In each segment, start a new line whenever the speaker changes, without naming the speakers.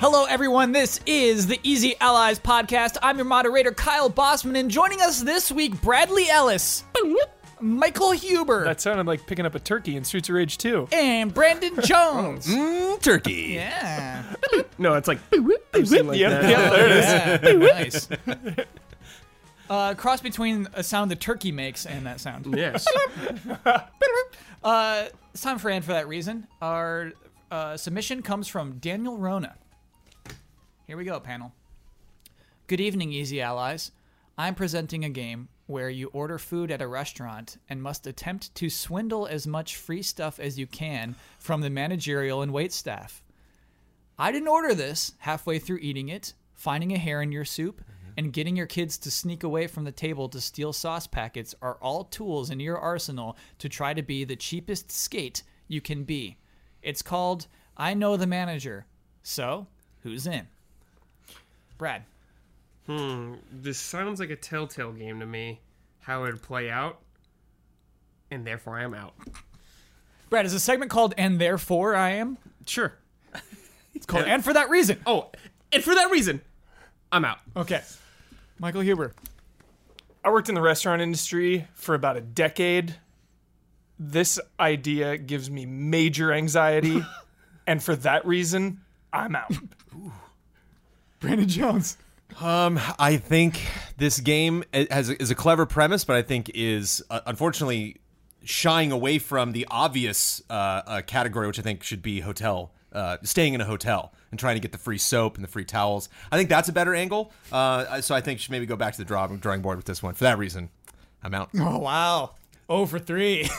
Hello, everyone. This is the Easy Allies podcast. I'm your moderator, Kyle Bossman, and joining us this week, Bradley Ellis, Michael Huber,
That sounded like picking up a turkey in Streets of Rage 2.
and Brandon Jones.
Oh. Mm,
turkey.
Yeah.
No, it's like.
Yep, yep, Oh, there it is.
Yeah, nice. Uh, cross between a sound the turkey makes and that sound.
Yes.
Uh, it's time for and for that reason. Our uh, submission comes from Daniel Rona. Here we go, panel. Good evening, Easy Allies. I'm presenting a game where you order food at a restaurant and must attempt to swindle as much free stuff as you can from the managerial and wait staff. I didn't order this halfway through eating it, finding a hair in your soup, and getting your kids to sneak away from the table to steal sauce packets are all tools in your arsenal to try to be the cheapest skate you can be. It's called I Know the Manager. So, who's in? Brad.
This sounds like a telltale game to me. How it'd play out, and therefore I'm out.
Brad, is a segment called And Therefore I Am?
Sure.
It's called And For That Reason.
Oh, and for that reason, I'm out.
Okay. Michael Huber.
I worked in the restaurant industry for about a decade. This idea gives me major anxiety, and for that reason, I'm out.
Brandon Jones.
Um, I think this game i- has is a clever premise, but I think is uh, unfortunately shying away from the obvious uh, uh, category, which I think should be hotel, uh, staying in a hotel and trying to get the free soap and the free towels. I think that's a better angle. Uh, so I think should maybe go back to the draw, drawing board with this one. For that reason, I'm out.
Oh, wow. Oh for 3.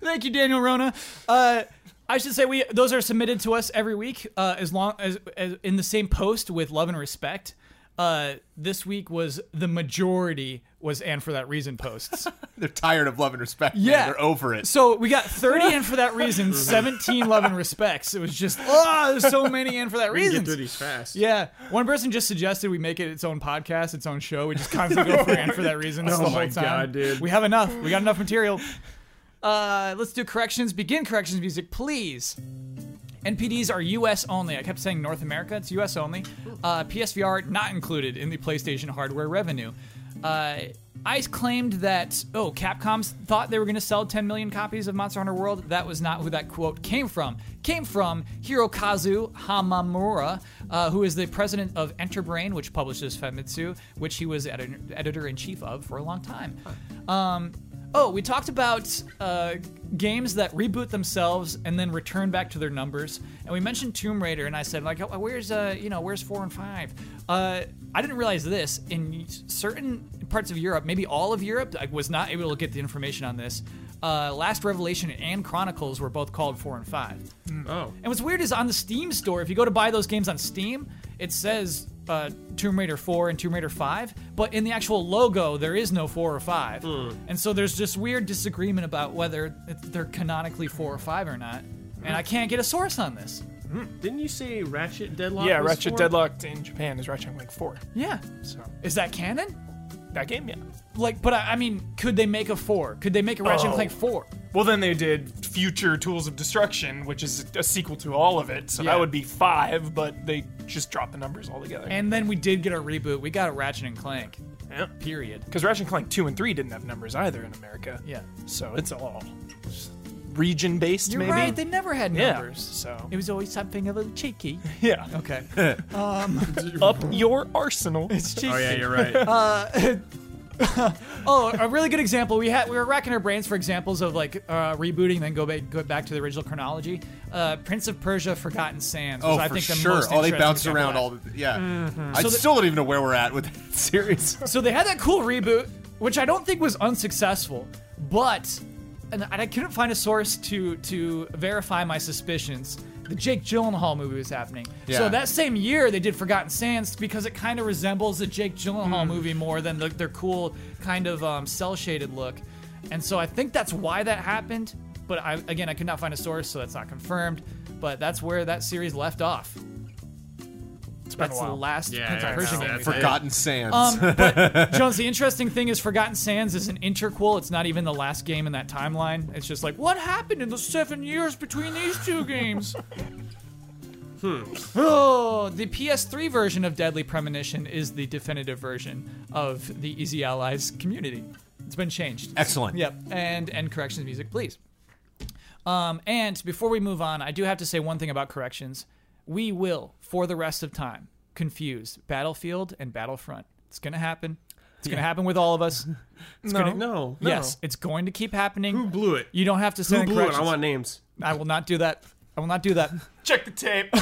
Thank you, Daniel Rona. Uh, I should say we those are submitted to us every week, uh, as long as, as in the same post with love and respect. Uh, this week was the majority was and for that reason posts.
They're tired of love and respect. man.
Yeah.
they're over it.
So we got 30 and for that reason, 17 love and respects. It was just oh, there's so many and for that reason.
fast.
Yeah, one person just suggested we make it its own podcast, its own show. We just constantly go for and for that reason the whole
Oh my
time.
God, dude.
We have enough. We got enough material. Uh, let's do corrections. Begin corrections music, please. NPDs are US only. I kept saying North America. It's US only. Uh, PSVR not included in the PlayStation hardware revenue. Uh, I claimed that, oh, Capcom thought they were going to sell 10 million copies of Monster Hunter World. That was not who that quote came from. Came from Hirokazu Hamamura, uh, who is the president of Enterbrain, which publishes Famitsu, which he was edit- editor in chief of for a long time. Um, Oh, we talked about uh, games that reboot themselves and then return back to their numbers, and we mentioned Tomb Raider, and I said like, oh, where's uh, you know, where's four and five? Uh, I didn't realize this in certain parts of Europe, maybe all of Europe, I was not able to get the information on this. Uh, Last Revelation and Chronicles were both called four and five.
Oh,
And what's weird is on the Steam store, if you go to buy those games on Steam, it says uh, Tomb Raider 4 and Tomb Raider 5, but in the actual logo, there is no 4 or 5.
Hmm.
And so there's just weird disagreement about whether it- they're canonically 4 or 5 or not. And I can't get a source on this.
didn't you say Ratchet Deadlock?
yeah,
was
Ratchet
four?
Deadlocked in Japan is Ratchet and Clank 4.
Yeah.
So,
Is that canon?
that game, yeah.
Like, but I, I mean, could they make a 4? Could they make a Ratchet and
Oh.
Clank 4?
Well, then they did Future Tools of Destruction, which is a sequel to all of it, so
Yeah.
that would be five, but they just dropped the numbers altogether.
And then we did get a reboot. We got a Ratchet and Clank.
Yeah.
Period.
Because Ratchet and Clank 2 and 3 didn't have numbers either in America.
Yeah.
So it's all region based,
You're
maybe?
right. They never had
yeah.
numbers.
So,
It was always something a little cheeky.
yeah.
Okay.
Up your arsenal. It's cheap.
Oh yeah, you're right.
Oh, a really good example. We had we were racking our brains for examples of like uh, rebooting, then go back go back to the original chronology. Uh, Prince of Persia: Forgotten Sands. Was
Oh,
I
for
think the
sure.
Most
Oh, they
interesting
bounce
example
around
of Mm-hmm.
all. The, yeah, I
So the-
still don't even know where we're at with that series.
that. So they had that cool reboot, which I don't think was unsuccessful, but and I couldn't find a source to to verify my suspicions. The Jake Gyllenhaal movie was happening. So
Yeah.
that same year they did Forgotten Sands because it kind of resembles the Jake Gyllenhaal movie more than the, their cool kind of um, cell shaded look. And so I think that's why that happened. But I, again, I could not find a source, so that's not confirmed. But that's where that series left off. That's the
while.
last
Yeah,
Prince
yeah,
of
I
Persia
know.
game.
Yeah,
we
for-
played.
Forgotten Sands.
Um, but Jones, the interesting thing is Forgotten Sands is an interquel. It's not even the last game in that timeline. It's just like what happened in the seven years between these two games. Oh, the PS3 version of Deadly Premonition is the definitive version of the Easy Allies community. It's been changed.
Excellent.
Yep. And and corrections music, please. Um, and before we move on, I do have to say one thing about corrections. We will, for the rest of time, confuse Battlefield and Battlefront. It's going to happen. It's going to happen with all of us. It's
No.
gonna-
No, no.
Yes, it's going to keep happening.
Who blew it?
You don't have to send in
Who blew it? I
corrections.
want names.
I will not do that. I will not do that.
Check the tape.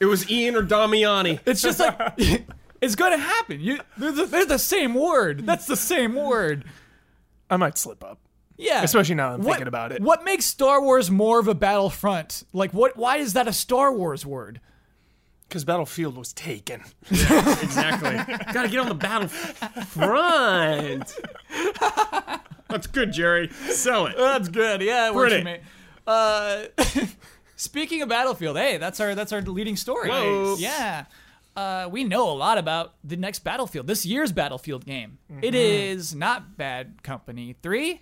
It was Ian or Damiani.
It's just like it's going to happen. You, they're, the, they're the same word. That's the same word.
I might slip up.
Yeah,
Especially now I'm thinking about it.
What makes Star Wars more of a battlefront? Like, what? Why is that a Star Wars word?
Because Battlefield was taken.
Exactly. Gotta get on the battlefront. That's good, Jerry. Sell it.
That's good. Yeah, it works for me.
Brilliant.
Uh, speaking of Battlefield, hey, that's our that's our leading story.
Whoa.
Yeah. Uh, we know a lot about the next Battlefield, this year's Battlefield game.
Mm-hmm.
It is not Bad Company 3.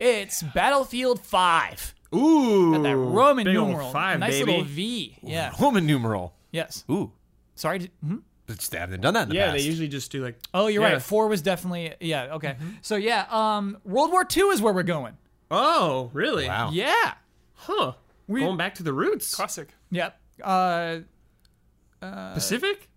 It's Battlefield 5.
Ooh.
That Roman
big ol'
numeral.
five,
nice
baby.
little V. Yeah.
Roman numeral.
Yes.
Ooh.
Sorry. Did, hmm?
Just haven't done that in the
Yeah,
past.
they usually just do like.
Oh, you're
Yeah. Mm-hmm.
right. 4 was definitely. Yeah, okay. So, yeah, um, World War II is where we're going.
Oh, really?
wow.
Yeah.
Huh. Going back to the roots.
Classic.
Yep. Uh,
Pacific?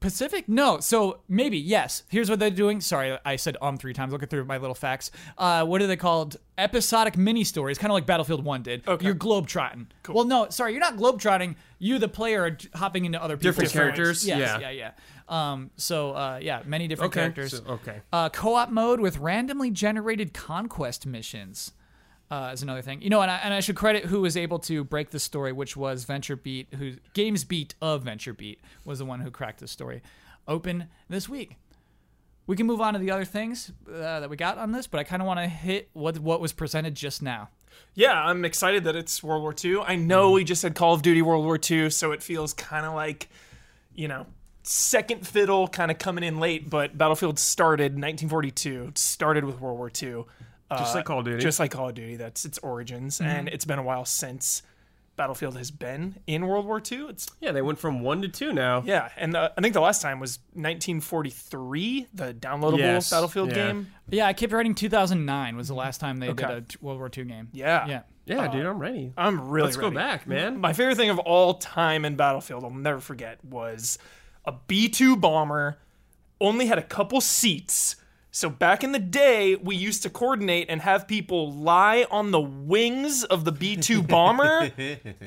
Pacific? No. So maybe yes. Here's what they're doing. Sorry, I said um three times. Looking through my little facts. Uh, what are they called? Episodic mini stories, kind of like Battlefield One did.
Okay.
You're globetrotting. Well, no, sorry, you're not globetrotting. You, the player, are j- hopping into other people's
Different characters?
Yes, yeah,
Yeah.
yeah, Um, so uh, yeah, many different
Okay.
characters.
So- okay.
Uh, co-op mode with randomly generated conquest missions uh, is another thing. You know, and I, and I should credit who was able to break the story, which was Venture Beat, who Games Beat of Venture Beat was the one who cracked the story open this week. We can move on to the other things uh, that we got on this, but I kind of want to hit what what was presented just now.
Yeah, I'm excited that it's World War II. I know we just had Call of Duty World War II, so it feels kind of like, you know, second fiddle kind of coming in late, but Battlefield started 1942. It started with World War II.
Uh,
Just like Call of Duty. Mm-hmm.
Just like Call of Duty. That's its origins. And it's been a while since Battlefield has been in World War II. It's
Yeah, they went from one to two now.
yeah, and the, I think the last time was 1943, the downloadable
Yes,
Battlefield
yeah.
game.
Yeah, I kept writing 2009 was the last time they did
Okay.
a t- World War II game.
Yeah.
yeah.
Yeah, dude, I'm ready.
I'm really
Let's
ready.
go back, man.
My favorite thing of all time in Battlefield, I'll never forget, was a B 2 bomber, only had a couple seats. So back in the day, we used to coordinate and have people lie on the wings of the B 2 bomber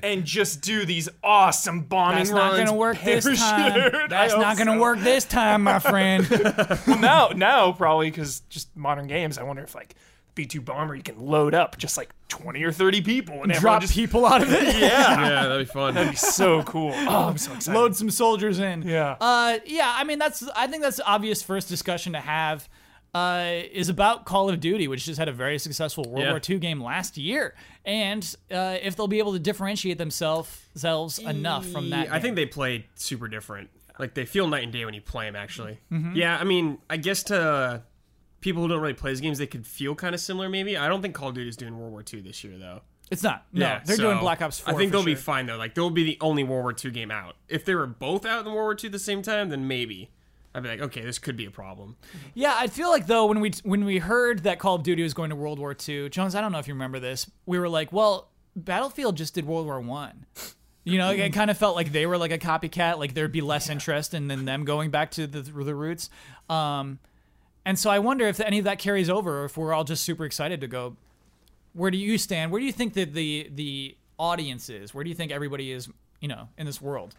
and just do these awesome bombing
That's not
runs.
gonna work this
parachute.
time.
I
That's
hope
not gonna
so.
work this time, my friend.
Well, now, now probably because just modern games, I wonder if like B 2 bomber, you can load up just like 20 or 30 people and everyone
Drop
just.
people out of it.
yeah, that'd be fun.
so cool. Oh, I'm so excited.
Load some soldiers in.
Yeah.
Uh, yeah. I mean, that's. I think that's the obvious first discussion to have. Uh, is about Call of Duty, which just had a very successful World
Yeah.
War II game last year, and uh, if they'll be able to differentiate themselves themselves enough from that.
I
game.
think they play super different. Like they feel night and day when you play them. Actually,
Mm-hmm.
yeah. I mean, I guess to people who don't really play these games, they could feel kind of similar. Maybe I don't think Call of Duty is doing World War II this year, though.
it's not. No,
Yeah,
they're
so
doing Black Ops 4.
I think
for
they'll be
sure.
fine though. Like they'll be the only World War II game out. If they were both out in World War II at the same time, then maybe. I'd be like, okay, this could be a problem.
Yeah, I feel like though when we when we heard that Call of Duty was going to World War II, Jones, I don't know if you remember this, we were like, well, Battlefield just did World War One. You know, it kind of felt like they were like a copycat, like there'd be less interest in than them going back to the the roots. Um, and so I wonder if any of that carries over, or if we're all just super excited to go. Where do you stand? Where do you think that the the audience is? Where do you think everybody is? You know, in this world,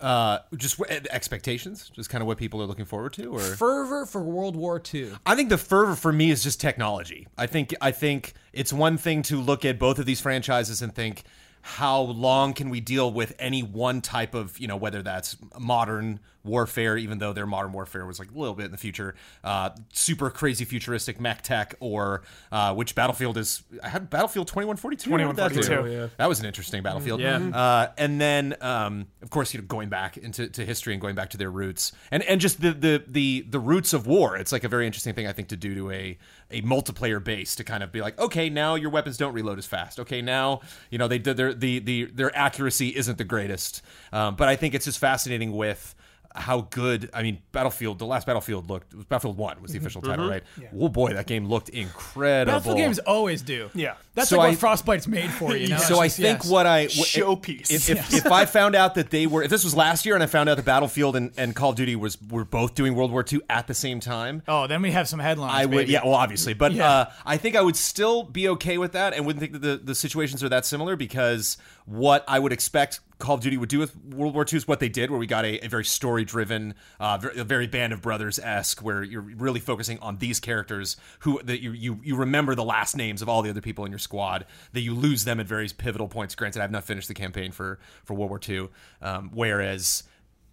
Uh, just wh- expectations, just kind of what people are looking forward to, or
fervor for World War II.
I think the fervor for me is just technology. I think I think it's one thing to look at both of these franchises and think how long can we deal with any one type of, you know, whether that's modern warfare, even though their modern warfare was like a little bit in the future. Uh, super crazy futuristic mech tech, or uh, which Battlefield is? I had Battlefield 2142. What did that do?
2142,
yeah.
That was an interesting battlefield.
Yeah.
Uh, and then, um, of course, you know, going back into to history and going back to their roots, and and just the the the the roots of war. It's like a very interesting thing I think to do to a a multiplayer base to kind of be like, okay, now your weapons don't reload as fast. Okay, now you know they did their the the their accuracy isn't the greatest. Um, but I think it's just fascinating with how good I mean Battlefield the last Battlefield looked Battlefield 1 was the official title right oh boy that game looked incredible
Battlefield games always do.
Yeah.
That's
So
like
I-
what Frostbite's made for, you know?
so I
It's just-
think
yes.
what I what-
Showpiece.
If, if, if I found out that they were, if this was last year, and I found out that Battlefield and, and Call of Duty was were both doing World War II at the same time,
Oh, then we have some headlines.
I would,
baby.
yeah, well, obviously, but
Yeah.
uh, I think I would still be okay with that, and wouldn't think that the, the situations are that similar because what I would expect Call of Duty would do with World War II is what they did, where we got a, a very story driven, uh, ver- a very Band of Brothers esque, where you're really focusing on these characters who that you, you you remember the last names of all the other people in your squad, that you lose them at various pivotal points. Granted, I've not finished the campaign for for World War II, um, whereas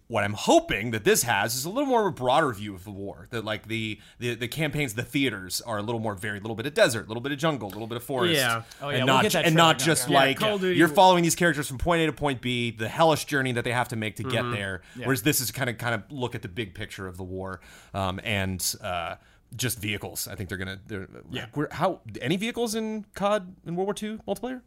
what I'm hoping that this has is a little more of a broader view of the war. That like the the, the campaigns, the theaters are a little more varied, a little bit of desert, a little bit of jungle, a little bit of forest.
Yeah.
Oh, yeah,
and
we'll
not
get that
and
trailer
not
now,
just
yeah. Yeah,
like
Call of Duty
you're
will-
following these characters from point A to point B, the hellish journey that they have to make to get there. Whereas this is kind of kind of look at the big picture of the war, um, and uh, just vehicles. I think they're gonna. They're, yeah. How any vehicles in COD in World War II multiplayer?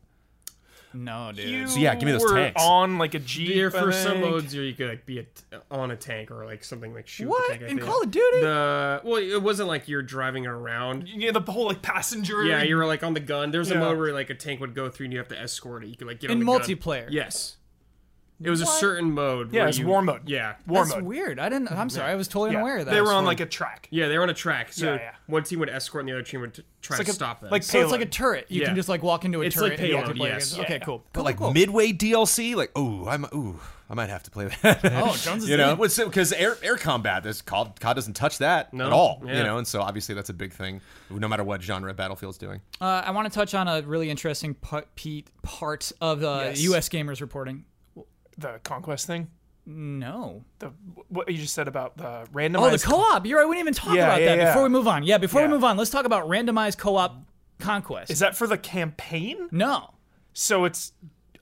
No, dude.
So yeah, give me those
were
tanks.
on like a Jeep.
Yeah, for
I
some
think.
modes, you could like be a t- on a tank or like something like shoot. the
What?
tank, I
In
think.
Call of Duty?
The well, it wasn't like you're driving around.
Yeah, the whole like passenger.
Yeah, you were like on the gun. There was a
Yeah.
mode where like a tank would go through and you have to escort it. You could like get on
In
the gun.
multiplayer?
Yes, it was a certain mode.
Yeah,
where
it's
you-
war mode.
Yeah,
war
That's
mode.
weird. I didn't. I'm sorry. I was totally
Yeah.
unaware of that.
They were on
Sorry.
like a track.
yeah, they were on a track. So
Yeah, yeah.
one team would escort and the other team would t- try
like
to
a-
stop them.
like
So it's like a
payload.
turret. You
Yeah.
can just like walk into a
It's
turret.
like
and you have to
payload,
play
yes.
against- Okay, cool.
But like midway DLC, like oh, I'm ooh, I might have to play that.
Oh, Jones is
you know,
in.
because air air combat, this COD, COD doesn't touch that
No.
at all. You
Yeah.
know, and so obviously that's a big thing, no matter what genre Battlefield's doing.
Uh, I want to touch on a really interesting pu- Pete part of uh,
Yes.
U.S. gamers reporting.
The conquest thing.
No.
The what you just said about the
Oh, the
randomized.
co-op. You're right. We didn't even talk
Yeah,
about
yeah,
that
yeah.
before we move on. Yeah, before
Yeah.
we move on, let's talk about randomized co-op conquest.
is that for the campaign?
no.
So it's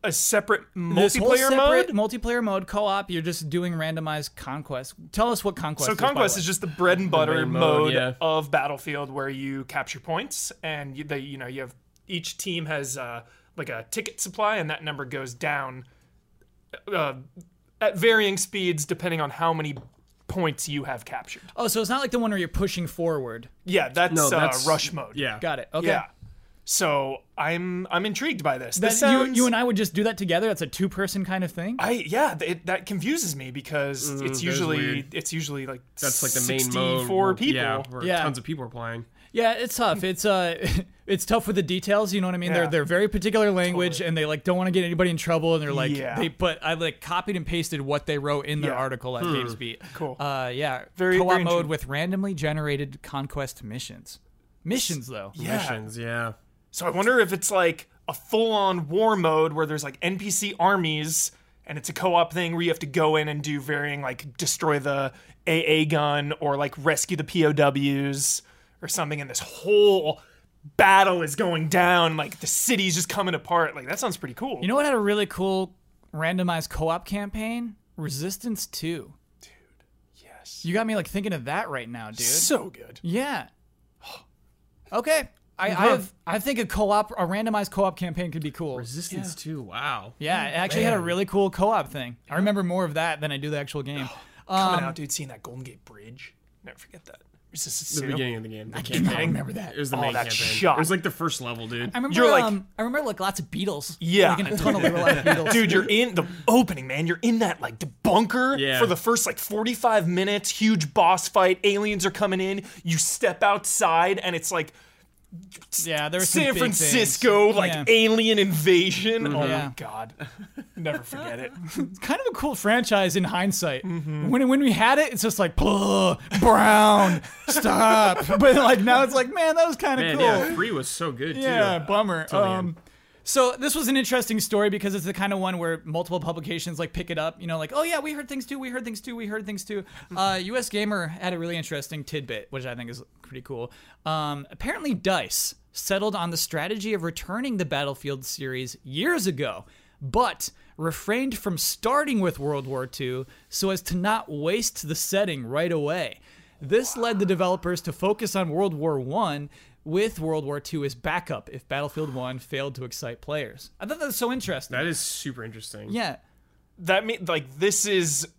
a separate
This whole
multiplayer
separate
mode.
Multiplayer mode co-op. You're just doing randomized conquest. Tell us what conquest.
So
is, by the
conquest
way.
is just the bread and butter
main
mode,
mode, yeah.
of Battlefield, where you capture points and you, they, you know you have each team has uh, like a ticket supply, and that number goes down uh, at varying speeds depending on how many points you have captured.
Oh, so it's not like the one where you're pushing forward.
Yeah, that's,
No, that's-
uh, rush mode.
yeah.
Got it. Okay.
yeah. So I'm I'm intrigued by this.
That
This
you,
sounds
you and I would just do that together. That's a two-person kind of thing.
I yeah th- it, that confuses me because it's usually
Mm, weird.
it's usually like
That's like the main mode.
for
where-
people.
Yeah, where
Yeah.
tons of people are playing.
Yeah, it's tough. It's uh, it's tough with the details. You know what I mean? They're
Yeah.
they're very particular language, and they like don't want to get anybody in trouble, and they're like
Yeah.
they. But I like copied and pasted what they wrote in their
Yeah. Hmm.
article at Gamesbeat.
Cool.
Uh, yeah.
Very-
co-op
very
mode
intru-
with randomly generated conquest missions. Missions though.
Yeah.
Missions. Yeah.
So I wonder if it's like a full-on war mode where there's like NPC armies and it's a co-op thing where you have to go in and do varying like destroy the AA gun or like rescue the POWs or something and this whole battle is going down like the city's just coming apart like that sounds pretty cool.
You know what had a really cool randomized co-op campaign? Resistance Two. Dude. Yes. You got me like thinking of that right now, dude.
so good.
Yeah. Okay. I, I have I think a co-op a randomized co-op campaign could be cool.
Resistance too. Wow.
Yeah, it actually had a really cool co-op thing. I remember more of that than I do the actual game.
Coming
um,
out dude seeing that Golden Gate Bridge. Never forget that. Resistance
The
2.
beginning of the game. The campaign.
remember that.
It was the
Oh,
main
that
campaign.
shot.
It was like the first level, dude.
I remember
You're like-
um, I remember like lots of Beatles.
Yeah.
Like in a tunnel there were a lot of Beatles.
Dude, you're in the opening, man. You're in that like debunker
Yeah.
for the first like 45 minutes, huge boss fight, aliens are coming in, you step outside and it's like
yeah, there was
San Francisco like
yeah.
alien invasion. Oh
Yeah.
my god. Never forget it.
It's kind of a cool franchise in hindsight. When when we had it, it's just like "Ugh, brown, stop. But like now it's like, man, that was kind of
Man,
cool.
yeah, three was so good too.
Yeah, bummer.
the
Um, So this was an interesting story because it's the kind of one where multiple publications like pick it up, you know, like, oh yeah, we heard things too, we heard things too, we heard things too. Uh, U.S. Gamer had a really interesting tidbit, which I think is pretty cool. Um, apparently, Dice settled on the strategy of returning the Battlefield series years ago, but refrained from starting with World War II so as to not waste the setting right away. This led the developers to focus on World War One with World War II as backup if Battlefield One failed to excite players. I thought that was so interesting.
That is super interesting.
yeah.
That mean like this is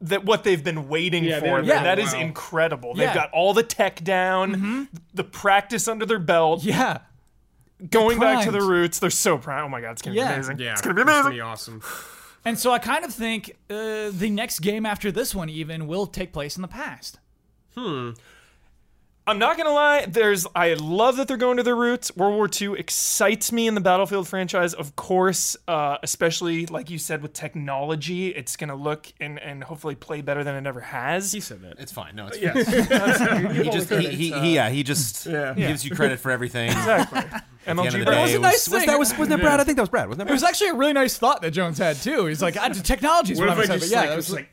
that what they've been waiting
Yeah,
for.
they've
been-
That is
wow.
incredible.
Yeah.
They've got all the tech down, the practice under their belt,
Yeah.
going back to the
primed.
roots. They're so proud. Oh my god, it's gonna
Yeah.
be amazing.
Yeah,
It's gonna be amazing.
awesome.
And so I kind of think uh, the next game after this one even will take place in the past.
I'm not gonna lie. There's I love that they're going to their roots. World War II excites me in the Battlefield franchise, of course. Uh, especially like you said with technology, it's gonna look and and hopefully play better than it ever has.
He said that.
It's fine. No, it's fine. he just he, he, he yeah he just gives you credit for everything. At
Exactly.
the end of
MLG.
the
But
day,
it was
a
it
nice
was, was
thing.
that was wasn't that Brad? I think that was Brad. Wasn't that
It
Brad?
was actually a really nice thought that Jones had too. He's like, I, technology's what,
What if I
I'm
just
yeah,
like,
that
was
was,
like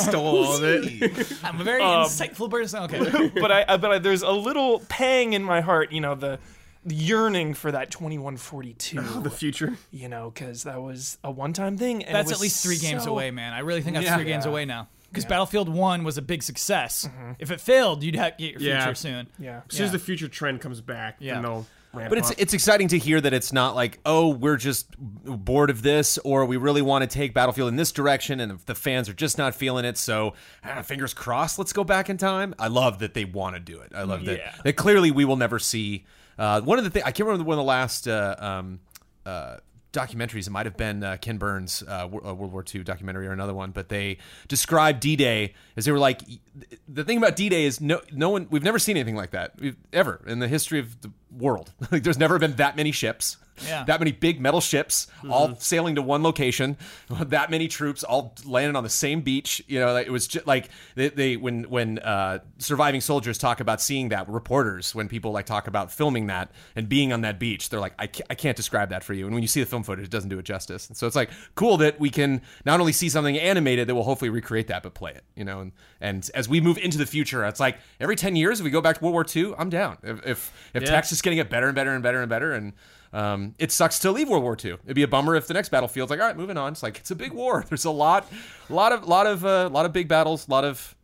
stole all of it.
I'm a very insightful person. Okay.
but I, I- but I, there's a little pang in my heart, you know, the the yearning for that 2142,
the future?
you know, because that was a one-time thing. And it
That's
was
at least three games
so-
away, man. I really think that's
Yeah.
three games
Yeah.
away now. Because Battlefield One was a big success. If it failed, you'd have get your future
Yeah.
soon.
Yeah.
As soon as
Yeah.
the future trend comes back,
Yeah.
then they'll ramp
But it's
up.
it's exciting to hear that it's not like oh we're just bored of this or we really want to take Battlefield in this direction and the fans are just not feeling it so ah, fingers crossed let's go back in time. I love that they want to do it. I love
Yeah.
that that clearly we will never see. Uh, one of the things I can't remember one of the last uh, um, uh, documentaries. It might have been uh, Ken Burns' uh, Wor- uh, World War II documentary or another one, but they described D-Day as they were like, y- th- the thing about D-Day is no, no one, we've never seen anything like that we've, ever in the history of the world. like, there's never been that many ships.
Yeah.
That many big metal ships, all sailing to one location. That many troops, all landing on the same beach. You know, like, it was just like they, they when when uh, surviving soldiers talk about seeing that. Reporters, when people like talk about filming that and being on that beach, they're like, I can't, I can't describe that for you. And when you see the film footage, it doesn't do it justice. And so it's like cool that we can not only see something animated that will hopefully recreate that, but play it. You know, and and as we move into the future, it's like every ten years if we go back to World War II, I'm down. If if, if tech's just getting it better and better and better and better and um, it sucks to leave World War II. It'd be a bummer if the next battlefield's like, all right, moving on. It's like it's a big war. There's a lot, lot of, lot of, uh, lot of big battles. A lot of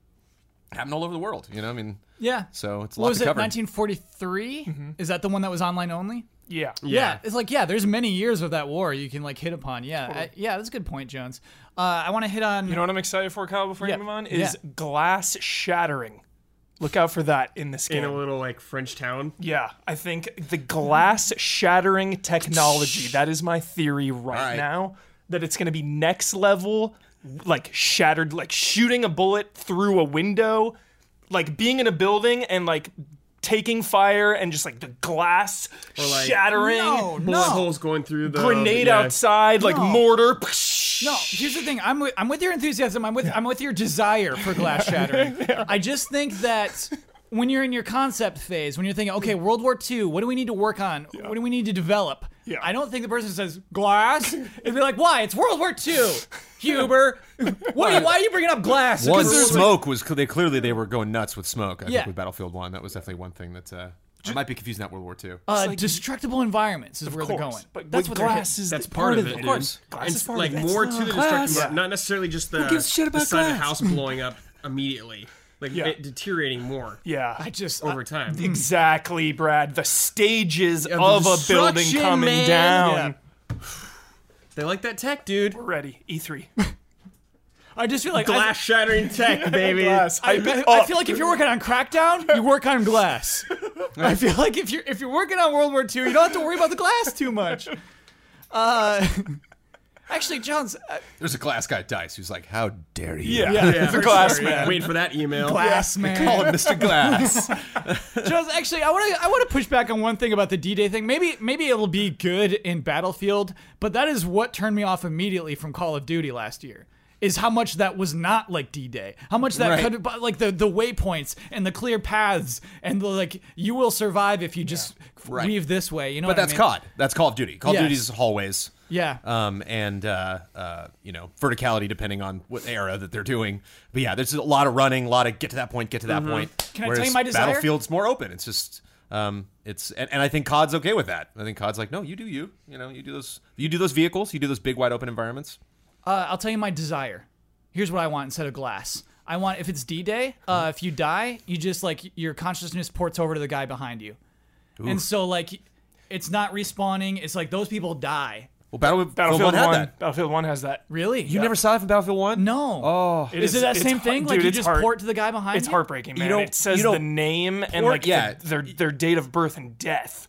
happening all over the world. You know, I mean,
Yeah.
so it's a lot
what was
to
it?
cover. Mm-hmm.
1943? Is that the one that was online only?
Yeah.
Yeah. it's like yeah, there's many years of that war you can like hit upon. Yeah, I- yeah, that's a good point, Jones. Uh, I want to hit on.
You know what I'm excited for, Kyle? Before
Yeah.
you move on, is
Yeah.
glass shattering. Look out for that in this game.
in a little like French town.
yeah, I think the glass shattering technology. That is my theory right,
All right.
now. That it's going to be next level, like shattered, like shooting a bullet through a window, like being in a building and like taking fire and just like the glass
like-
shattering,
no,
Bullet
no,
holes going through the
grenade
yeah.
outside, like
No.
mortar.
no. Here's the thing. I'm with, I'm with your enthusiasm. I'm with I'm with your desire for glass shattering. I just think that when you're in your concept phase, when you're thinking, okay, World War II, what do we need to work on? What do we need to develop?
Yeah.
I don't think the person says glass. It'd be like, why? It's World War II, Huber. What are you, why are you bringing up glass?
One
'Cause there's-
smoke was they clearly they were going nuts with smoke. I
Yeah.
think with Battlefield One, that was definitely one thing that uh, I might be confusing that World War Two.
Uh, destructible environments is where they're going.
But
that's
with
what they're
glass
hitting.
is
That's
the-
part, of it,
Of
dude.
course, glass
It's
is part
like
of it.
more to the destructive,
Yeah.
not necessarily just the,
gives a shit about
the side of the
glass?
house blowing up immediately, like
Yeah.
it deteriorating more
Yeah.
I just
over time.
Exactly, Brad. The stages
the
of a building
destruction,
coming
man.
down.
Yeah.
They like that tech, dude.
We're ready. E3.
I just feel like I-
Glass shattering tech, baby.
Glass.
I,
Hype it
I- I
up.
feel like if you're working on Crackdown, you work on glass. I feel like if you're if you're working on World War II, you don't have to worry about the glass too much. Uh, actually, John's uh,
There's a glass guy at Dice who's like, how dare you?
Yeah.
Yeah,
the glass
sorry.
man.
Waiting for that email.
glass man.
Call him Mr. Glass.
John's actually, I want to I want to push back on one thing about the D-Day thing. Maybe maybe it'll be good in Battlefield, but that is what turned me off immediately from Call of Duty last year. is how much that was not like D Day. How much that
Right.
could but like the the waypoints and the clear paths and the like you will survive if you just f-
Right.
leave this way. You know,
But
what
that's
I mean?
COD. That's Call of Duty. Call
Yes.
of Duty's hallways.
Yeah.
Um, and uh, uh, you know, verticality depending on what era that they're doing. But yeah, there's a lot of running, a lot of get to that point, get to that point.
Mm-hmm. Can I tell
Whereas
you my desire?
Battlefield's more open. It's just um, it's and, and I think COD's okay with that. I think COD's like, no, you do you. You know, you do those you do those vehicles, you do those big wide open environments.
Uh, I'll tell you my desire. Here's what I want instead of glass. I want if it's D-Day,
Mm-hmm.
uh, if you die, you just like your consciousness ports over to the guy behind you, and so like it's not respawning. It's like those people die.
Well, Battlefield,
Battlefield
1 had
One.
that.
Battlefield One has that.
Really? Uh,
You never saw that from Battlefield One?
No.
Oh.
is, it that
it's
same
hard-
thing?
dude,
like you
it's
just
hard.
port to the guy behind
It's
you?
heartbreaking, man.
don't-
it says
you don't
the name and
port-
like the-
yeah.
their their date of birth and death.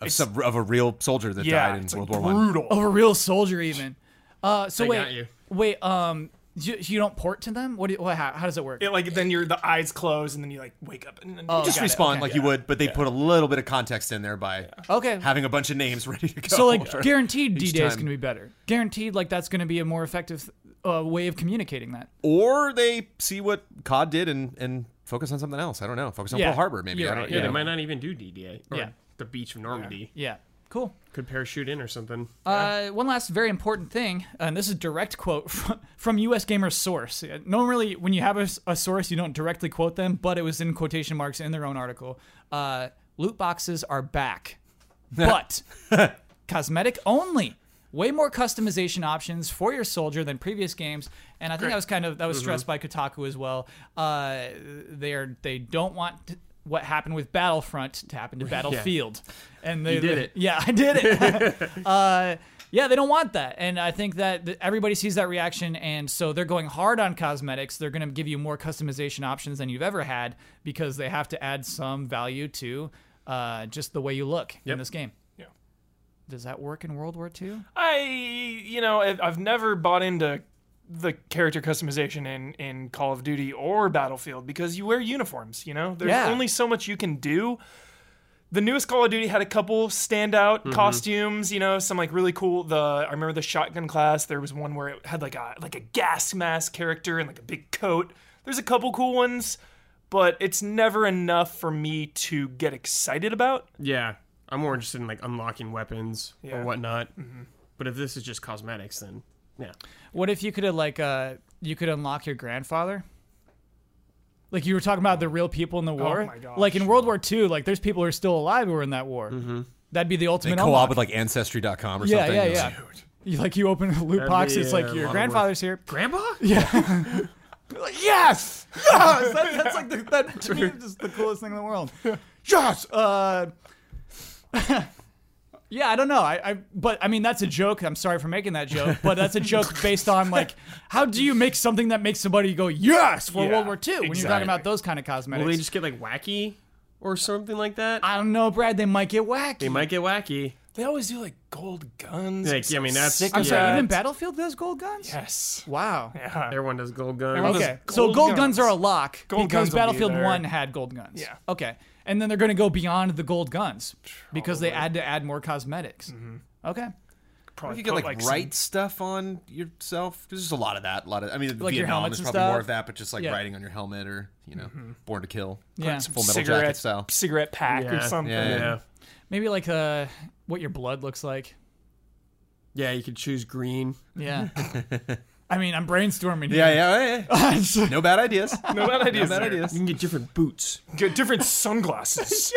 Of, some, of a real soldier that
Yeah,
died in
it's
World
like
War One.
brutal.
Of a real soldier, even. Uh, so
They
wait,
got you.
wait. Um, you, you don't port to them? What? Do you, what how, how does it work?
It, like then your the eyes close and then you like wake up and then you
Just
got it,
respond
okay.
like you would, but they put a little bit of context in there by
okay.
having a bunch of names ready to go.
so like
for-
guaranteed D Day is
time.
going to be better. Guaranteed, like that's going to be a more effective uh, way of communicating that.
or they see what COD did and and focus on something else. I don't know. Focus on
Yeah.
Pearl Harbor, maybe.
You're
I don't.
right.
Yeah,
you
they
know.
might not even do DDA. Or
Yeah.
The beach of Normandy
Yeah. Cool.
could parachute in or something.
Uh, one last very important thing, uh, and this is a direct quote from, from U.S. Gamer's source. Uh, Normally, when you have a, s- a source, you don't directly quote them, but it was in quotation marks in their own article. Uh, loot boxes are back, but cosmetic only. Way more customization options for your soldier than previous games, and I think that was kind of that was stressed by Kotaku as well. Uh, they are they don't want. t- what happened with Battlefront to happen to Battlefield, and they
did it.
Yeah, I did it. uh, yeah, they don't want that. And I think that th- everybody sees that reaction. And so they're going hard on cosmetics. They're going to give you more customization options than you've ever had because they have to add some value to uh, just the way you look in this game.
Yeah.
Does that work in World War II?
I, you know, I- I've never bought into the character customization in, in Call of Duty or Battlefield because you wear uniforms, you know? There's
Yeah.
only so much you can do. The newest Call of Duty had a couple standout
Mm-hmm.
costumes, you know, some like really cool the I remember the shotgun class, there was one where it had like a like a gas mask character and like a big coat. There's a couple cool ones, but it's never enough for me to get excited about.
Yeah, I'm more interested in like unlocking weapons
Yeah.
or whatnot. But if this is just cosmetics, then yeah,
What if you could have, like, uh, you could unlock your grandfather? Like you were talking about the real people
Oh
in the war.
my gosh.
Like in World War II, like there's people who are still alive who were in that war.
Mm-hmm.
That'd be the
They
ultimate
co-op
unlock.
with like Ancestry.com or
Yeah,
something.
yeah,
It's
yeah.
like,
You, like you open a loot box,
be,
it's
uh,
like
a lot of
your
work.
grandfather's here.
grandpa.
Yes! Yes! That- that's like the, that to me is just the coolest thing in the world. Yes! Uh, yeah, I don't know. I, I but I mean that's a joke. I'm sorry for making that joke, but that's a joke based on like how do you make something that makes somebody go yes for
Yeah,
World War II when you're talking
exactly.
about those kind of
Will
cosmetics?
they just get like wacky or something like that?
I don't know, Brad. They might get wacky.
they might get wacky.
They always do like gold guns.
Like, yeah, I mean, that's-
Sick
I'm
of
sorry.
that.
Even Battlefield does gold guns.
Yes.
Wow.
Yeah.
Everyone does gold guns.
Everyone does-
Okay,
Those
so
gold
gold guns.
guns.
are a lock
Gold
because
guns will be
Battlefield
there.
One had gold guns.
Yeah.
Okay, and then they're going to go beyond the gold guns because they had to add more cosmetics.
Mm-hmm.
Okay,
Probably
if you could
put,
like,
some-
write stuff on yourself. There's just a lot of that. A lot of. I mean,
Like your
Vietnam
helmets
is
and
probably more
stuff?
of that, but just like
Yeah. Mm-hmm.
writing on your helmet or you know, Born to Kill.
yeah,
Full Metal
cigarette,
Jacket style.
cigarette pack or
Yeah.
something.
Yeah.
yeah,
maybe like uh, what your blood looks like.
yeah. You could choose green.
Yeah, I mean I'm brainstorming.
Yeah, yeah, yeah.
yeah.
No bad ideas.
No bad ideas.
bad
there.
ideas.
You can get different boots.
Get different sunglasses.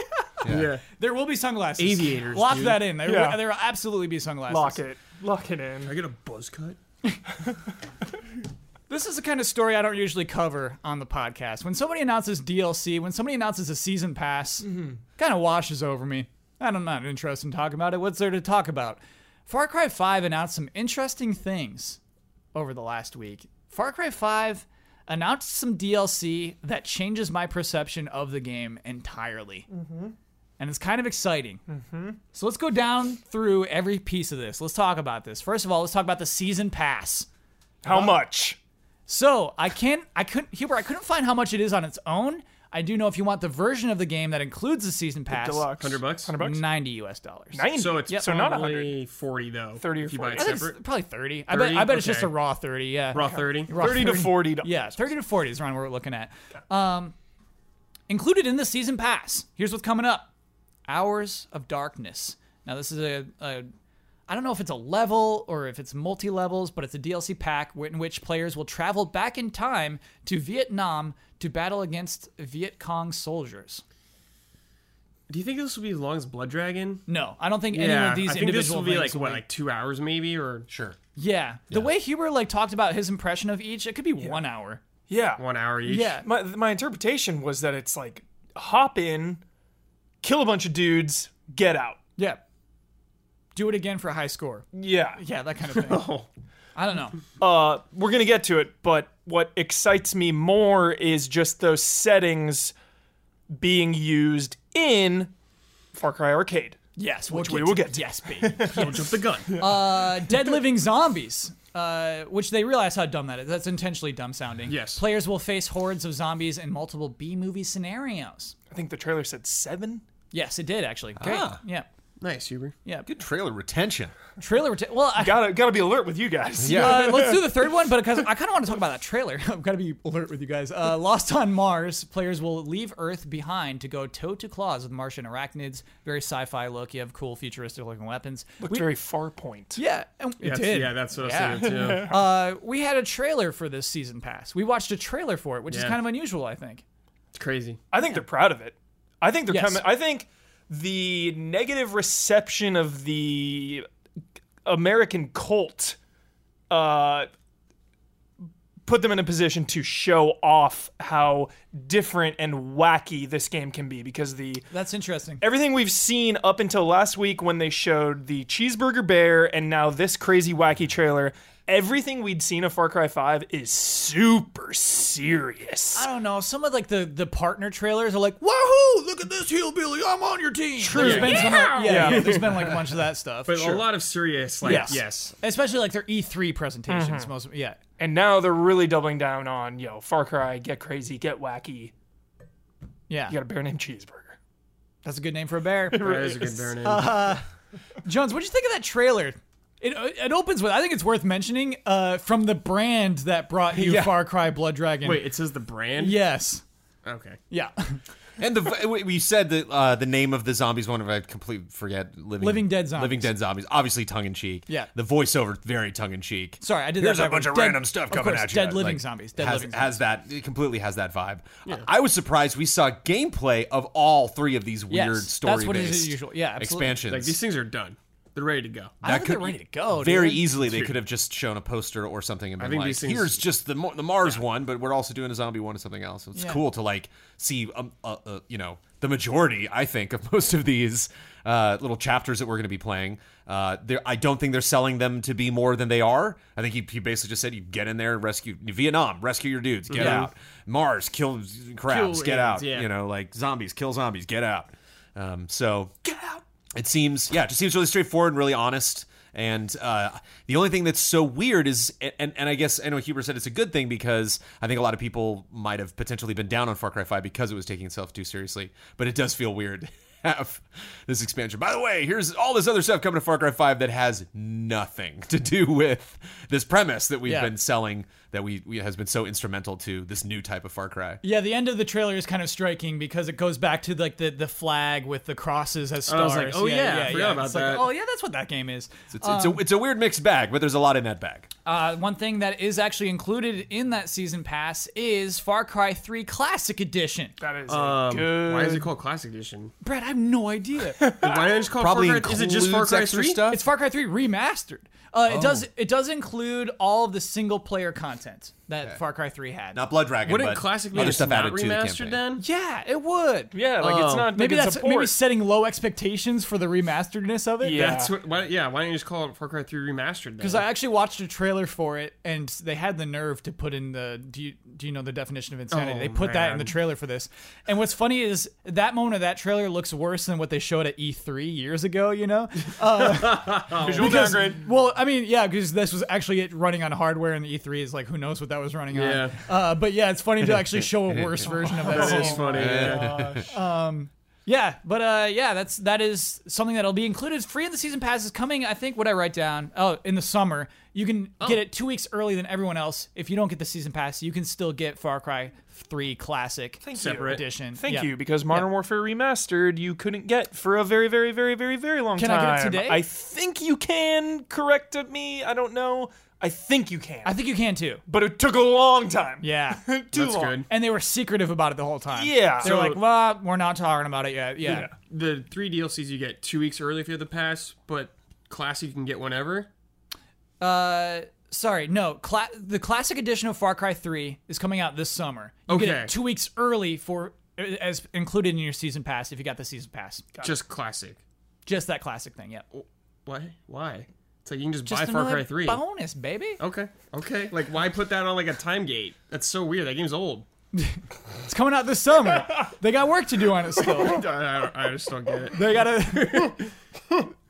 Yeah.
there will be sunglasses.
Aviators,
Lock
dude.
that in. There,
Yeah.
there will absolutely be sunglasses.
Lock it. Lock it in.
I get a buzz cut.
This is the kind of story I don't usually cover on the podcast. When somebody announces DLC, when somebody announces a season pass, kind of washes over me. And I'm not interested in talking about it. What's there to talk about? Far Cry 5 announced some interesting things over the last week. Far Cry 5 announced some DLC that changes my perception of the game entirely. And it's kind of exciting. So let's go down through every piece of this. Let's talk about this. First of all, let's talk about the season pass.
How much?
So I can't, I couldn't, Huber, I couldn't find how much it is on its own. I do know if you want the version of the game that includes the season pass,
Deluxe.
100 bucks?
100 bucks?
90 US dollars.
90.
So it's
so not 100.
probably 40 though.
30 or
if you buy it
40.
I think
separate.
it's probably 30. I
30?
bet, I bet it's just a
Okay.
raw 30, yeah.
Raw 30.
Raw
30 to 40 dollars.
Yeah, 30 to 40 is around where we're looking at. Um, included in the season pass, here's what's coming up Hours of Darkness. Now, this is a, a I don't know if it's a level or if it's multi levels, but it's a DLC pack wh- in which players will travel back in time to Vietnam to battle against Viet Cong soldiers.
Do you think this will be as long as Blood Dragon?
No, I don't think any
Yeah,
of these
I think this
individual
will be
things
like
will
what,
be-
like two hours maybe, or
Sure.
yeah. The way Huber like talked about his impression of each, it could be one hour.
Yeah.
one hour each.
Yeah,
My my interpretation was that it's like hop in, kill a bunch of dudes, get out.
yeah. Do it again for a high score.
Yeah.
Yeah, that kind of thing. I don't know.
Uh, we're gonna get to it, but what excites me more is just those settings being used in Far Cry Arcade.
Yes, which
we will get to.
Yes, baby.
Don't jump the gun.
uh, Dead Living Zombies, uh, which they realize how dumb that is. That's intentionally dumb sounding.
Yes.
Players will face hordes of zombies in multiple B movie scenarios.
I think the trailer said seven.
Yes, it did actually. Great.
Ah.
Yeah.
nice, Huber.
Yeah.
Good trailer retention.
Trailer. reta- well, I,
Gotta gotta be alert with you guys.
uh, let's do the third one, but because I kind of want to talk about that trailer. I've got to be alert with you guys. Uh, Lost on Mars, players will leave Earth behind to go toe to claws with Martian arachnids. Very sci-fi look. You have cool, futuristic-looking weapons.
Looked very far point.
Yeah, and it
That's-
did.
Yeah, that's what I
Yeah.
was thinking too.
Uh, we had a trailer for this season pass. We watched a trailer for it, which is
Yeah.
kind of unusual, I think.
It's crazy.
I think they're proud of it. I think they're
Yes.
coming. I think the negative reception of the American cult uh, put them in a position to show off how different and wacky this game can be because the
That's interesting.
everything we've seen up until last week when they showed the cheeseburger bear and now this crazy wacky trailer everything we'd seen of far cry 5 is super serious
I don't know. Some of like the the partner trailers are like, "Wahoo! Look at this hillbilly! I'm on your team." True. There's been some- yeah. yeah, There's been like a bunch of that stuff.
But a lot of serious, like
Yes.
yes,
Especially like their E3 presentations.
Mm-hmm.
Most yeah.
And now they're really doubling down on, yo, Far Cry, get crazy, get wacky.
Yeah.
You got a bear named Cheeseburger.
That's a good name for uh, a bear.
that is a good bear name.
Jones, what do you think of that trailer? It, it opens with I think it's worth mentioning uh, from the brand that brought you Far Cry Blood Dragon.
Wait, it says the brand.
Yes.
Okay.
Yeah.
And the v- we- we said that uh, the name of the zombies one, if I completely forget, living,
Living Dead Zombies.
Living dead zombies, obviously tongue in cheek.
Yeah.
The voiceover very tongue in cheek.
Sorry, I did
Here's
that
a bunch of
backwards. Dead-
random stuff
of
coming
course,
at you.
dead living zombies, dead
has,
living zombies.
has that it completely has that vibe. I was surprised we saw gameplay of all three of these
Yes,
weird
that's
story
what is
based
usual. Yeah, absolutely.
expansions.
Like these things are done. They're ready to go.
I don't think they're ready to go. dude.
Very easily, they could have just shown a poster or something and been
think
like,
these things-
"Here's just the Mo- the Mars one, but we're also doing a zombie one and something else." It's
Yeah.
cool to like see, um, uh, uh, you know, the majority. I think of most of these uh, little chapters that we're going to be playing. Uh, they're- I don't think they're selling them to be more than they are. I think he, he basically just said, "You get in there, and rescue Vietnam, rescue your dudes, get
Yeah.
out. Mars, kill z- crabs,
Mm-hmm. Kill
get out.
aliens, yeah.
You know, like zombies, kill zombies, get out." Um, so it seems yeah it just seems really straightforward and really honest and uh, the only thing that's so weird is and, and i guess i know huber said it's a good thing because i think a lot of people might have potentially been down on far cry 5 because it was taking itself too seriously but it does feel weird to have this expansion by the way here's all this other stuff coming to far cry 5 that has nothing to do with this premise that we've
Yeah.
been selling that we, we has been so instrumental to this new type of far cry
Yeah, the end of the trailer is kind of striking because it goes back to like the, the flag with the crosses as
I
stars.
was like, oh, yeah, I forgot about
It's
that.
Like, oh yeah, that's what that game is.
it's, it's,
Um,
a, it's a weird mixed bag but there's a lot in that bag
Uh, one thing that is actually included in that season pass is Far Cry 3 Classic Edition.
That is
Um,
a good.
Why is it called Classic Edition?
Brad, I have no idea.
Why don't I just call it
probably
Far Cry? Is it just Far
includes
Cry
extra
3?
stuff
it's Far Cry 3 remastered. Uh, It
Oh.
does it does include all of the single player content that Far Cry 3 had.
Not Blood Dragon.
Wouldn't
but
Classic be
other
just
stuff
not
added to the
remastered
campaign.
then?
yeah, it would.
yeah, like
Um,
it's not
Maybe
good
that's
support.
maybe setting low expectations for the remasteredness of it.
Yeah.
That's what. Why, yeah. Why don't you just call it Far Cry 3 Remastered?
Because I actually watched a trailer for it, and they had the nerve to put in the do you do you know the definition of insanity?
Oh,
they put that in the
man.
trailer for this. And what's funny is that moment of that trailer looks worse than what they showed at E3 years ago, you know?
Visual
Because-
downgrade.
Well, I mean, yeah, because this was actually it running on hardware, and the E3 is like, who knows what that was running
Yeah.
on. Uh, but yeah, it's funny to actually show a worse version of that.
That is
game.
funny. yeah.
Yeah, but uh, yeah, that's that is something that'll be included. It's free in the season pass is coming. I think what I write down. Oh, in the summer, you can
Oh.
get it two weeks early than everyone else. If you don't get the season pass, you can still get Far Cry Three Classic
Separate.
edition.
Thank
Yeah.
you, because Modern Warfare Remastered you couldn't get for a very, very, very, very, very long
Can I
time.
get it today?
I think you can. Correct me. I don't know. I think you can.
I think you can too.
but it took a long time.
Yeah.
Too
That's
long.
good.
And they were secretive about it the whole time.
Yeah.
They're
So-
like, well, we're not talking about it yet. Yeah.
Yeah.
The three DLCs you get two weeks early if you have the pass, but classic you can get whenever.
Uh, sorry, no. Cla- the classic edition of Far Cry 3 is coming out this summer. You get
Okay.
it two weeks early for as included in your season pass if you got the season pass.
Just classic.
Just that classic thing. Yep.
Why? Why? It's like you can just,
Just
buy Far
another
Cry 3.
bonus, baby.
Okay. Okay. Like, why put that on like a time gate? That's so weird. That game's old.
It's coming out this summer. they got work to do on it still.
I, I, I just don't get it.
They gotta.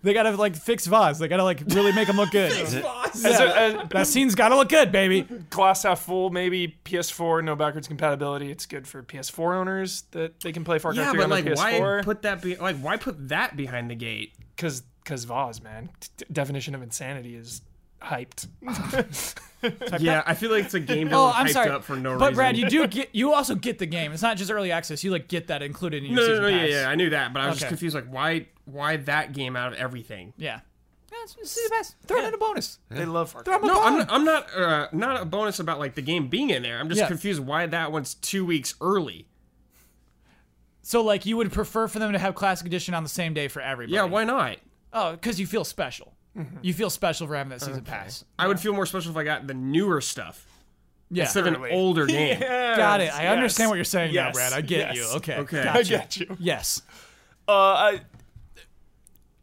They gotta like fix Voz. They gotta like really make them look good.
As a- as-
that scene's gotta look good, baby.
glass half full, maybe PS4, no backwards compatibility. It's good for PS4 owners that they can play Far Cry
Yeah,
3
but
on the
like, why
PS4.
put that? Be- like, why put that behind the gate?
Because because Vaz, man, T- definition of insanity is hyped.
Mm, Yeah, I feel like it's a game that
Oh,
was
I'm
hyped
sorry.
up for no reason.
but Brad, you do get you also get the game. It's not just early access. You like get that included in your
no, no,
season
no, yeah,
pass.
yeah, I knew that, but I was
Okay.
just confused. Like, why, why that game out of everything?
Yeah. Yeah, it's- it's the best. Throw it in a bonus.
They love Far Cry.
Throw him a
No, I'm,
bonus.
not- I'm not, uh, not a bonus about like the game being in there. I'm just
Yeah.
confused why that one's two weeks early.
So like you would prefer for them to have classic edition on the same day for everybody.
Yeah, why not?
Oh, because you feel special. You feel special for having that season pass.
I would feel more special if I got the newer stuff
Yeah.
instead of an older game.
Got it. I understand what you're saying now,
Yes.
Brad. I get
Yes.
you. Okay.
Okay.
Gotcha.
I get you.
Yes.
Uh, I,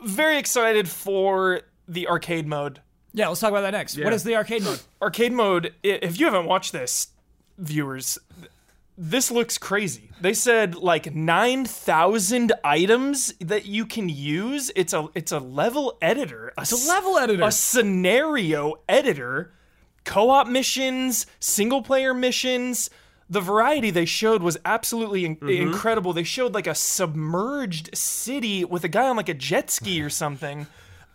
very excited for the arcade mode.
Yeah, let's talk about that next. What is the arcade mode?
Arcade mode. i- If you haven't watched this, viewers, th- this looks crazy. They said like nine thousand items that you can use. It's a it's a level editor. A s-
level editor.
A scenario editor. Co-op missions, single player missions. The variety they showed was absolutely in-
Mm-hmm.
incredible. They showed like a submerged city with a guy on like a jet ski or something.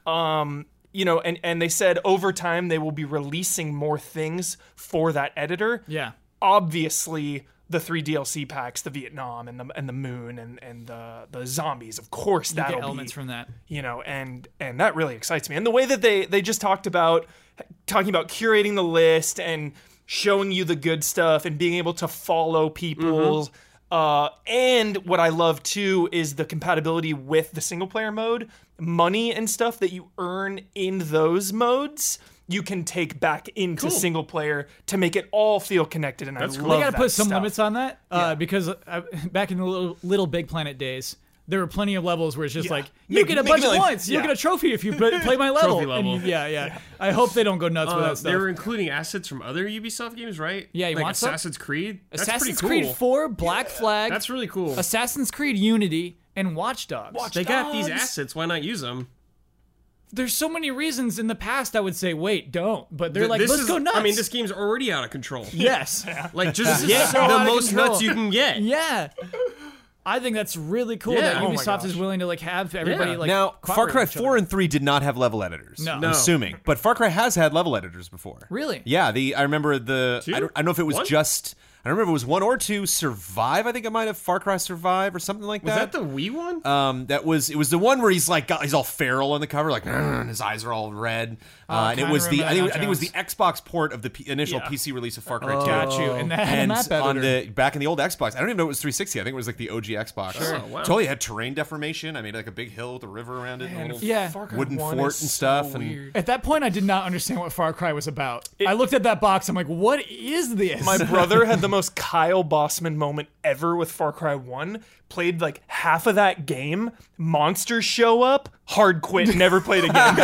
um you know and and they said over time they will be releasing more things for that editor
Yeah.
obviously the three dlc packs the vietnam and the and the moon and and the the zombies of course
Get
that'll
elements
be
from that.
you know and and that really excites me and the way that they they just talked about talking about curating the list and showing you the good stuff and being able to follow people uh, and what i love too is the compatibility with the single player mode money and stuff that you earn in those modes you can take back into single player to make it all feel connected and i love
cool.
They got to
that
put some
stuff.
limits on that uh, because uh, back in the little, little Big Planet days, there were plenty of levels where it's just like you
Make-
get a
make
bunch of
million.
points, you
Yeah.
get a trophy if you pl- play my level.
Trophy
And
level.
you- yeah, yeah, I hope they don't go nuts with
Uh,
that stuff.
they were including assets from other Ubisoft games, right?
Yeah, you
like
want some?
Assassin's Creed. That's
Assassin's
pretty cool.
Creed 4, Black Flag,
That's really cool.
Assassin's Creed Unity, and Watch Dogs.
Watch
they got these
Dogs.
assets. Why not use them?
There's so many reasons in the past I would say wait, don't, but they're like
this
let's
is,
go nuts.
I mean, this game's already out of control.
yes,
Like, just
Yeah.
get
So out
the
of
most
control.
nuts you can get.
yeah. I think that's really cool
Yeah.
that
Oh my
Ubisoft is
gosh.
willing to like have everybody
Yeah.
like
now, Far
cooperate
Cry
with each other.
4 and 3 did not have level editors.
No.
I'm
No.
assuming. But Far Cry has had level editors before.
Really?
Yeah, the I remember the I don't, I don't know if it was
One?
just I don't remember if it was one or two Survive. I think it might have Far Cry Survive or something like
Was
that.
that the Wii one?
um, that was it was the one where he's like got, he's all feral on the cover, like "Grr," and his eyes are all red. Uh, and it
kinda
was the
remember
I think,
that
I think it was the Xbox port of the P- initial
Yeah.
PC release of Far Cry Two.
Got you. And that had a
And
map
on
editor.
the back in the old Xbox, I don't even know it was 360. I think it was like the OG Xbox.
Oh, wow.
Totally had terrain deformation. I made like a big hill with a river around it. and a little
Yeah.
Far Cry
wooden
1
fort and
is so
stuff and-
weird.
At that point, I did not understand what Far Cry was about. I looked at that box. I'm like, what is this?
My brother had the most Kyle Bossman moment ever with Far Cry 1. Played like half of that game. Monsters show up. hard quit, never played again.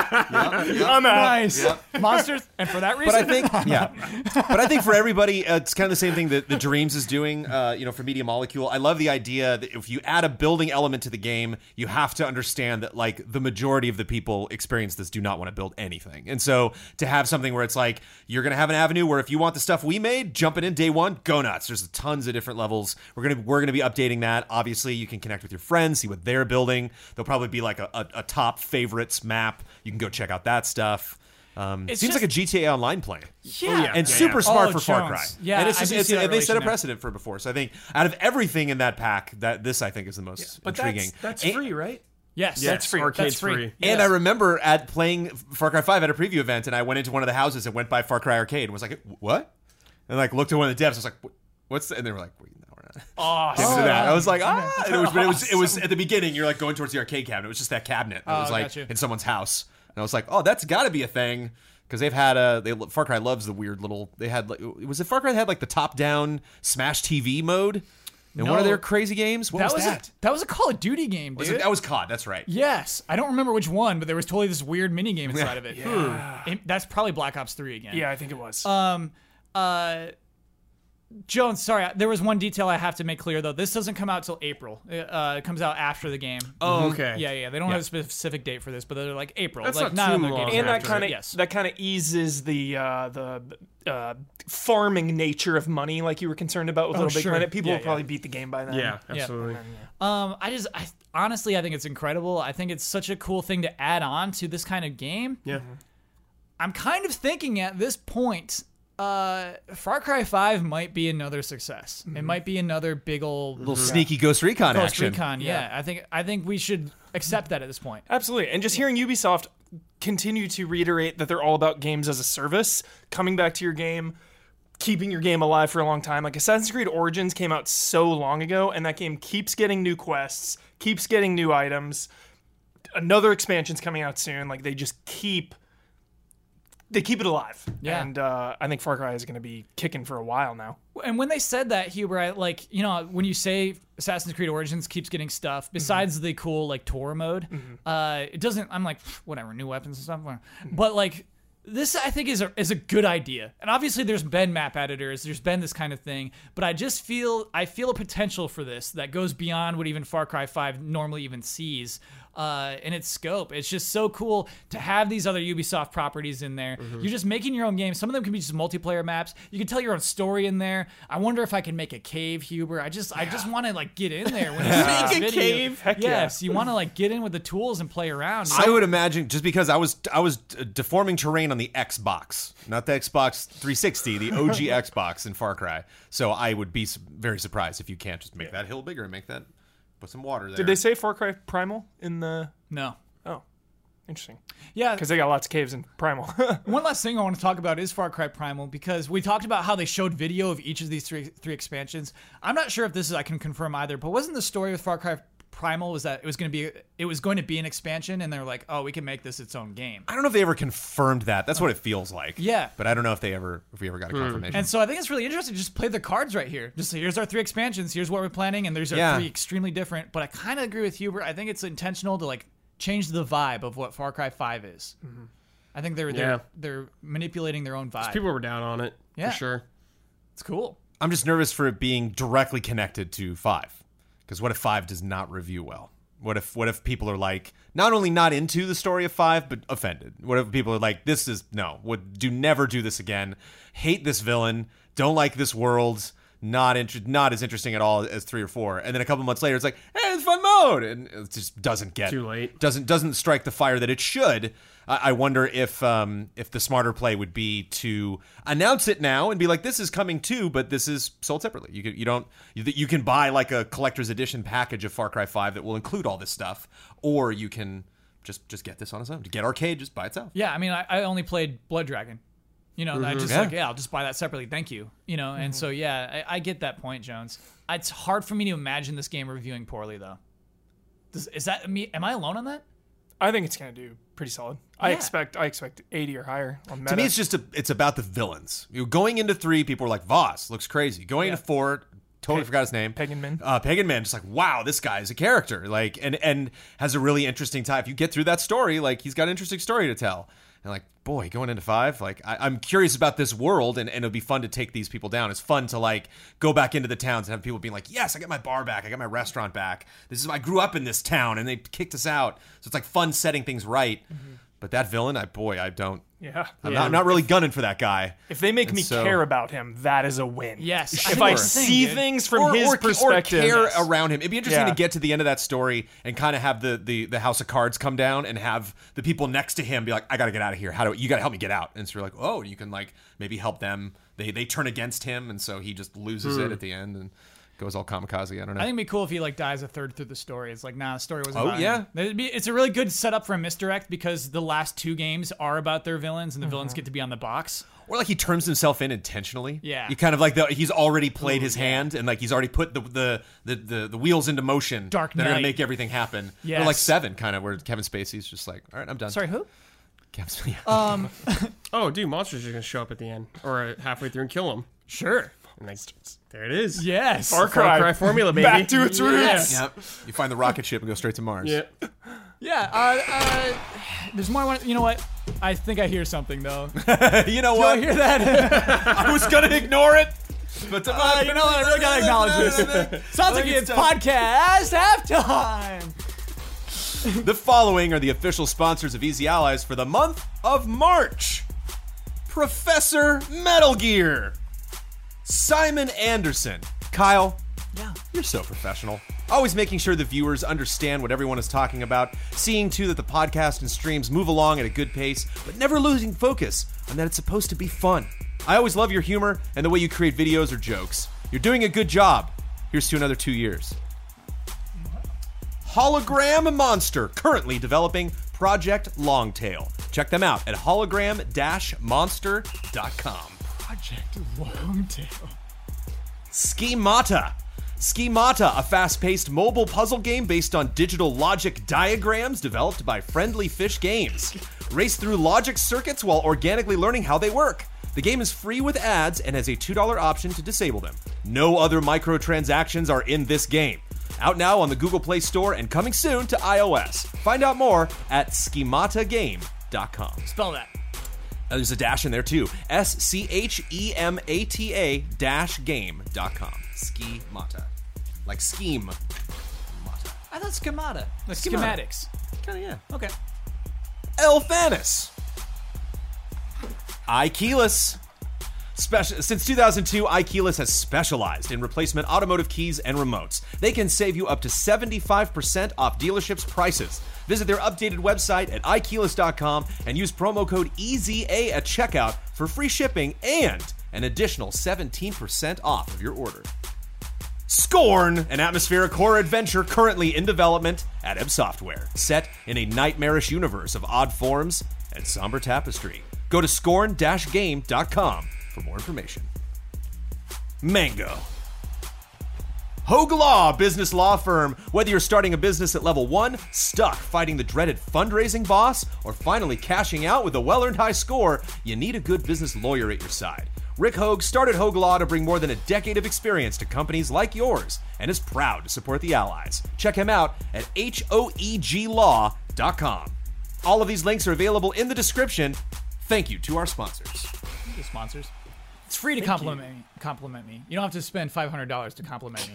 I'm out.
Nice. Monsters, and for that reason,
But I think, yeah. But I think for everybody, uh, it's kind of the same thing that the Dreams is doing. Uh, you know, for Media Molecule, I love the idea that if you add a building element to the game, you have to understand that like the majority of the people experience this do not want to build anything, and so to have something where it's like you're gonna have an avenue where if you want the stuff we made, jumping in day one, go nuts. There's tons of different levels. We're gonna we're gonna be updating that. Obviously, you can connect with your friends, see what they're building. There'll probably be like a, a, a top favorites map. You can go check out that stuff. Um,
It's
seems
just-
like a GTA Online play
yeah.
and
Yeah,
super
yeah.
smart
Oh,
for Far Cry.
Jones. Yeah,
and it's
I
just,
do
it's,
see that
and they set a
relation now.
precedent for it before. So I think out of everything in that pack, that this I think is the most
But
intriguing.
that's, that's
And-
free, right?
yes,
Yes,
that's free.
arcade's
that's free.
free.
And I remember at playing Far Cry 5 at a preview event, and I went into one of the houses and went by Far Cry Arcade and was like, "What?" And like looked at one of the devs. I was like, "What- "What's?" The-? And they were like, "Wait, no, we're not."
Awesome.
into that. I was like, ah. And it was, but it was, it was at the beginning. You're like going towards the arcade cabinet. It was just that cabinet. It was
Oh,
like
gotcha.
in someone's house, and I was like, oh, that's got to be a thing because they've had a. They Far Cry loves the weird little. They had like was it Far Cry had like the top down Smash TV mode in one of
No.
their crazy games. What
That
was,
was
that?
A, that was a Call of Duty game, dude.
Was it- that was COD. That's right.
yes, I don't remember which one, but there was totally this weird mini game inside of it. It- That's probably Black Ops Three again. Um,
Yeah, I think it was.
Uh, Jones, sorry, there was one detail I have to make clear though. This doesn't come out till April. It, uh, it comes out after the game.
Oh, okay.
Um, Yeah, yeah. They don't have a specific date for this, but they're like April.
That's
like
not too
on their
long
game.
and that
after
kind of
yes.
that kind of eases the uh, the uh, farming nature of money, like you were concerned about with Little Big
sure.
Planet. People
Yeah,
will probably beat the game by then.
Yeah, absolutely.
Um, I just I, honestly, I think it's incredible. I think it's such a cool thing to add on to this kind of game.
Yeah.
I'm kind of thinking at this point, uh, Far Cry Five might be another success. It might be another big old
Little sneaky Ghost Recon
Ghost
action.
Recon. Yeah. I think I think we should accept that at this point.
Absolutely. And just hearing Ubisoft continue to reiterate that they're all about games as a service, coming back to your game, keeping your game alive for a long time. Like Assassin's Creed Origins came out so long ago, and that game keeps getting new quests, keeps getting new items. Another expansion's coming out soon. Like they just keep they keep it alive.
Yeah.
And uh, I think Far Cry is gonna be kicking for a while now.
And when they said that, Huber, I, like you know, when you say Assassin's Creed Origins keeps getting stuff besides the cool like tour mode, uh, it doesn't. I'm like "Pff, whatever, new weapons and stuff. whatever." But like this, I think is a is a good idea. And obviously, there's been map editors, there's been this kind of thing. But I just feel I feel a potential for this that goes beyond what even Far Cry Five normally even sees. Uh, in its scope, it's just so cool to have these other Ubisoft properties in there. You're just making your own game. Some of them can be just multiplayer maps. You can tell your own story in there. I wonder if I can make a cave, Huber. I just, I just want to like get in there. When I see
Make
this
a
video.
cave?
Heck yeah.
yes, you want to like get in with the tools and play around.
I would imagine just because I was I was uh, deforming terrain on the Xbox, not the Xbox 360, the OG Xbox in Far Cry. So I would be su- very surprised if you can't just make that hill bigger and make that put some water there.
Did they say Far Cry Primal in the
no.
Oh. Interesting.
Yeah,
Because they got lots of caves in Primal.
one last thing I want to talk about is Far Cry Primal because we talked about how they showed video of each of these three three expansions. I'm not sure if this is I can confirm either, but wasn't the story with Far Cry Primal was that it was going to be it was going to be an expansion and they're like, "Oh, we can make this its own game."
I don't know if they ever confirmed that. That's what it feels like.
Yeah.
but I don't know if they ever if we ever
Hmm.
got a confirmation.
And so I think it's really interesting to just play the cards right here. Just say, here's our three expansions, here's what we're planning, and there's our
Yeah.
three extremely different. But I kind of agree with Hubert. I think it's intentional to like change the vibe of what Far Cry Five is. I think they're they're,
Mm-hmm. Yeah.
they're manipulating their own vibe.
People were down on it.
Yeah.
For sure.
it's cool.
I'm just nervous for it being directly connected to five, because what if five does not review well? What if what if people are like not only not into the story of five but offended? What if people are like this is no, would do never do this again, hate this villain, don't like this world, not inter- not as interesting at all as three or four, and then a couple months later it's like hey it's fun mode and it just doesn't get
Too late.
doesn't doesn't strike the fire that it should. I, I wonder if um, if the smarter play would be to announce it now and be like, "This is coming too, but this is sold separately. You can, you don't you, you can buy like a collector's edition package of Far Cry Five that will include all this stuff, or you can just just get this on its own. To get arcade just by itself.
Yeah, I mean, I, I only played Blood Dragon. You know, I just
Mm-hmm. Yeah.
like, yeah, I'll just buy that separately. Thank you. You know, and so yeah, I, I get that point, Jones. It's hard for me to imagine this game reviewing poorly, though. Does, is that me? Am I alone on that?
I think it's gonna do pretty solid. I
Yeah.
expect I expect 80 or higher on meta.
To me, it's just a, it's about the villains. You know, going into three, people were like, "Voss looks crazy." Going into four, Totally forgot his name.
Pagan Man.
Uh, Pagan Man. Just like wow, this guy is a character. Like and and has a really interesting time. If you get through that story, like he's got an interesting story to tell. And like boy, going into five, like I, I'm curious about this world, and, and it'll be fun to take these people down. It's fun to like go back into the towns and have people being like, yes, I got my bar back, I got my restaurant back. This is I grew up in this town, and they kicked us out. So it's like fun setting things right. But that villain, I boy, I don't.
Yeah.
I'm not, not really gunning for that guy.
If they make
And
me
so-
care about him, that is a win.
Yes, I
If
think
I
that's the thing,
see
dude.
things from
or,
his
or- or
perspective,
care
yes.
around him. It'd be interesting
Yeah.
to get to the end of that story and kind of have the, the the house of cards come down and have the people next to him be like, "I got to get out of here. How do you got to help me get out?" And so you're like, "Oh, you can like maybe help them." They they turn against him, and so he just loses it at the end and goes all kamikaze. I don't know.
Hmm. I think it'd be cool if he like dies a third through the story. It's like, nah, the story wasn't
Oh,
about
yeah.
him. It'd be- it's a really good setup for a misdirect because the last two games are about their villains and the villains get to be on the box.
or like he turns himself in intentionally.
Yeah.
you kind of like the, he's already played his hand and like he's already put the the the, the, the wheels into motion.
Dark
that are gonna
Knight.
make everything happen.
Yes.
Or like seven, kind of where Kevin Spacey's just like, "All right, I'm done."
Sorry, who?
Kevin Spacey.
Um,
Oh, dude, monsters are gonna show up at the end or uh, halfway through and kill him.
sure.
And like, there it is.
Yes.
Far
Far
Cry.
Cry formula, baby.
Back to its roots.
Yep. You find the rocket ship and go straight to Mars.
Yeah.
Yeah. Uh, uh, there's more. I want. You know what? I think I hear something though.
you know
Do I
what?
hear that?
I was gonna ignore it, but
Uh, you know what? I really gotta acknowledge this. Sounds like it's
it's
podcast halftime.
The following are the official sponsors of Easy Allies for the month of March: Professor Metal Gear, Simon Anderson, Kyle.
Yeah.
You're so professional. Always making sure the viewers understand what everyone is talking about, seeing too that the podcast and streams move along at a good pace, but never losing focus on that it's supposed to be fun. I always love your humor and the way you create videos or jokes. You're doing a good job. Here's to another two years. Hologram Monster, currently developing Project Longtail. Check them out at hologram-monster.com.
Project Longtail.
Schemata. Schemata, a fast paced mobile puzzle game based on digital logic diagrams developed by Friendly Fish Games. Race through logic circuits while organically learning how they work. The game is free with ads and has a $2 option to disable them. No other microtransactions are in this game. Out now on the Google Play Store and coming soon to iOS. Find out more at schematagame.com.
Spell that.
Uh, There's a dash in there too. S C H E M A T A dash game.com. Ski Mata. Like scheme. Mata.
I thought schemata. The
Schemata.
schematics.
Kinda, yeah.
Okay.
Elfanis. iKeyless. Special, since 2002, iKeyless has specialized in replacement automotive keys and remotes. They can save you up to 75% off dealerships' prices. Visit their updated website at iKeyless.com and use promo code EZA at checkout for free shipping and an additional 17% off of your order. Scorn, an atmospheric horror adventure currently in development at Ebb Software, set in a nightmarish universe of odd forms and somber tapestry. Go to scorn-game.com for more information. Mango. Hoag Law Business Law Firm. Whether you're starting a business at level one, stuck fighting the dreaded fundraising boss, or finally cashing out with a well earned high score, you need a good business lawyer at your side. Rick Hoag started Hoag Law to bring more than a decade of experience to companies like yours and is proud to support the allies. Check him out at E hoeglaw.com. All of these links are available in the description. Thank you to our sponsors.
The sponsors. It's free to compliment me. Compliment me. You don't have to spend five hundred dollars to compliment me.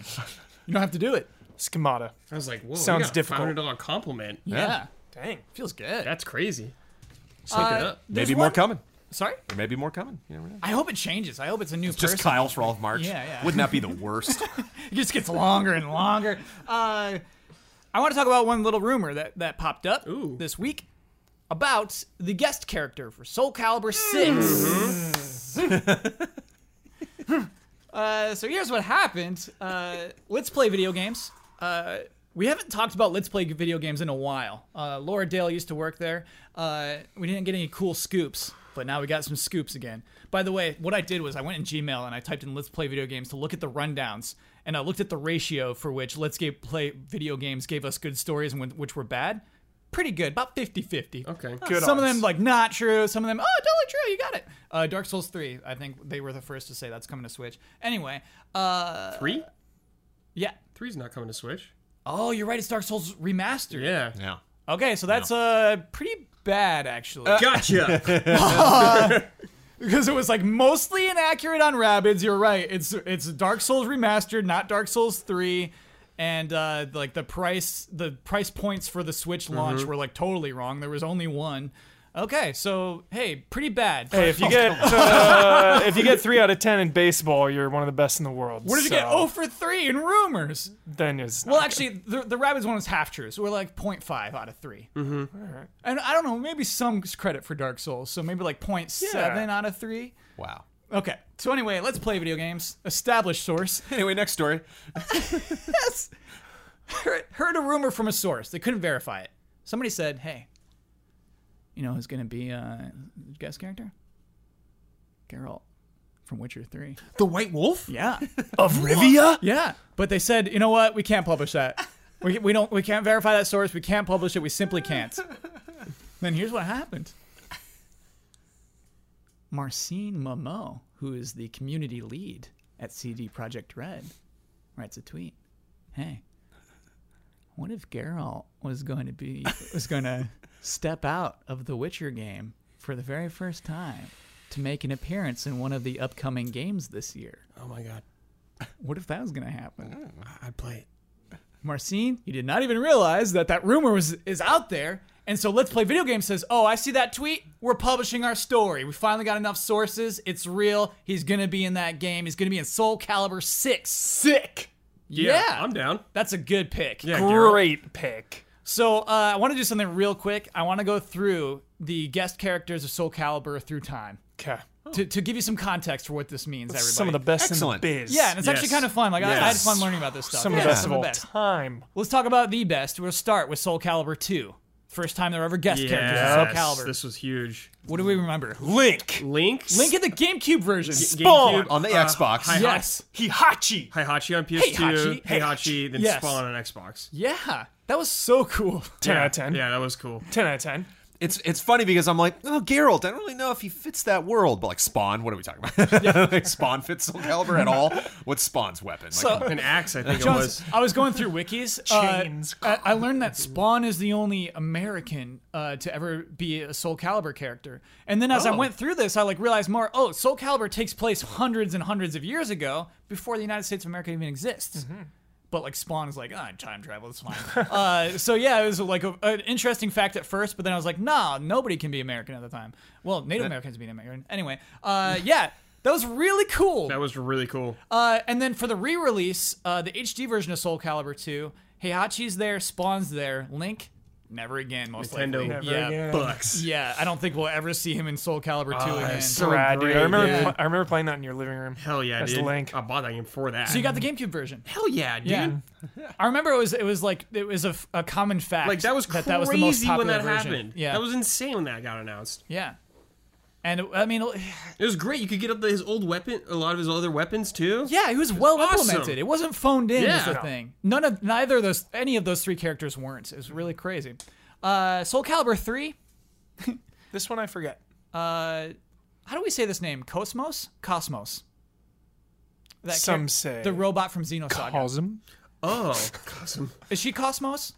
you don't have to do it.
Schemata.
I was like, whoa.
Sounds
Sounds
difficult.
difficult. Five hundred dollar compliment.
Yeah.
Dang.
Feels good.
That's crazy. Just look it
Uh,
up.
there's
Maybe
one-
more coming.
Sorry.
There may be more coming. You never know.
I hope it changes. I hope it's a new person.
Just Kyle for all of March.
Yeah, yeah.
Wouldn't that be the worst?
It just gets longer and longer. Uh, I want to talk about one little rumor that, that popped up
Ooh.
this week about the guest character for Soul Calibur 6. uh, so here's what happened uh, Let's Play Video Games. Uh, we haven't talked about Let's Play Video Games in a while. Uh, Laura Dale used to work there. Uh, we didn't get any cool scoops, but now we got some scoops again. By the way, what I did was I went in Gmail and I typed in Let's Play Video Games to look at the rundowns, and I looked at the ratio for which Let's Ga- Play Video Games gave us good stories and when- which were bad. Pretty good, about 50 50.
Okay.
Good
Some of
odds.
them like not true. Some of them, oh, totally true. You got it. Uh, Dark Souls 3, I think they were the first to say that's coming to Switch. Anyway, uh,
Three?
Yeah.
Three's not coming to Switch.
Oh, you're right. It's Dark Souls remastered.
Yeah.
Yeah.
Okay, so that's uh pretty bad actually,
Uh,
Gotcha.
because it was like mostly inaccurate on Rabbids. You're right. It's it's Dark Souls remastered, not Dark Souls three, and uh, like the price the price points for the Switch
Mm-hmm.
launch were like totally wrong. There was only one. Okay, so hey, pretty bad.
Hey, if you get uh, if you get three out of ten in baseball, you're one of the best in the world.
What did you get?
so
Oh for three in rumors.
then it's
Well, actually, the, the Rabbids one was half true, so we're like 0.5 out of 3. Mm-hmm. And I don't know, maybe some credit for Dark Souls, so maybe like 0.7
Yeah.
out of 3.
Wow.
Okay, so anyway, let's play video games. Establish source.
Anyway, next story.
Heard- Heard a rumor from a source. They couldn't verify it. Somebody said, hey, you know who's going to be a guest character? Geralt from Witcher 3.
the White Wolf?
Yeah.
of Rivia.
Yeah, but they said, you know what? We can't publish that. We, we don't. We can't verify that source. We can't publish it. We simply can't. then here's what happened. Marcine Mamo, who is the community lead at CD Project Red, writes a tweet. Hey, what if Geralt was going to be was going to step out of the Witcher game for the very first time to make an appearance in one of the upcoming games this year?
Oh my god.
What if that was going to happen?
I- I'd play it.
Marcine, you did not even realize that that rumor was is out there. And so Let's Play Video Games says, "Oh, I see that tweet. We're publishing our story. We finally got enough sources. It's real. He's gonna be in that game. He's gonna be in Soul Calibur Six.
Sick,
Yeah,
I'm down.
That's a good pick.
Yeah, Geralt.
great pick.
So uh, I want to do something real quick. I want to go through the guest characters of Soul Calibur through time
Okay,
to, to give you some context for what this means. Everybody.
some of the best
Excellent.
in the biz.
yeah, and it's actually
Yes.
kind of fun. Like I, I had
Yes.
fun learning about this stuff.
some of
Yeah,
the best of all time.
Let's talk about the best. We'll start with Soul Calibur 2. First time they're ever guest characters in Soul
Yes,
Calibur.
This was huge.
what do we remember?
Link,
Link.
Link in the GameCube version.
Spawn.
On the
Uh,
Xbox.
hi-
Yes.
Hihachi.
Hihachi on PS2.
Heihachi.
Heihachi, then
Yes.
Spawn on Xbox.
Yeah. That was so
Oh
cool.
Ten
yeah.
out of ten.
Yeah, that was cool.
Ten out of ten.
It's it's funny because I'm like, oh, Geralt. I don't really know if he fits that world, but like Spawn. What are we talking about? like Spawn fits Soul Calibur at all? What's Spawn's weapon? Like, um,
So-
An axe, I think it
Jones,
was.
I was going through wikis. Uh,
Chains.
I, I learned that Spawn is the only American uh, to ever be a Soul Calibur character. And then as I went through this, I like realized more. Oh, Soul Calibur takes place hundreds and hundreds of years ago, before the United States of America even exists. But like Spawn is like, ah, time travel is fine. uh, so yeah, it was like a, an interesting fact at first, but then I was like, nah, nobody can be American at the time. Well, Native Americans being American anyway. Uh, yeah, that was really cool.
That was really cool.
Uh, and then for the re-release, uh, the HD version of Soul Calibur 2, Heihachi's there, Spawn's there, Link, never again, most
Nintendo.
likely.
Never
yeah.
again.
Bucks.
Yeah, I don't think we'll ever see him in Soul Calibur 2 again.
Ah, so-
So
Brad, dude. I
great,
remember.
yeah.
I remember playing that in your living room.
Hell yeah,
That's
dude. Uh,
Link.
I bought that game for that.
you got the GameCube version.
Hell yeah, dude.
Yeah. I remember it was it was like it was a, f- a common fact
Like that was
that
crazy
that was the most
when
popular
that
version.
happened.
Yeah.
That was insane when that got announced.
yeah. And I mean
It was great. You could get up the, his old weapon, a lot of his other weapons too.
yeah, it was well
awesome.
implemented. It wasn't phoned in is the
Yeah.
thing. None of neither of those any of those three characters weren't. It was really crazy. Uh, Soul Calibur 3
This one I forget.
uh, how do we say this name? Cosmos? Cosmos. That
Some
char-
say
the robot from Xenosaga.
Cosm.
Oh, awesome.
Is she Cosmos?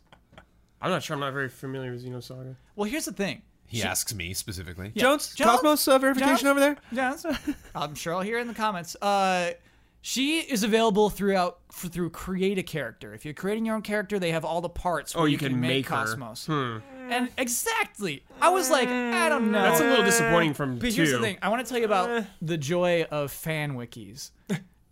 I'm not sure. I'm not very familiar with Xenosaga.
Well, here's the thing.
he asks me specifically.
Jones?
Cosmos uh,
Jones?
verification over there.
Yeah, that's- I'm sure I'll hear it in the comments. Uh, she is available throughout f through create a character. If you're creating your own character, they have all the parts. Where
Oh, you
can,
can make her. Hmm.
Cosmos. And exactly, I was like, I don't know.
That's a little disappointing from
Uh, But
two.
here's the thing. I want to tell you
Uh.
about the joy of fan wikis.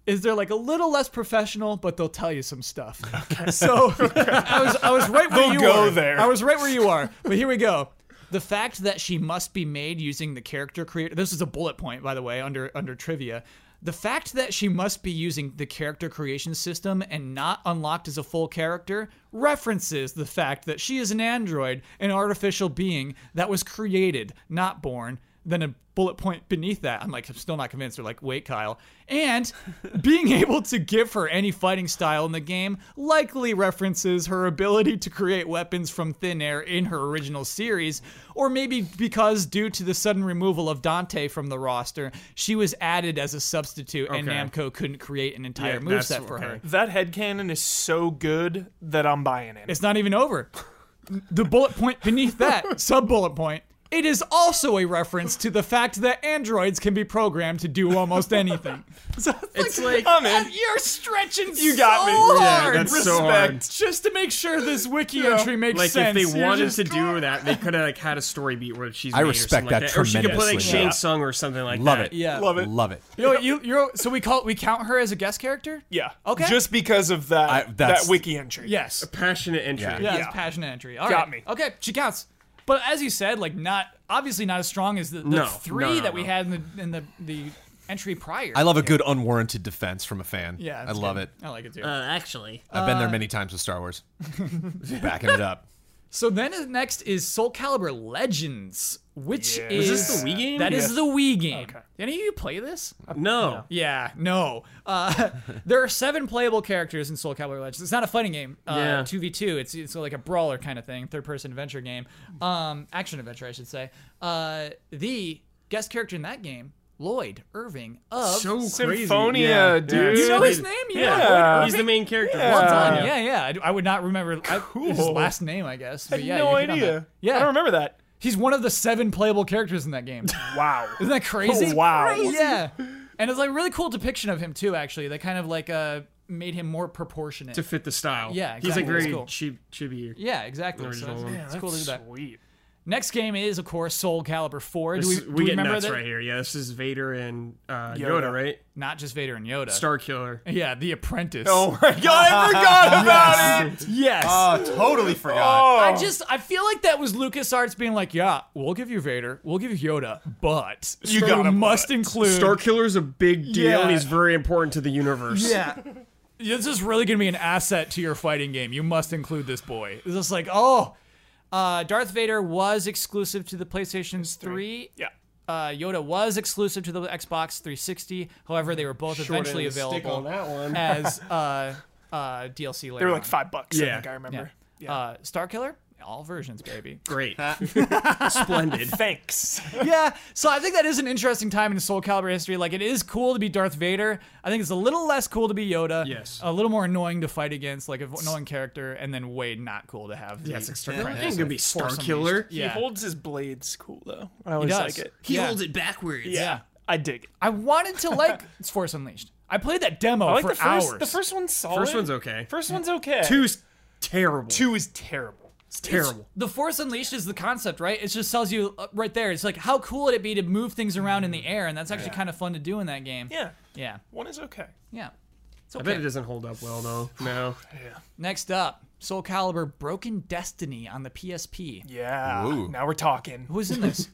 Is they're like a little less professional, but they'll tell you some stuff. So I was I was right where
They'll
you
go
are.
there.
I was right where you are. But here we go. The fact that she must be made using the character creator. This is a bullet point, by the way, under under trivia. The fact that she must be using the character creation system and not unlocked as a full character references the fact that she is an android, an artificial being that was created, not born. than a bullet point beneath that. I'm like, I'm still not convinced. They're like, wait, Kyle. And being able to give her any fighting style in the game likely references her ability to create weapons from thin air in her original series, or maybe because due to the sudden removal of Dante from the roster, she was added as a substitute and
Okay.
Namco couldn't create an entire
Yeah, that's-
moveset for her.
okay.
That headcanon is so good that I'm buying it.
It's not even over. The bullet point beneath that, sub bullet point, it is also a reference to the fact that androids can be programmed to do almost anything.
It's like,
I'm in.
You're stretching
You
so
got me. Yeah,
hard
that's
Respect.
so hard.
just to make sure this wiki entry makes
like
sense.
if they
You're
wanted
just-
to do that, they could have like had a story beat where she's.
I
made or
respect
something like
that
Or she could play like
tremendously.
Shang
Yeah.
Tsung or something like
Love
that.
it.
Yeah.
Love it.
Love it.
You know what, you, you're, so we call we count her as a guest character?
Yeah.
Okay.
Just because of that
I- that's-
that wiki entry.
Yes.
Passionate entry.
Yeah.
Yeah,
Yeah.
it's passionate entry. All right,
Got me.
Okay, she counts. But as you said, like not obviously not as strong as the, the
No,
three
no, no,
that we
no.
had in the in the, the entry prior.
I love a good unwarranted defense from a fan.
yeah,
I
that's
love
good.
it.
I like it too.
Uh, actually,
I've been there many times with Star Wars. Backing it up.
So then the next is Soul Calibur Legends, which
Yeah.
is
Was
this the Wii game?
That is
Yes.
the Wii game.
Okay.
Did any of you play this?
no.
Yeah, no. Uh, there are seven playable characters in Soul Calibur Legends. It's not a fighting game.
Yeah.
Uh, two v two. It's it's like a brawler kind of thing, third person adventure game, um, action adventure, I should say. Uh, the guest character in that game, Lloyd Irving of
So crazy.
Symphonia,
Yeah,
dude.
You know
Yeah.
his name? You know
Yeah,
Lloyd
he's the main character.
Yeah.
Well done.
Uh,
Uh, yeah, yeah. I, I would not remember I- his
Cool.
last name, I guess.
I
But
had
yeah,
no
you hit on
idea.
that. Yeah,
I don't remember that.
he's one of the seven playable characters in that game.
Wow.
Isn't that crazy?
Oh, wow.
Yeah. And it's like a really cool depiction of him too, actually. That kind of like uh made him more proportionate.
to fit the style.
Yeah,
he's
exactly.
like very
That's cool.
cheap, chibi.
yeah, exactly. So
Original
it's,
one.
it's cool to do that.
Sweet.
Next game is, of course, Soul Calibur 4.
This
do we,
is-
do
we,
we
get
remember
nuts
that?
right here. Yeah, this is Vader and uh, Yoda.
Yoda.
right?
Not just Vader and Yoda.
Star Killer.
yeah, The Apprentice.
Oh my god, I forgot about it.
yes.
Oh, totally
Oh.
forgot.
I just I feel like that was LucasArts being like, yeah, we'll give you Vader, we'll give you Yoda, but
You
Star-
gotta
must
but."
include
Star Killer's a big deal,
Yeah.
and he's very important to the universe.
Yeah. This is really going to be an asset to your fighting game. You must include this boy. It's just like, oh, uh, Darth Vader was exclusive to the PlayStation 3.
Yeah.
Uh, Yoda was exclusive to the Xbox 360. However, they were both eventually available
one.
as uh, uh, DLC later.
They were like
on.
five bucks, I
Yeah.
think I remember.
Uh, Star Killer, all versions, baby.
Great, splendid.
Thanks.
yeah, so I think that is an interesting time in Soul Calibur history. Like, it is cool to be Darth Vader. I think it's a little less cool to be Yoda.
Yes.
A little more annoying to fight against, like, an annoying character, and then way not cool to have.
Yeah, it's like Star Killer. I
Yeah.
think it could be Star
Force
Killer.
Unleashed. Yeah.
He holds his blades cool though. I always
does.
like it.
He
Yeah.
holds it backwards.
Yeah.
Yeah.
I dig it.
I wanted to like Force Unleashed. I played that demo
I like
for
the first
hours.
the first one's solid.
First one's okay.
First one's okay.
Two's terrible.
two is terrible.
It's terrible.
The Force Unleashed is the concept, right? It just tells you uh, right there. It's like how cool would it be to move things around in the air, and that's actually kind of fun to do in that game.
Yeah.
yeah,
One is okay.
yeah. It's
I bet
okay.
it doesn't hold up well though. No.
Next up, Soul Calibur: Broken Destiny on the PSP.
Yeah.
Ooh.
Now we're talking.
Who's in this?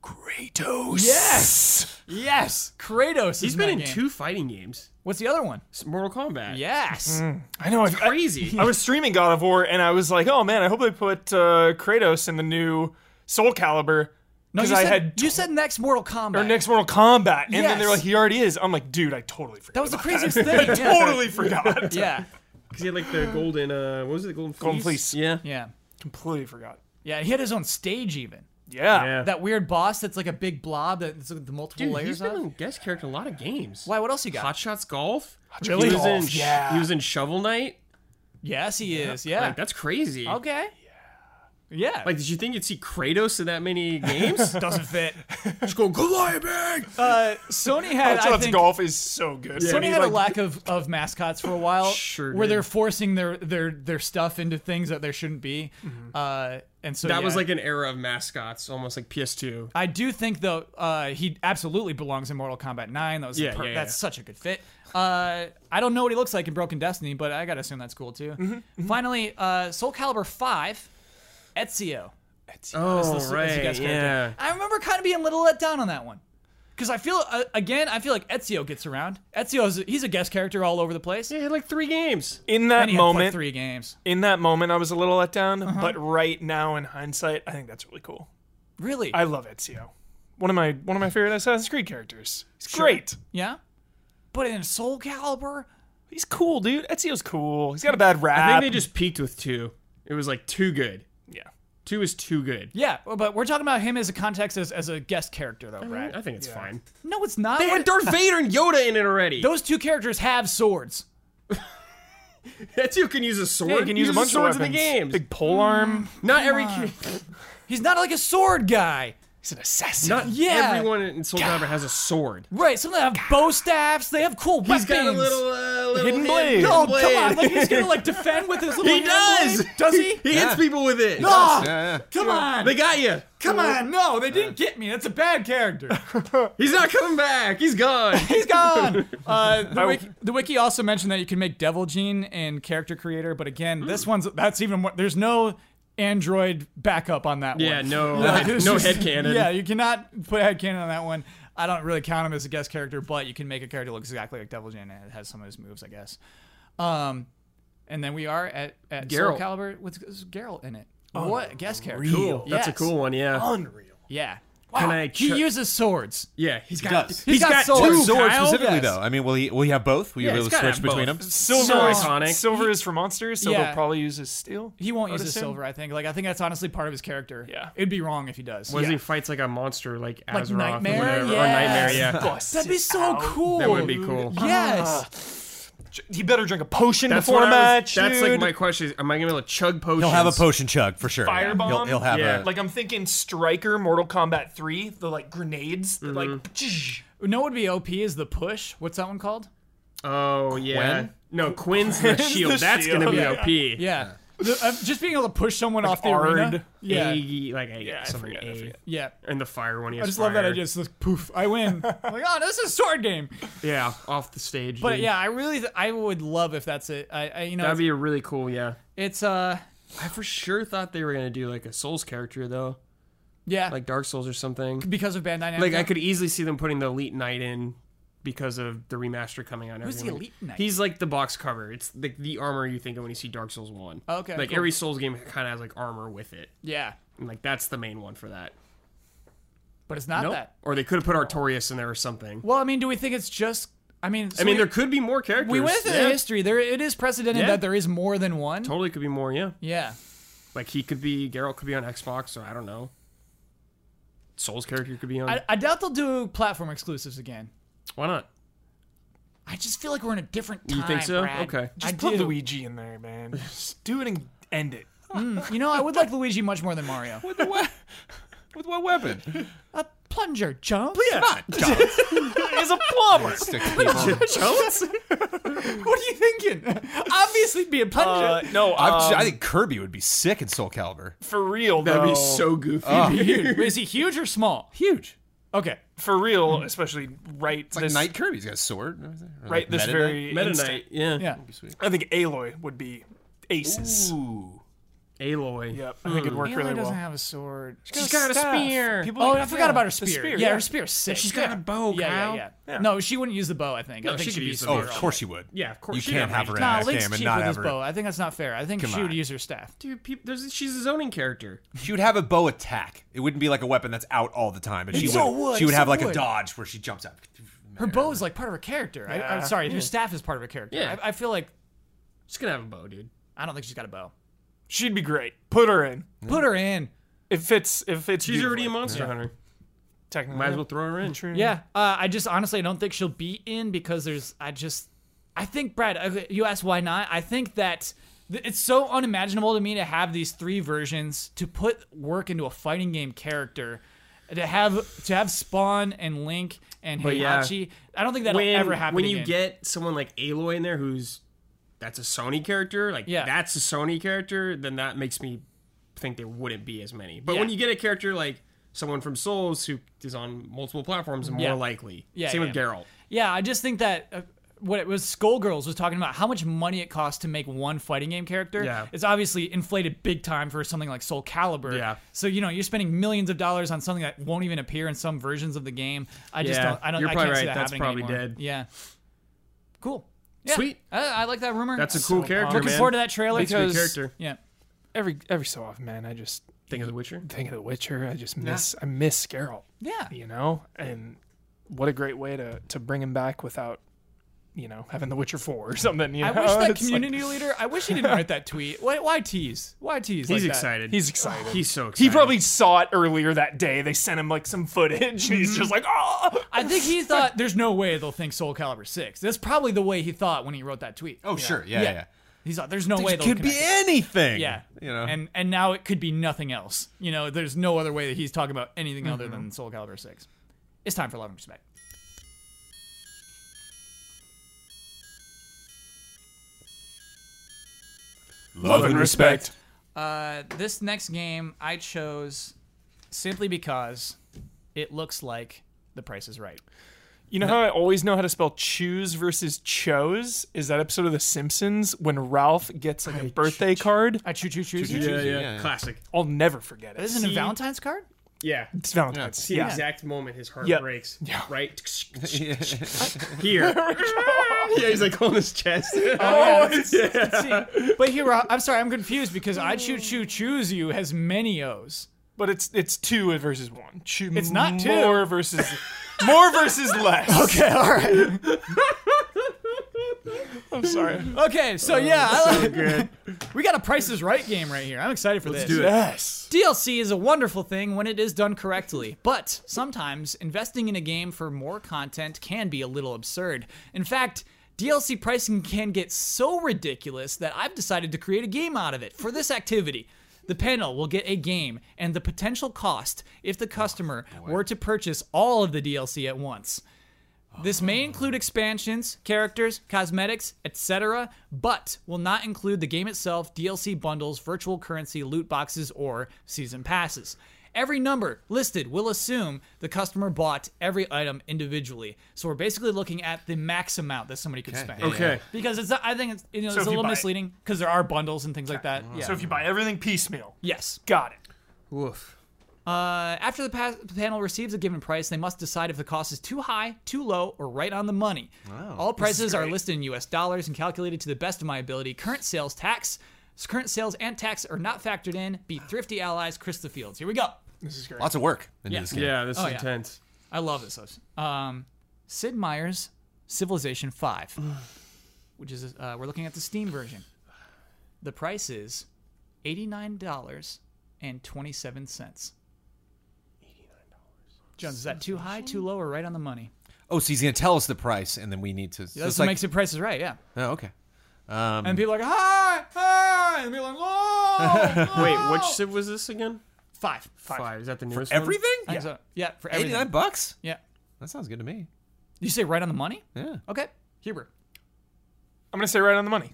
Kratos.
Yes! yes, Kratos.
He's
is
been
that
in
game.
two fighting games.
What's the other one?
It's Mortal Kombat.
Yes.
I know. I've, I,
Crazy.
I was streaming God of War and I was like, oh man, I hope they put uh, Kratos in the new Soul Calibur.
no, you
Because
said,
I had
you said next Mortal Kombat.
or next Mortal Kombat. And then they're
Yes.
like, he already is. I'm like, dude, I totally forgot.
That was the
about
craziest
that.
thing.
I
yeah.
totally forgot.
Yeah.
Because he had like the golden. Uh, what was it? The golden fleece.
Golden Fleece.
Yeah.
Yeah.
Completely forgot.
Yeah. He had his own stage even.
Yeah.
Yeah.
That weird boss that's like a big blob that's like the multiple
Dude,
layers
he's been
of.
in guest character in a lot of games.
Why? What else you got?
Hot Shots Golf.
Really?
He was in,
Golf, yeah.
he was in Shovel Knight.
Yes, he is. Yeah.
Like that's crazy.
okay. Yeah.
Like, did you think you'd see Kratos in that many games?
doesn't fit.
Just go Goliath.
Uh, Sony
Oh,
had, I
Shots
think,
Golf is so good.
Sony
When he,
had a lack
like,
of, of mascots for a while,
Sure
where
did.
they're forcing their their their stuff into things that there shouldn't be.
Mm-hmm.
Uh, and so
That
yeah.
was like an era of mascots, almost like PS2.
I do think though uh, he absolutely belongs in Mortal Kombat 9. That was a
Yeah,
per-
yeah,
that's
yeah.
such a good fit. Uh, I don't know what he looks like in Broken Destiny, but I gotta assume that's cool too.
Mm-hmm,
Finally, uh, Soul Calibur 5, Ezio.
Oh
This is- this is a
right,
guest
yeah.
character. I remember kind of being a little let down on that one. Because I feel, uh, again, I feel like Ezio gets around. Ezio, is, he's a guest character all over the place.
They had like three games.
in that
And he had, like,
moment,
three games.
in that moment, I was a little let
Uh-huh.
down. But right now, in hindsight, I think that's really cool.
Really?
I love Ezio. one of my one of my favorite Assassin's Creed characters. He's great.
Yeah, but in Soul Calibur,
He's cool, dude. Ezio's cool. He's got a bad rap.
I think they just peaked with two. It was like too good.
yeah.
Two is too good.
yeah, but we're talking about him as a context as, as a guest character though, right?
I think it's fine.
No, it's not.
They had Darth Vader and Yoda in it already.
Those two characters have swords.
That two can use a sword.
Yeah, you can use a
Uses
bunch
swords
of weapons.
in the games. Mm.
Big pole arm.
Not every ca-
He's not like a sword guy.
He's an assassin.
not
Yeah.
everyone in Soul Calibur has a sword.
Right, some of them have bow staffs. They have cool weapons.
He's got a little, uh, little
Hidden
hand-
blade.
hidden
Oh
blade.
come on! Like he's gonna like defend with his little.
he
hand
does.
blade? Does he?
He hits people with it.
Ah,
Yeah, yeah.
come on!
They got you.
come on! No, they didn't get me. That's a bad character.
He's not coming back. He's gone.
He's gone. Uh, the, wiki, the wiki also mentioned that you can make Devil Gene in character creator, but
Hmm.
again, this one's that's even more. There's no Android backup on that
yeah,
one.
no,
Like,
head,
it's
no
just-
headcanon.
Yeah, you cannot put headcanon on that one. I don't really count him as a guest character, but you can make a character look exactly like Devil Jin and it has some of his moves, I guess. Um, and then we are at, at Soul
Geralt. Oh,
Calibur with with Geralt in it. what a guest character?
Cool.
That's a
Yes.
cool one. Yeah.
Unreal.
Yeah.
Can I?
He
check-
uses swords.
yeah, he's got.
does.
He's
got,
got
two.
swords.
Sword
Kyle?
specifically,
yes.
though. I mean, will he? Will he have both? Will you
Oh, Yeah,
be
he's
able
gotta
to switch
have
between
both.
them?
Silver
So
is
iconic.
Silver is for monsters, so
Yeah.
he'll probably use his steel.
He won't use
Notice
his
him?
silver, I think. Like I think that's honestly part of his character.
Yeah.
It'd be wrong if he does.
What if he fights like a monster, like Azeroth
Nightmare?
or whatever,
Yeah.
or Nightmare? Yeah,
Bust
That'd be
it
so
out.
cool. Ah.
that would be cool.
Yes.
He better drink a potion
That's
before
what
a
I was,
match.
That's
dude.
like my question: is, Am I gonna be able to chug potions?
He'll have a potion chug for sure.
Firebomb?
Oh, He'll, he'll have
Yeah.
a.
Like I'm thinking Striker, Mortal Kombat 3, the like grenades, the,
Mm-hmm.
like pshh.
No would be OP is the push. What's that one called?
Oh yeah.
Quinn?
No, Quinn's the shield.
the
That's gonna
shield. Yeah.
be OP.
Yeah. The- uh, just being able to push someone off the
Ard.
arena. Yeah.
Aggie, like a,
I
something
forget, I
A.
forget.
Yeah.
and the fire one.
I
He has
just love that
fire.
idea. It's like poof, I win. I'm like, oh, this is a sword game.
Yeah, off the stage.
But
dude.
yeah, I really, th- I would love if that's it. I, I you know,
that'd
it's,
be a really cool. Yeah,
it's, uh,
I for sure thought they were gonna do like a Souls character though,
yeah, like
like Dark Souls or something.
because of Bandai. Namco.
Like I could easily see them putting the Elite Knight in because of the remaster coming out. and
Who's the
everything.
Elite Knight?
He's like the box cover. It's like the armor you think of when you see Dark Souls One.
Okay,
Like
cool.
every Souls game kind of has like armor with it,
yeah,
and like that's the main one for that.
but it's not
Nope.
that.
Or they could have put Artorias in there or something.
Well, I mean, do we think it's just? I mean, so
I mean,
we,
there could be more characters.
we went through
Yeah.
the history. There, it is precedented
Yeah.
that there is more than one.
Totally could be more. Yeah.
Yeah,
Like he could be Geralt could be on Xbox or I don't know. Souls character could be on.
I, I doubt they'll do platform exclusives again.
Why not?
I just feel like we're in a different time.
You think so?
Brad.
Okay.
Just
I
put
do.
Luigi in there, man. Just do it and end it.
Mm. You know, I would like Luigi much more than Mario.
with what? With what weapon?
A plunger jump.
Not Jones.
He's a plumber.
Stick to people.
What are you thinking? Obviously, be a plunger.
Uh, no,
I'm
um,
j- I think Kirby would be sick in Soul Calibur.
for real
That'd
though.
be so goofy.
Oh.
huge. Is he huge or small?
Huge.
Okay.
for
Mm.
real, especially right
Like
this
Knight Kirby's got a sword. and everything. Or
right
like
this
Meta Knight.
very
Meta
instant.
Knight, yeah.
Yeah.
I think Aloy would be aces.
Ooh.
Hmm. Aloy.
Yep, I think it'd work
Aloy
really
doesn't
well.
have a sword.
She's got a
Staff.
spear.
People-
Oh, I forgot
yeah,
about her
the
spear. yeah, her spear's sick.
She's got a bow,
yeah, yeah,
Kyle.
yeah,
Yeah.
No, she wouldn't use the bow. I think. I
No,
think
she
she'd
could
be
use the
Oh,
spear.
of course you would.
Yeah, of course.
You
she
can't
got
have her
range.
in
Nah,
that
Link's
game and
cheap
not
with
have
his bow.
her.
I think that's not fair. I think she
on.
would use her staff.
Dude, peop there's, she's a zoning character.
She would have a bow attack. It wouldn't be like a weapon that's out all the time. But she
so
would.
would,
She would
so
have like
would.
a dodge where she jumps up.
Her bow is like part of her character. I, I'm
Yeah.
sorry, her staff is part of her character.
Yeah.
I, I feel like
She's gonna have a bow, dude.
I don't think she's got a bow.
She'd be great. Put her in.
Put her in.
It fits. It fits.
She's already a
beautifully.
monster hunter.
Technically,
Might as well throw her in.
True.
Yeah, uh, I just honestly I don't think she'll be in because there's I just I think Brad, okay, you asked why not. I think that th- it's so unimaginable to me to have these three versions to put work into a fighting game character, to have to have Spawn and Link and
yeah.
Heihachi. I don't think that'll
When,
ever happen.
when you
again.
get someone like Aloy in there who's that's a Sony character, like
Yeah.
that's a Sony character, then that makes me think there wouldn't be as many. But
Yeah.
when you get a character like someone from Souls who is on multiple platforms, more
Yeah.
likely.
Yeah,
Same with
yeah.
Geralt.
Yeah, I just think that uh, what it was Skullgirls was talking about how much money it costs to make one fighting game character.
Yeah.
It's obviously inflated big time for something like Soul Calibur.
Yeah.
So, you know, you're spending millions of dollars on something that won't even appear in some versions of the game. I just
Yeah,
don't I don't
you're
I
probably
can't see
right.
that
That's
happening
probably
anymore.
dead.
Yeah. Cool. Yeah.
Sweet.
I, I like that rumor.
That's a cool character,
Looking
man.
forward to that trailer.
That's a good
Because-
character.
yeah.
Every every so often, man, I just
Think of The Witcher.
think of The Witcher. I just miss I miss Geralt.
Yeah.
You know, and what a great way to to bring him back without, you know, having The Witcher Four or something. You
I
know?
wish that
It's like-
community leader. I wish he didn't write that tweet. Why, why tease? Why tease? like
He's
that?
excited.
He's excited.
He's so excited.
he probably saw it earlier that day. They sent him like some footage, and he's just like, oh.
I think he thought there's no way they'll think Soul Calibur six. That's probably the way he thought when he wrote that tweet.
Oh, sure. Yeah, yeah. yeah.
He's like, there's no way
It
they'll
could be
connect
anything.
Yeah,
You know.
and and now it could be nothing else. You know, there's no other way that he's talking about anything other than Soul Calibur six. It's time for love and respect.
love
Uh, this next game I chose simply because it looks like The Price is Right.
You know how I always know how to spell choose versus chose? Is that episode of The Simpsons when Ralph gets like a birthday card?
I choo choo choose.
choo.
Isn't
yeah, yeah,
Yeah, yeah.
Classic.
I'll never forget it.
it a Valentine's card?
Yeah.
It's Valentine's.
See the
Yeah.
exact moment his heart
Yep.
breaks.
Yeah.
Right here. yeah, he's like on his chest.
Oh, it's, see, but here I'm sorry, I'm confused because I choo choo choose you has many O's.
But it's it's two versus one. Choo-
It's not two.
More versus more versus less. Okay, all right. I'm sorry.
Okay,
Oh,
so yeah, I like, we got a Price is Right game right here. I'm excited for this.
do it.
Yes.
DLC is a wonderful thing when it is done correctly, but sometimes investing in a game for more content can be a little absurd. In fact, DLC pricing can get so ridiculous that I've decided to create a game out of it for this activity. The panel will get a game and the potential cost if
Oh,
the customer were to purchase all of the DLC at once. This may include expansions, characters, cosmetics, etc., but will not include the game itself, DLC bundles, virtual currency, loot boxes, or season passes. Every number listed will assume the customer bought every item individually. So we're basically looking at the max amount that somebody could spend.
Okay.
Because it's, I think it's, you know,
if
it's a
you
little
buy it-
misleading because there are bundles and things like that. Yeah.
So if you buy everything piecemeal,
yes.
got it.
Woof.
Uh, after the pa- panel receives a given price, they must decide if the cost is too high, too low, or right on the money. All prices are listed in U.S. dollars and calculated to the best of my ability. Current sales tax, current sales and tax are not factored in. Be thrifty, allies. Chris the Fields. Here we go.
This is great.
Lots of work into
Yeah.
this game.
Yeah, this
Oh,
is
yeah.
intense.
I love this. host. Um, Sid Meier's Civilization Five, which is uh, we're looking at the Steam version. The price is eighty nine dollars and twenty seven cents. Jones, is that too high, too low, or right on the money?
Oh, so he's gonna tell us the price, and then we need to. so
That's
it's
what
like,
makes it prices right, yeah.
oh, okay. Um,
And people are like, hi, hi, and people are like, whoa,
Wait, which civ was this again?
five,
Five. Is that the newest
everything?
Yeah. So, yeah, for everything.
Eighty-nine bucks.
Yeah,
That sounds good to me.
you say right on the money?
Yeah.
Okay, Huber,
I'm gonna say right on the money.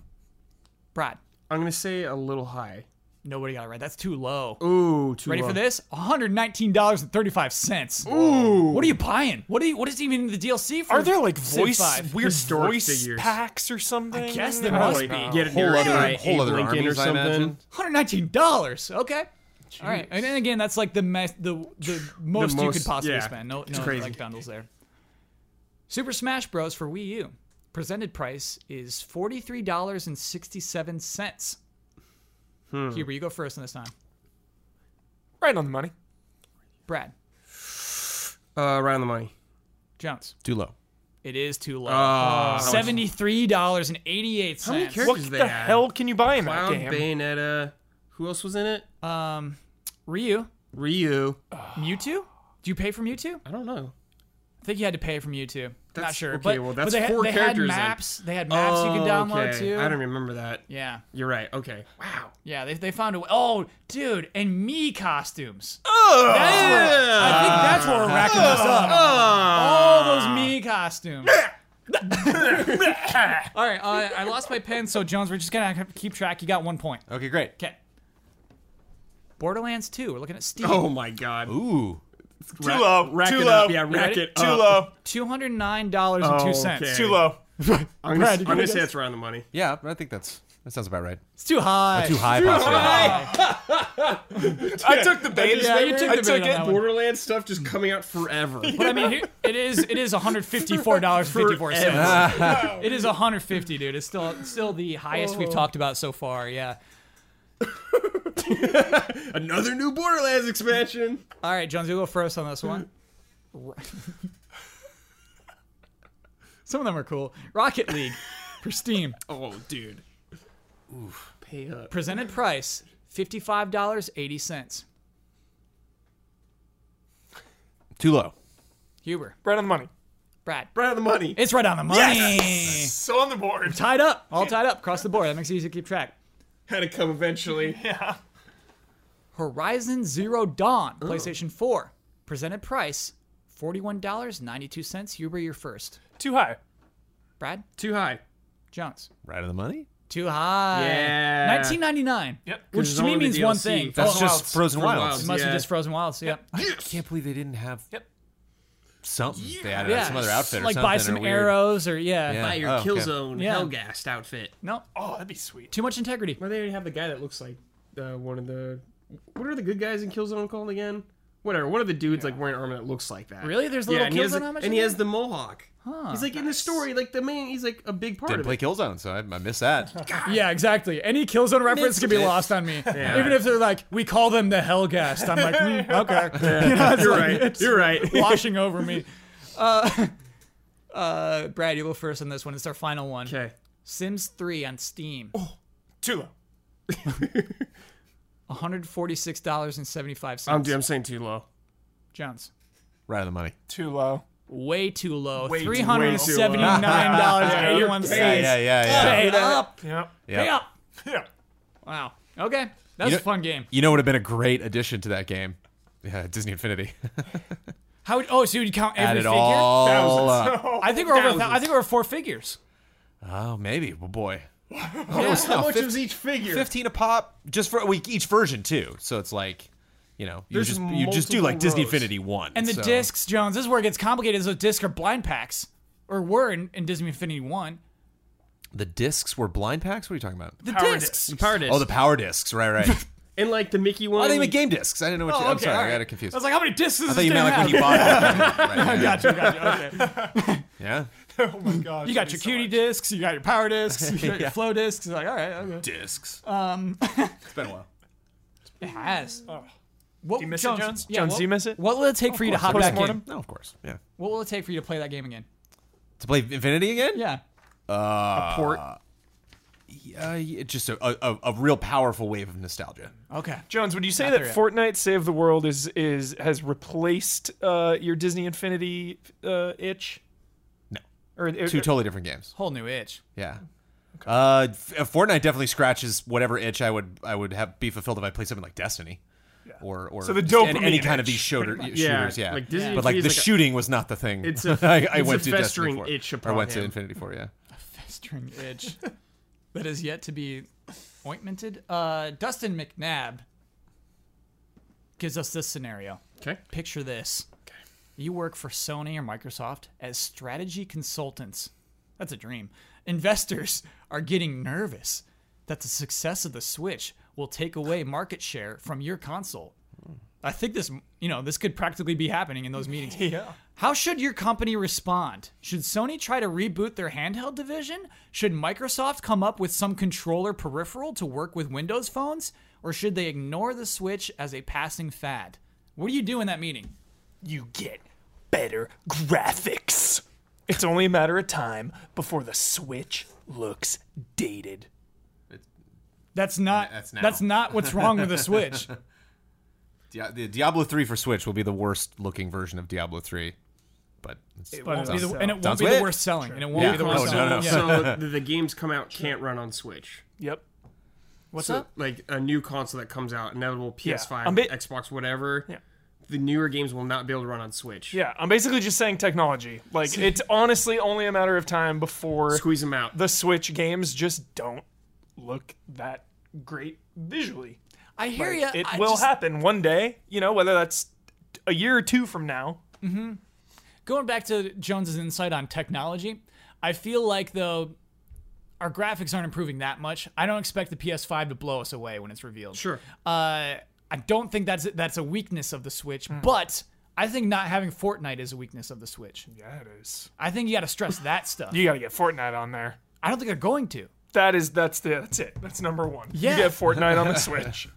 Brad,
one? I'm gonna say a little high.
nobody got it right. That's too low.
Ooh, too
Ready
low.
for this? One hundred nineteen dollars and thirty-five cents.
Ooh.
What are you buying? What are you, what is even in the DLC for?
Are there like
Civ
voice
five?
weird
Historic
voice
figures.
packs or something?
I guess there
I don't
must
know.
be.
Get it
Whole
narrowed by
other, whole
Abe
other
Lincoln
armies,
or
I
something.
imagine.
One hundred nineteen dollars. Okay. All right, and then again, that's like the mes- the the most, you could
most-
possibly
yeah.
spend. No,
It's
no
crazy.
like bundles there. Super Smash Bros. for Wii U presented price is forty three dollars and sixty seven cents.
Hmm.
Huber, you go first on this time.
Right on the money.
Brad
Uh, right on the money.
Jones,
Too low.
it is too low.
Uh,
Seventy three dollars and eighty eight
many
cents.
characters?
What
Is
the
that-
hell can you buy in
Cloud,
that game?
Bayonetta. Who else was in it?
Um, Ryu,
Ryu.
Mewtwo? Do you pay for Mewtwo?
I don't know.
I think you had to pay for Mewtwo. Not
That's-
sure.
okay,
but,
well,
but
that's
they, had-
four
they
characters
Had
then.
maps. They had maps you could download
Oh, okay.
too.
I don't remember that.
yeah,
You're right. Okay. Wow.
yeah. They, they found a way. Oh, dude, and me costumes. Oh, that's where, I think
Ah.
that's where we're racking this up. All those me costumes. All right, uh, I lost my pen, so Jones, we're just gonna have to keep track. You got one point.
Okay, great.
Okay. Borderlands 2. We're looking at Steam.
Oh my God.
Ooh.
Ra-
Too low.
Rack
too
it
low.
up. Yeah, rack
ready?
it
Too
up.
low.
Two hundred nine dollars and two cents.
Oh, okay.
Too low.
I'm gonna,
did
I'm
you
gonna
guess?
say it's right on the money.
Yeah, I think that's that sounds about right.
It's too high.
Too high, possibly.
I took the bait.
Yeah, you took
I
the
took
bait on
it.
that one.
Borderlands stuff just coming out forever.
But I mean, here- it is it is one hundred fifty four dollars fifty four cents. It is one Oh. hundred fifty, dude. It's still it's still the highest we've talked about so far. Yeah.
Another new Borderlands expansion.
All right, Jones, you go first on this one. Some of them are cool. Rocket League for Steam.
Oh, dude. Pay up.
Presented price $55.80.
Too low.
Huber,
Right on the money.
Brad.
Right on the money.
It's right on the money.
So on the board.
Tied up. All tied up. Across the board. That makes it easy to keep track.
Had to come eventually.
Horizon Zero Dawn, PlayStation 4. Presented price $41.92. Huber, you're first.
Too high.
Brad
Too high.
Jones.
Right on the money.
Too high.
Yeah.
1999.
Yep.
Which
it's
to me
only the
means one
DLC.
thing.
That's
Frozen
just
Wilds.
Frozen,
Frozen
Wilds.
It
Wilds.
must be
Yeah.
just Frozen Wilds. Yep.
I can't believe they didn't have
Yep.
something. They added
Yeah.
some other outfit or
like
something.
buy some
or weird.
arrows or yeah.
Yeah.
Buy your
Oh, okay.
Killzone
Yeah.
Hellgast outfit.
No,
Oh, that'd be sweet.
too much integrity.
Well, they already have the guy that looks like uh, one of the. What are the good guys in Killzone called again? Whatever. One of the dudes like wearing armor that looks like that.
Really? There's a
yeah,
little
and he has,
Killzone
the-
homage
and
in
he
there?
has the mohawk. He's like in the story, like the main. He's like a big part
Didn't
of
play
it.
Killzone, so I, I missed that.
Yeah, exactly. Any Killzone reference can be lost on me. Even if they're like, we call them the Hellgast. I'm like, mm, okay. You know, it's
You're
like-
right.
it's
You're right.
washing over me. Uh, uh, Brad, you go first on this one. It's our final one.
Okay.
Sims 3 on Steam.
Too low.
$146.75.
I'm, dude, I'm saying too low.
Jones.
right on the money.
Too low.
Way too low.
Way too- way too low.
$379.81.
Yeah, yeah, yeah, yeah.
Pay up.
Yep.
Pay up.
Yeah.
Wow. Okay. That's
You
a
know-
fun game.
You know what would have been a great addition to that game? Yeah, Disney Infinity.
How would, oh, so you count every
Add it
figure?
all up.
I think we're over. a thou- I think we're four figures.
Oh, maybe. Well, boy.
How much was each figure?
15 a pop just for a week each version too so it's like you know you
There's
just you just do
multiple
like disney
rows.
infinity one
And the
so-
discs, Jones. This is where it gets complicated. Is those discs are blind packs, or were in, in Disney Infinity One.
the discs were blind packs what are you talking about
The
Power
discs.
discs.
Power disc.
oh the power discs right right
and like the Mickey one.
oh they make game discs i didn't know what
Oh,
you
okay.
i'm sorry
all
i
right.
got it confused
I was like, how many discs does
i
this
thought you
game
meant like when
have?
you bought it right, right, right.
Gotcha, gotcha, okay.
yeah
Oh my gosh.
You got your cutie discs, you got your power discs, you got your flow discs. It's like, all right, okay.
discs um it's been a while
It has. Oh. What,
Do you miss it,
Jones,
Jones?
Yeah,
Jones,
what,
do you miss it?
What will it take for you to hop back in?
Postmortem?
no of course yeah
What will it take for you to play that game again?
to play infinity again
Yeah.
Port.
uh, yeah, just a, a, a- a real powerful wave of nostalgia
Okay.
Jones, would you say
there
that
yet.
Fortnite Save the World is is has replaced uh, your Disney Infinity uh, itch?
No.
Or, uh, or-
two totally different games
Whole new itch.
Yeah. Uh, F- Fortnite definitely scratches whatever itch I would I would have be fulfilled if I played something like Destiny, or or
So the
just any,
dopamine
any kind of
itch,
these shooter,
Yeah,
shooters, yeah.
like Disney
but like
Infinity
the
is like a-
shooting was not the thing.
It's a-
I, I
it's
went
a
to Destiny
festering
for,
itch
or
upon
went to
him.
Infinity for yeah.
Festering itch that is yet to be ointmented. Uh, Dustin McNabb gives us this scenario.
Okay.
Picture this. You work for Sony or Microsoft as strategy consultants. That's a dream. Investors are getting nervous that the success of the Switch will take away market share from your console. I think this, you know, this could practically be happening in those meetings.
Yeah.
How should your company respond? Should Sony try to reboot their handheld division? Should Microsoft come up with some controller peripheral to work with Windows phones? Or should they ignore the Switch as a passing fad? What do you do in that meeting?
You get better graphics. It's only a matter of time before the Switch looks dated.
That's not that's,
That's now.
not what's wrong with the Switch.
Dia- the Diablo three for Switch will be the worst looking version of Diablo three, but it's,
But
Won't be the-
Sounds-
and it won't
sounds
be the
weird.
worst selling. And it won't
Yeah.
be the
Oh,
worst
no,
selling.
no.
Yeah.
So the, the games come out can't run on Switch.
Yep.
What's
So,
up?
Like a new console that comes out, inevitable PS5,
I'm bit-
Xbox, whatever.
Yeah.
The newer games will not be able to run on Switch.
Yeah, I'm basically just saying technology. Like it's honestly only a matter of time before
Squeeze them out.
the Switch games just don't look that great visually.
I hear
Like,
you.
it will happen one day, you know, whether that's a year or two from now.
going back to Jones's insight on technology, I feel like though our graphics aren't improving that much. I don't expect the PS5 to blow us away when it's revealed.
Sure.
Uh, I don't think that's that's a weakness of the Switch,
Hmm.
but I think not having Fortnite is a weakness of the Switch.
Yeah, it is.
I think you got to stress that stuff.
You got to get Fortnite on there.
I don't think they're going to.
That is that's the that's it. That's number 1.
Yeah.
You get Fortnite on the Switch.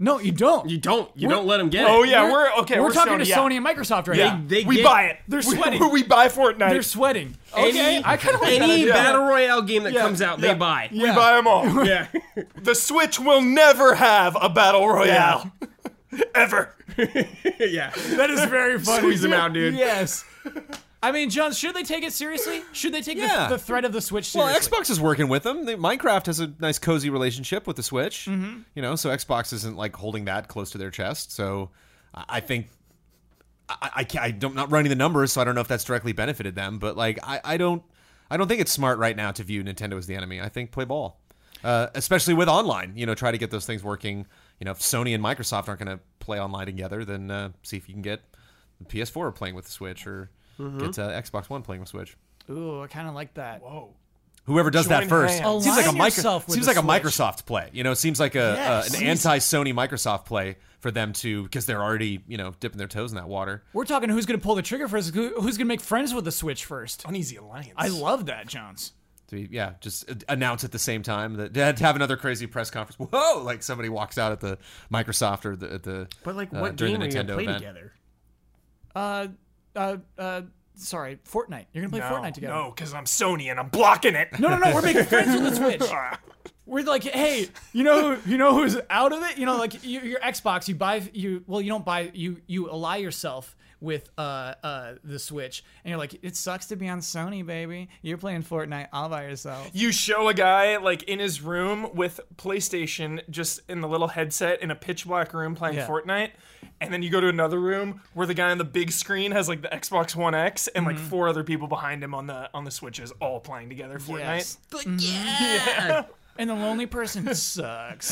No, you don't.
You don't. You
We're-
don't let them get
Oh
it.
yeah, we're, okay.
We're,
We're,
talking to
yeah.
Sony and Microsoft right
Yeah.
now.
They
we
get-
buy it.
They're
We-
sweating.
we buy Fortnite.
They're sweating.
Oh,
Any,
Okay, I kind of like that
any
idea.
battle royale game that comes out,
Yeah.
they buy.
We buy them all.
Yeah.
the Switch will never have a battle royale, ever.
yeah.
That is very funny.
Squeeze them out, dude.
Yes. I mean, John, should they take it seriously? Should they take the-
Yeah.
the, threat of the Switch seriously?
Well, Xbox is working with them. They, Minecraft has a nice cozy relationship with the Switch.
Mm-hmm.
You know, so Xbox isn't like holding that close to their chest. So I, I think I, I can't. I don't not running the numbers, so I don't know if that's directly benefited them. But like, I, I don't. I don't think it's smart right now to view Nintendo as the enemy. I think play ball, uh, especially with online. You know, try to get those things working. You know, if Sony and Microsoft aren't going to play online together, then uh, see if you can get the PS4 playing with the Switch or get uh, Xbox One playing with Switch.
Ooh, I kind of like that.
Oh,
Whoever does
Join
that first
hands.
seems like a
Oh, Align yourself
micro-
with
seems
the
like a
Switch.
Microsoft play. You know, seems like a,
Yes.
a an anti-Sony Microsoft play for them to because they're already you know dipping their toes in that water.
We're talking who's going to pull the trigger first, who- who's going to make friends with the Switch first.
uneasy alliance.
I love that, Jones.
To be, yeah, just uh, announce at the same time that to have another crazy press conference. Whoa! Like somebody walks out at the Microsoft or the at the
But like,
uh,
what game
during the
are you gonna
Nintendo
play
event.
together?
Uh, uh, uh, sorry, Fortnite. You're going to play Fortnite together.
No, because I'm Sony and I'm blocking it.
No, no, no. We're making friends with the Switch. We're like, hey, you know, who- you know who's out of it? You know, like you, your Xbox, you buy, you well, you don't buy, you you ally yourself with uh uh the Switch, and you're like, it sucks to be on Sony, baby. You're playing Fortnite all by yourself.
you show a guy like in his room with PlayStation just in the little headset in a pitch black room playing
Yeah.
Fortnite, and then you go to another room where the guy on the big screen has like the Xbox One X and like four other people behind him on the on the switches all playing together Fortnite.
Yes.
But yeah.
And the lonely person sucks.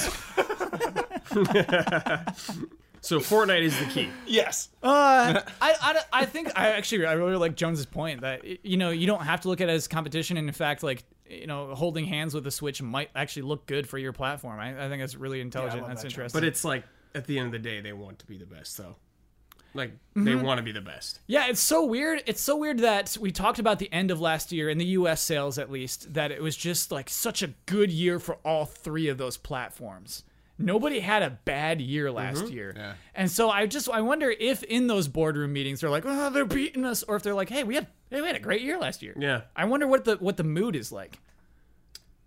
So Fortnite is the key.
Yes.
Uh, I, I, don't- I think I actually I really like Jones's point that y- you know you don't have to look at it as competition and in fact like you know holding hands with the Switch might actually look good for your platform. I, I think that's really intelligent.
love
that's
that, Jones.
interesting.
But it's like at the end of the day, they want to be the best, though. Like they want to be the best.
Yeah, it's so weird. It's so weird that we talked about the end of last year in the US sales at least that it was just like such a good year for all three of those platforms. Nobody had a bad year last year. And so I just I wonder if in those boardroom meetings they're like, "Oh, they're beating us," or if they're like, "Hey, we had hey, we had a great year last year."
Yeah.
I wonder what the what the mood is like.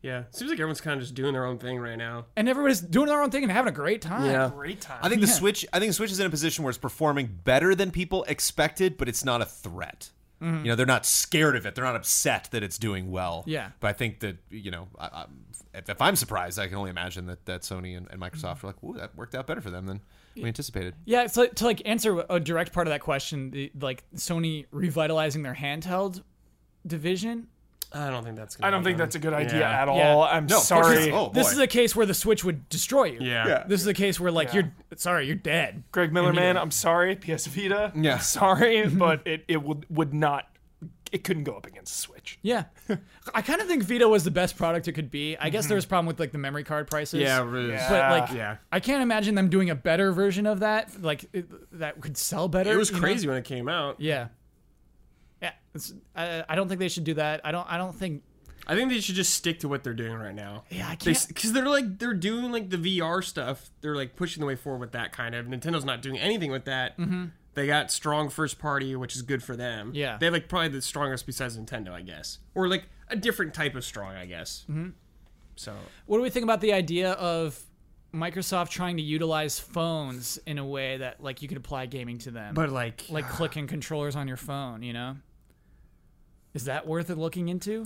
Yeah. Seems like everyone's kind of just doing their own thing right now.
And everybody's doing their own thing and having a great time.
Great time.
I think the Switch. I think the Switch is in a position where it's performing better than people expected, but it's not a threat.
Mm-hmm.
You know, they're not scared of it. They're not upset that it's doing well.
Yeah.
But I think that you know, I, I, if, if I'm surprised, I can only imagine that that Sony and, and Microsoft are like, "Ooh, that worked out better for them than we anticipated."
Mm-hmm. Yeah, so to like answer a direct part of that question, the, like Sony revitalizing their handheld division,
I don't think that's. Gonna
I don't think
happen.
that's a good idea
Yeah.
at
Yeah.
all. I'm
No, of course
sorry.
not. Oh,
This
boy.
is a case where the Switch would destroy you.
Yeah.
Yeah.
This is a case where like you're sorry, you're dead.
Greg Miller, man, I'm sorry. PS Vita.
Yeah.
Sorry, but it, it would would not it couldn't go up against Switch.
Yeah. I kind of think Vita was the best product it could be. I guess there was a problem with like the memory card prices.
Yeah. Really. Uh,
Yeah.
But like
Yeah.
I can't imagine them doing a better version of that like it, that could sell better.
It was
you know?
crazy when it came out.
Yeah. Yeah, it's, I, I don't think they should do that. I don't I don't think
I think they should just stick to what they're doing right now.
Yeah, I
They
can't
because they're like they're doing like the VR stuff. They're like pushing the way forward with that kind of. Nintendo's not doing anything with that. They got strong first party, which is good for them.
Yeah.
they have like probably the strongest besides Nintendo, I guess, or like a different type of strong, I guess. Mm-hmm. So
What do we think about the idea of Microsoft trying to utilize phones in a way that like you could apply gaming to them?
But like,
like clicking controllers on your phone, you know? Is that worth it looking into?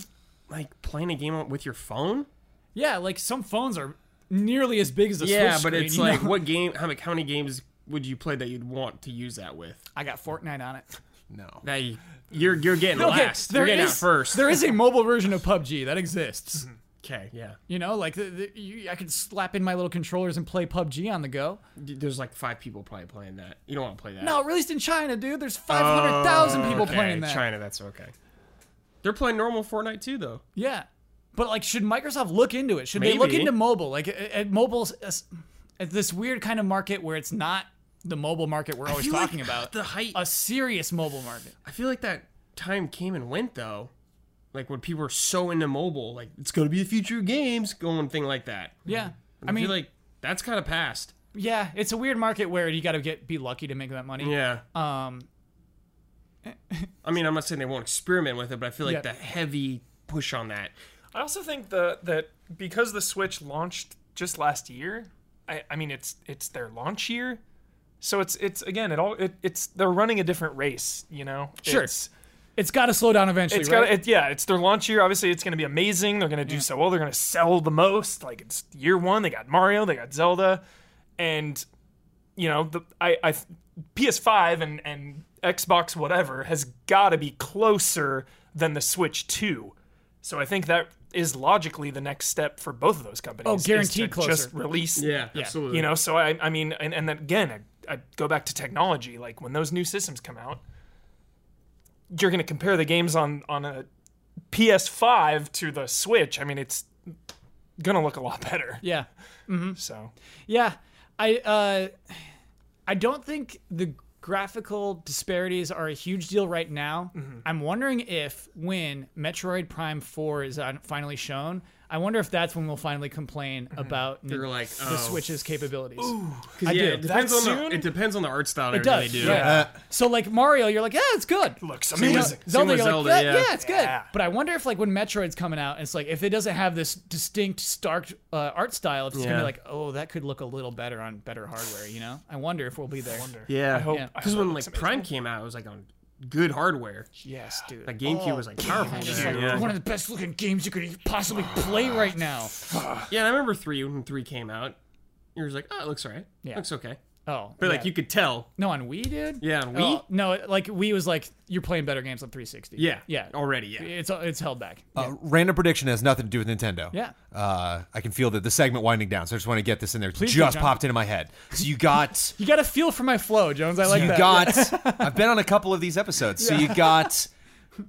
like playing a game on- with your phone.
Yeah, like some phones are nearly as big as a
Yeah,
Switch
but
screen,
it's
you
like
know?
what game? How many, how many games would you play that you'd want to use that with?
I got Fortnite on it.
No.
That you, you're you're getting last.
there
You're getting out
is-
first. Mm-hmm.
There is a mobile version of PUBG that exists.
Okay, yeah.
You know, like the, the, you, I could slap in my little controllers and play PUBG on the go.
D- There's like five people probably playing that. You don't want to play that.
No, released in China, dude. There's 500,000 people
Oh, Okay,
playing that.
China, that's okay. They're playing normal Fortnite too, though.
Yeah, but like, should Microsoft look into it? Should they look
Maybe.
into mobile? Like, at, at mobile's as- at this weird kind of market where it's not the mobile market we're always
feel like
talking about.
the height-
a serious mobile market.
I feel like that time came and went though. Like when people were so into mobile, like it's gonna be the future of games, going thing like that.
Yeah, I
I mean,
mean,
like that's kind of past.
yeah, it's a weird market where you got to get be lucky to make that money.
Yeah.
Um,
I mean, I'm not saying they won't experiment with it, but I feel like
Yeah.
the heavy push on that.
I also think the that because the Switch launched just last year, I, I mean it's it's their launch year, so it's it's again it all it, it's they're running a different race, you know.
Sure.
It's,
it's got to slow down eventually,
it's
right?
got it, yeah, it's their launch year. Obviously, it's going to be amazing. They're going to do so well. They're going to sell the most. Like it's year one. They got Mario. They got Zelda, and you know the I, I PS5 and and Xbox whatever has got to be closer than the Switch Two. So I think that is logically the next step for both of those companies.
Oh,
is
guaranteed
to Just
closer.
release
absolutely.
you know so i i mean and, and then again I, I go back to technology like when those new systems come out you're going to compare the games on on a ps5 to the switch i mean it's going to look a lot better
yeah,
so
yeah. I uh, I don't think the graphical disparities are a huge deal right now.
Mm-hmm.
I'm wondering if when Metroid Prime Four is on, finally shown, I wonder if that's when we'll finally complain about
They're Mm-hmm. like,
the
oh.
Switch's capabilities.
I
do.
yeah, It depends,
That
on the,
soon?
it depends on the art style. It
It does.
Really do.
Uh,
Yeah. so like Mario, you're like, yeah, it's good.
looks
You know,
amazing
Zelda,
with
you're
Zelda,
like, yeah,
yeah.
yeah, it's good.
Yeah.
But I wonder if like when Metroid's coming out, it's like if it doesn't have this distinct, stark uh, art style, it's just gonna
Yeah.
be like, oh, that could look a little better on better hardware. You know? I wonder if we'll be there.
Yeah.
I hope- I
Because
hope it
when
looks
like Prime came out, it was like on good hardware.
yes dude
Like GameCube was like powerful.
It's
dude.
Oh, like
Oh, yeah.
one of the best looking games you could possibly play right now.
Yeah, and I remember three when three came out. You were just like, oh, it looks alright.
Yeah.
Looks okay.
Oh,
But like you could tell.
no on Wii, dude.
Yeah, on Wii.
Oh, no, it- like Wii was like you're playing better games on 360.
Yeah.
yeah.
Already. Yeah.
It's it's held back.
Uh, Random prediction has nothing to do with Nintendo.
Yeah.
Uh, I can feel that the segment winding down, so I just want to get this in there. It
do,
just
John.
popped into my head. So you got.
You got a feel for my flow, Jones. I like
you
that.
got I've been on a couple of these episodes. So you got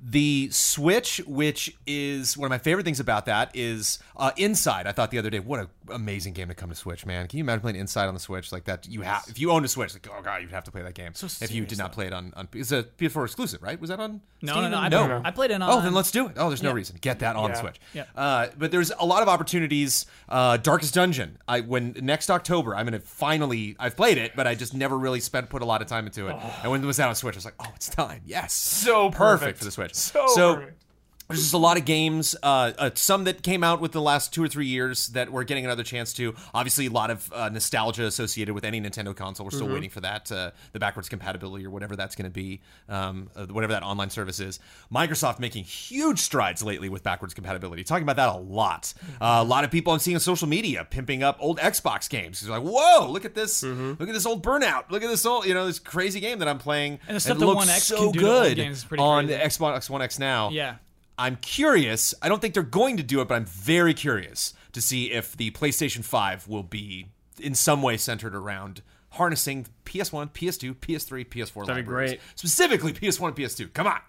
the Switch, which is one of my favorite things about that is uh, Inside. I thought the other day, what an amazing game to come to Switch, man. Can you imagine playing Inside on the Switch like that? You have if you owned a Switch, like oh god, you'd have to play that game. if you did not play it on, on it's a PS4 exclusive, right? Was that on?
No,
Steam?
no, no. I,
no.
Played, I played it on.
Oh, then let's do it. Oh, there's no
Yeah.
reason. Get that on
Yeah.
Switch.
Yeah.
Uh, but there's a lot of opportunities. Uh, Darkest Dungeon. I when next October, I'm gonna finally. I've played it, but I just never really spent put a lot of time into it. And when it was out on Switch, I was like, oh, it's time. Yes.
so perfect,
for the Switch.
so, perfect.
There's just a lot of games, uh, uh, some that came out with the last two or three years that we're getting another chance to. Obviously, a lot of uh, nostalgia associated with any Nintendo console. We're still
Mm-hmm.
waiting for that, uh, the backwards compatibility or whatever that's going to be, um, uh, whatever that online service is. Microsoft making huge strides lately with backwards compatibility. Talking about that a lot.
Mm-hmm.
Uh, a lot of people I'm seeing on social media pimping up old Xbox games. It's like, whoa, look at this,
Mm-hmm.
look at this old Burnout, look at this old, you know, this crazy game that I'm playing.
And the
It
stuff the
looks
One X
so
can do to old
good
games is pretty
on
crazy.
the Xbox One X now.
Yeah.
I'm curious. I don't think they're going to do it, but I'm very curious to see if the PlayStation 5 will be in some way centered around harnessing PS1, PS2, PS3, PS4
That'd be
libraries.
great.
Specifically PS1 and PS2. Come on.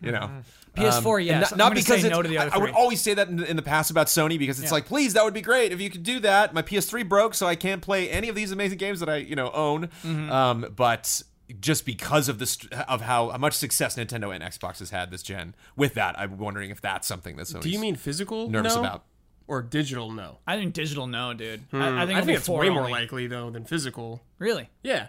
You know.
Mm-hmm.
PS4,
and
yes.
Not,
I'm
not
gonna
because
say
it's-
no to the other
I, I would
three.
always say that in, in the past about Sony because it's like, please, that would be great if you could do that. My PS3 broke, so I can't play any of these amazing games that I, you know, own.
Mm-hmm.
Um, but just because of this, of how much success Nintendo and Xbox has had this gen with that, I'm wondering if that's something that Sony's
Do you mean physical?
nervous
no?
about.
Or digital? No.
I think digital, no, dude.
Hmm.
I, I think,
I
it'll be
think it's
four
way more
only.
likely though than physical.
Really?
Yeah.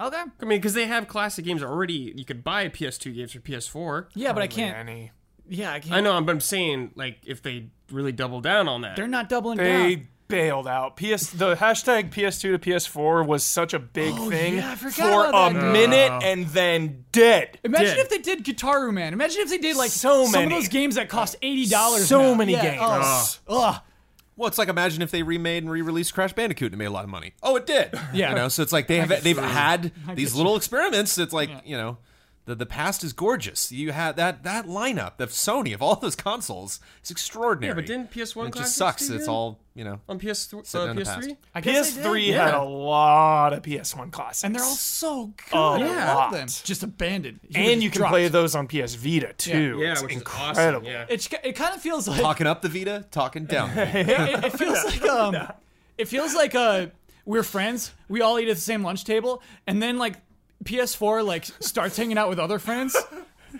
Okay.
I mean, because they have classic games already. You could buy PS2 games for PS4.
Yeah, but I
Hardly
can't.
any.
Yeah, I
I
can't.
know, but I'm saying like if they really double down on that,
They're not doubling
they
down.
bailed out ps the hashtag ps2 to ps4 was such a big thing
Oh, yeah, I forgot
for
about
a
that.
minute and then dead
Imagine
did.
if they did Guitar Man. Imagine if they did like
So
some
many.
of those games that cost eighty dollars.
so many games
Ugh.
Well, it's like imagine if they remade and re-released Crash Bandicoot and it made a lot of money. Oh, it did.
Yeah.
you know, so it's like they have they've had
get
these little experiments. That's like you know, the the past is gorgeous. You had that that lineup of Sony of all those consoles is extraordinary.
Yeah, but didn't PS1
And it just
classics
sucks.
do
It's
that?
all you know.
on PS3.
Sitting
Uh,
in the past.
PS3.
I guess they
ps3
did.
had
yeah.
a lot of ps1 classics
and they're all so good.
Oh,
I
yeah.
love them.
lot.
Just abandoned. He
and
was
you can
dropped.
play those on PS Vita too.
Yeah,
it's
which
incredible.
is awesome. Yeah.
It's, it kind of feels like
Talking up the Vita, talking down. the Vita.
it, it feels like um, it feels like uh, we're friends. We all eat at the same lunch table, and then like PS4 like starts hanging out with other friends.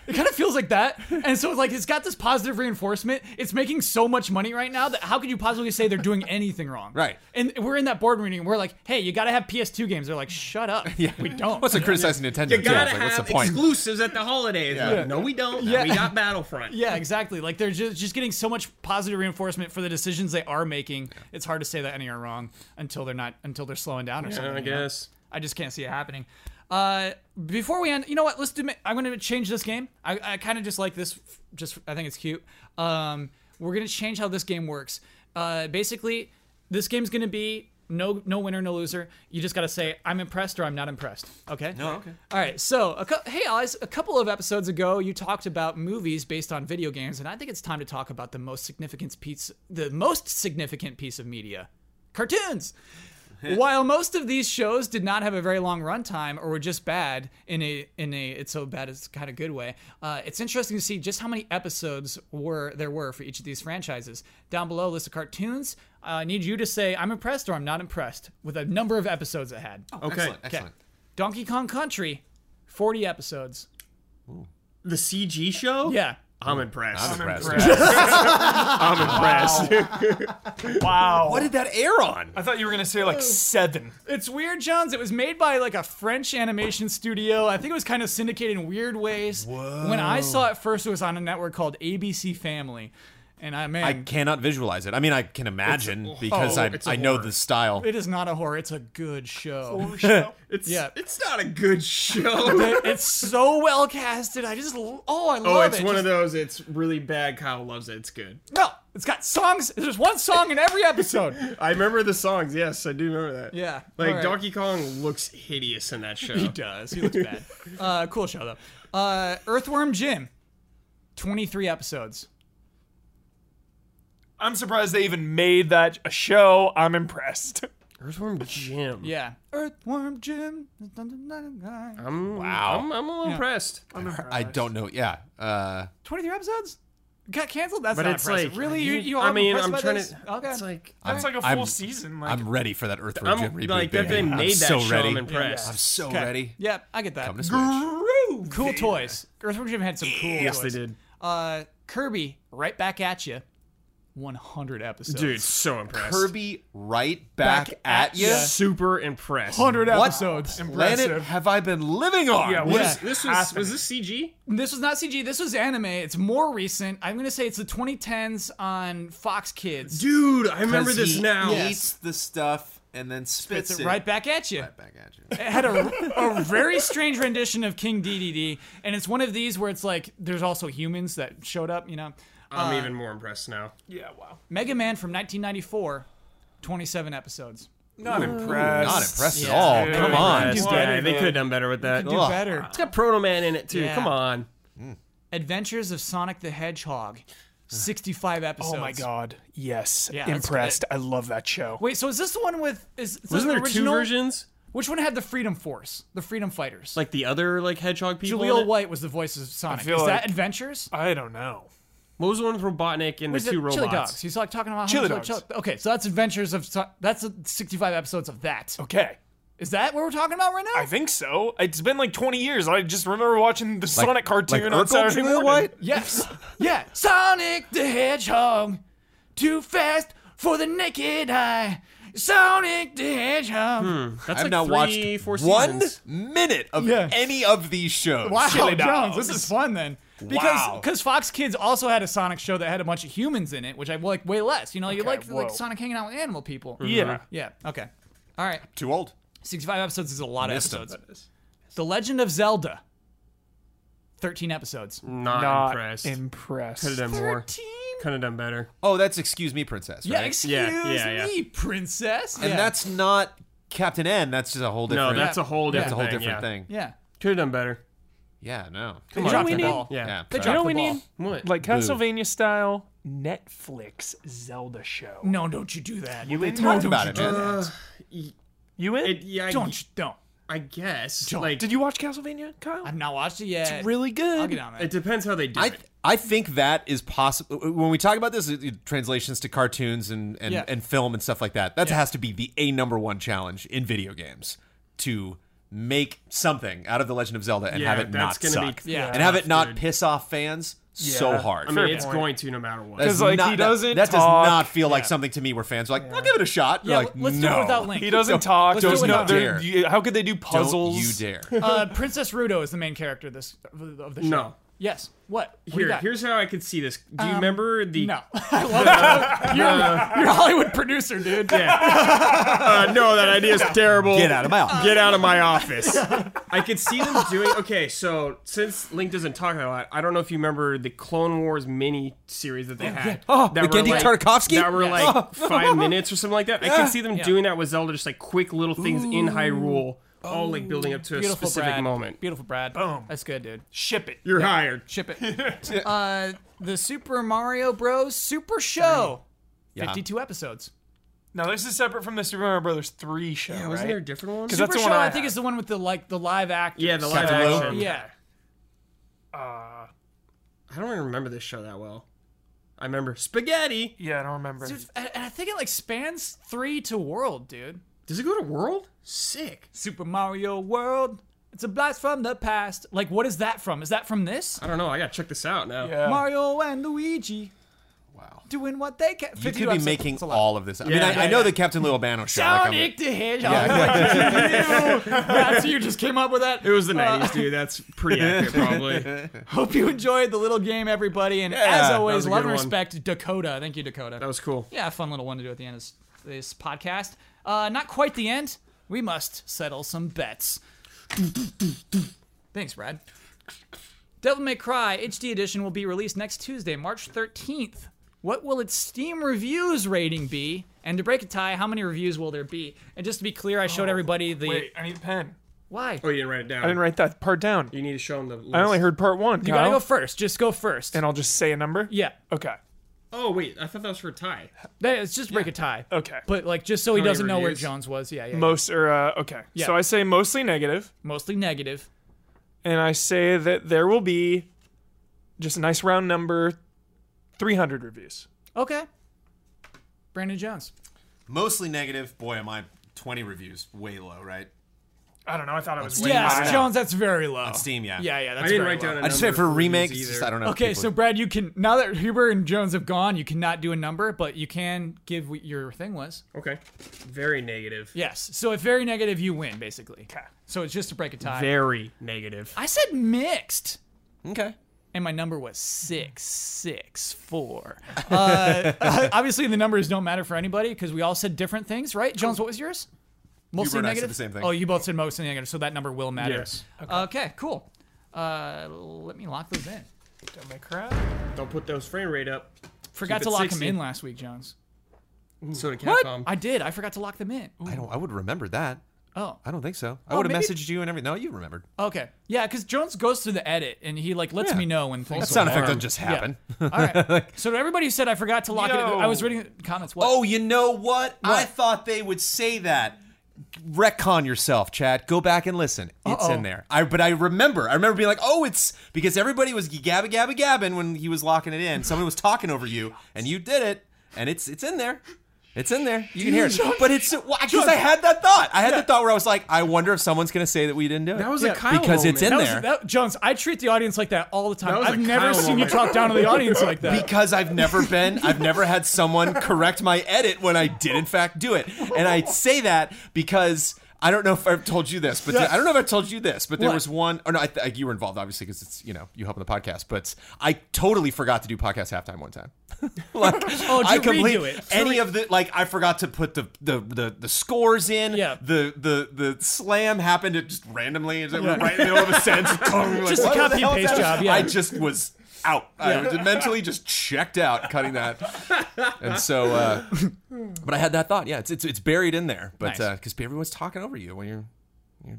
It kind of feels like that. And so it's like it's got this positive reinforcement. It's making so much money right now that how could you possibly say they're doing anything wrong?
Right.
And we're in that board meeting and we're like, hey, you gotta have PS2 games. They're like, shut up. Yeah. We don't.
What's the criticizing Nintendo?
You
too?
gotta
It's
have
like, what's the point?
exclusives at the holidays.
Yeah.
No, we don't. No,
Yeah.
we got Battlefront.
yeah, exactly. Like they're just, just getting so much positive reinforcement for the decisions they are making. It's hard to say that any are wrong until they're not until they're slowing down or something.
I
you know?
guess.
I just can't see it happening. Uh, before we end, you know what? Let's do. ma- I'm going to change this game. I, I kind of just like this. f- Just I think it's cute. Um, we're going to change how this game works. Uh, basically, this game's going to be no no winner, no loser. You just got to say I'm impressed or I'm not impressed. Okay. No. Okay. All right. So, a cou- hey, Oz. A couple of episodes ago, you talked about movies based on video games, and I think it's time to talk about the most significant piece, the most significant piece of media, cartoons. While most of these shows did not have a very long runtime or were just bad in a in a it's so bad it's kind of good way, uh, it's interesting to see just how many episodes were there were for each of these franchises. Down below, a list of cartoons. Uh, I need you to say I'm impressed or I'm not impressed with a number of episodes it had.
Okay. Excellent. excellent.
Donkey Kong Country, 40 episodes.
The CG show?
Yeah.
I'm impressed.
I'm impressed.
I'm impressed.
Wow.
What did that air on?
I thought you were gonna say like seven.
It's weird, Jones. It was made by like a French animation studio. I think it was kind of syndicated in weird ways. When I saw it first, it was on a network called ABC Family, and I man,
I cannot visualize it. I mean, I can imagine because
oh,
I
it's a
I know
horror.
the style.
it is not a horror. It's a good show.
It's,
Yeah.
it's not a good show.
it's so well casted. I just l- oh, I love
oh, it's
it.
one
Just-
of those. It's really bad. Kyle loves it. It's good.
no. It's got songs. There's one song in every episode.
I remember the songs. Yes, I do remember that.
Yeah,
Like
alright.
Donkey Kong looks hideous in that show.
he does. He looks bad. Uh, cool show though. Uh, Earthworm Jim, 23 episodes.
I'm surprised they even made that a show. I'm impressed.
Earthworm Jim.
Yeah. Earthworm Jim.
I'm,
Wow.
I'm, I'm a little impressed.
I don't know. Yeah. Uh,
23 episodes? Got canceled? That's
But
not
it's
impressive.
like
really, you, you
I
aren't
mean,
impressed
I'm
by
trying
this?
to.
Okay.
It's like
That's like a full
I'm-
season. Like
I'm ready for that Earthworm
I'm
Jim reboot.
like that
baby.
they made
I'm
that
so
show.
ready.
I'm impressed.
I'm so
Okay.
ready.
Yeah, I get that.
Come to Switch.
Groovy.
cool toys. Earthworm Jim had some cool
Yes, they
toys.
did.
Uh, Kirby, right back at you. 100 episodes.
Dude, so impressed.
Kirby right back,
Back
at
at
you.
ya.
Super impressed.
100
What
episodes.
planet
Impressive.
have I been living on?
Yeah.
Yeah. What is
This was was this CG?
This was not CG. This was anime. It's more recent. I'm going to say it's the 2010s on Fox Kids.
Dude, I remember
'Cause
this
he
now.
Eats the stuff and then spits,
It's right back at you.
back at you.
It had a, a very strange rendition of King DDD, and it's one of these where it's like there's also humans that showed up, you know.
I'm even more impressed now.
Yeah. Wow.
Mega Man from 1994, 27 episodes.
Not impressed.
Not impressed
Yeah.
at all.
Dude.
Come on.
Dude.
Impressed.
Why
Yeah,
did
they
they-
could have done better with that.
Do
Ugh.
better.
It's got Proto Man in it too.
Yeah.
Come on.
Adventures of Sonic the Hedgehog, 65 episodes.
Oh my god. Yes.
Yeah, that's
impressed. I love that show.
Wait, so is this the one with is is this
Wasn't
the
there
original?
two versions?
Which one had the Freedom Force, the Freedom Fighters?
Like the other like hedgehog people. in
Jaleel
it?
White was the voice of Sonic.
feel
Is that
like-
Adventures?
I don't know.
What was the one with Robotnik and the
Is it
two robots?
Chili Dogs. He's like talking about
Chili
how much-
Dogs.
Okay, so that's Adventures of Son- that's uh, 65 episodes of that.
Okay.
Is that what we're talking about right now?
I think so. It's been like 20 years. I just remember watching the Sonic cartoon
like
on
Urkel
Saturday
Jaleel
morning.
White?
Yes. yeah. Sonic the Hedgehog. Too fast for the naked eye. Sonic the Hedgehog.
That's
I've
like
now
three,
watched
four
one
seasons.
minute of
Yeah.
any of these shows.
Wow,
Chili
Jones, this
dogs.
is fun then. Because
Wow.
cause Fox Kids also had a Sonic show that had a bunch of humans in it, which I like way less. You know, you
Okay,
like
whoa. Mm-hmm.
like Sonic hanging out with animal people.
Yeah.
Yeah. Okay. All right.
Too old.
65 episodes is a lot of
Missed 'em.
episodes. The Legend of Zelda. 13 episodes.
Not,
Not
impressed.
impressed.
could have done more.
13?
Could have done better.
Oh, that's Excuse Me, Princess.
Yeah,
right?
excuse
Yeah, yeah,
me, princess.
and
Yeah.
that's not Captain N. That's just a whole
No,
different.
that's a whole
Yeah.
different.
that's a whole different
yeah.
thing.
Yeah.
Could have done better.
Yeah, no.
They
on,
dropped
we
the
need-
ball.
Yeah.
Yeah,
They
sorry.
dropped
know
the
we
ball.
need?
What?
Like Castlevania style Netflix Zelda show.
No, don't you do that.
We
No,
talked
don't
about
you
it,
do
man.
that.
You in?
It, yeah, I,
Don't you don't.
I guess. Like
Did you watch Castlevania, Kyle?
I've not watched it yet. It's
really good.
I'll get on
it
that.
depends how they do
I
it.
I think that is possible. When we talk about this, it- it- translations to cartoons and and,
Yeah.
and film and stuff like that. That
Yeah.
has to be the a number one challenge in video games to make something out of the Legend of Zelda and
Yeah,
have it
that's
not
gonna be
suck.
Yeah.
and have
tough,
it not
dude.
piss off fans so
Yeah.
hard.
I mean,
Fair
it's
point.
going to no matter what.
That's
'Cause, like,
not-
he
that-
doesn't
That,
talk.
does not feel like something to me where fans are like, "I'll give it a shot." You're
Yeah,
like,
l- let's do
no.
it without Link.
He doesn't talk.
Let's do
There's
it
no,
without
there,
Link.
you- how could they do
Don't
puzzles?
you dare!
Uh, Princess Rudo is the main character of this of the show.
No.
Yes. What? What do you
Here,
got?
here's how I could see this. Do
Um,
you remember the?
No. I love that. You're, you're a Hollywood producer, dude.
Uh, no, that idea is terrible.
Get out of my office.
Get out of my office. I could see them doing. Okay, so since Link doesn't talk a lot, I don't know if you remember the Clone Wars mini series that they had.
Oh,
that
with
were
Genndy Tartakovsky?
That were
Yes.
like five minutes or something like that. I
Oh. Yeah.
could see them doing that with Zelda, just like quick little things in Hyrule, all like building up to a
Beautiful
specific
Brad.
moment.
Beautiful Brad.
Boom.
That's good, dude.
Ship it.
You're hired.
Ship it. uh, the Super Mario Bros. Super Show.
Yeah.
52 episodes.
Now this is separate from the Super Mario Brothers three show,
Yeah,
right?
wasn't Oh, there a different one?
'Cause
Super
that's the
Show,
one I
I, think,
have.
is the one with the like the live actors.
Yeah, the live
Captain Lou?
action.
Yeah.
Uh,
I don't even remember this show that well. I remember spaghetti.
yeah, I don't remember.
Dude, and and I think it like spans three to world, dude.
Does it go to World? Sick.
Super Mario World. It's a blast from the past. Like, what is that from? Is that from this?
I don't know. I gotta check this out now.
Yeah.
Mario and Luigi
Wow.
doing what they can.
You could be making all of this. I mean,
Yeah,
I,
yeah,
I know
yeah.
the Captain Lil Albano show. like, I'm-
Sonic the Hedgehog. That's Oh, you just came up with that. Uh,
It was the
Uh,
90s, dude. That's pretty accurate, probably.
Hope you enjoyed the little game, everybody. And as
that
always,
was a
love
good
and
one.
respect, Dakota. Thank you, Dakota.
That was cool.
yeah, fun little one to do at the end of this, this podcast. Uh, not quite the end. We must settle some bets. Thanks, Brad. Devil May Cry HD Edition will be released next Tuesday, March 13th. What will its Steam reviews rating be? And to break a tie, how many reviews will there be? And just to be clear, I showed everybody the
Wait, I need a pen.
why.
Oh, you didn't write it down.
I didn't write that part down.
You need to show him the. List.
I only heard part one.
You
Kyle.
gotta go first. Just go first.
and I'll just say a number.
yeah,
Okay.
Oh wait, I thought that was for a tie.
That- it's just break a tie.
Okay.
But like, just so he
many
doesn't know where
reviews?
Jones was. Yeah, yeah. yeah.
Most or uh, okay.
Yeah.
So I say mostly negative,
Mostly negative.
and I say that there will be just a nice round number, 300 reviews.
Okay. Brandon Jones.
mostly negative. Boy, am I 20 reviews way low, right?
I don't know. I thought it was.
Way
yes,
high.
Jones, that's very low. On
Steam, yeah.
Yeah, yeah, that's
I didn't
very
write
low.
down. A
I just say
number
for
reviews
remakes,
either.
just- I don't know.
Okay,
People-
so Brad, you can now that Huber and Jones have gone, you cannot do a number, but you can give what your thing was.
Okay. Very negative.
Yes. So if very negative, you win basically.
Okay.
So it's just to break a tie.
Very negative.
I said mixed.
okay.
and my number was six six four. Uh, obviously, the numbers don't matter for anybody because we all said different things, right? Jones, what was yours? Mostly
and I said
negative.
the same thing.
Oh, you both said mostly negative, so that number will matter.
Yes.
Okay. cool. Uh, let me lock those in.
Don't make crap.
Don't put those frame rate up.
Forgot
Keep
to
it
lock
60.
them in last week, Jones.
So did Capcom.
I did. I forgot to lock them in.
I don't. I would remember that.
Oh,
I don't think so. I would have
maybe-
messaged you and everything. No, you remembered.
okay. Yeah, because Jones goes through the edit and he like lets
Yeah.
me know when things.
That sound effect
alarm.
doesn't just happen.
All right. So to everybody who said I forgot to lock it,
Yo.
I was reading the comments. What?
Oh, you know what? I thought they would say that. Retcon yourself, Chad. Go back and listen. It's
Uh-oh.
in there. I but I remember. I remember being like, oh, it's because everybody was gabba gabba gabbing when he was locking it in. Someone was talking over you, and you did it, and it's it's in there. It's in there. You can hear it. But it's because I had that thought. I had the thought where I was like, I wonder if someone's gonna say that we didn't do it.
that was
Yeah,
a Kyle
because
moment.
it's
That
in
was,
there.
that, Jones, I treat the audience like that all the time.
That was
I've
a
never
Kyle
seen
moment.
you talk down to the audience like that.
because I've never been, I've never had someone correct my edit when I did in fact do it. And I say that because I don't know if I've told you this, but I don't know if I told you this, but there
What?
was one, or no, I, th- I- you were involved obviously because it's you know you help on the podcast, but I totally forgot to do podcast halftime one time. like
Oh, did
I
you
complete
redo it?
any of the like I forgot to put the the the, the scores in.
Yeah.
The the the slam happened it just randomly it was right in the middle of a sentence.
Just a
What the
copy and
hell is
paste
that?
job, yeah.
I just was out. I was mentally just checked out cutting that. And so, uh, but I had that thought. Yeah, it's it's, it's buried in there, but uh,
Nice.
because everyone's talking over you when you're.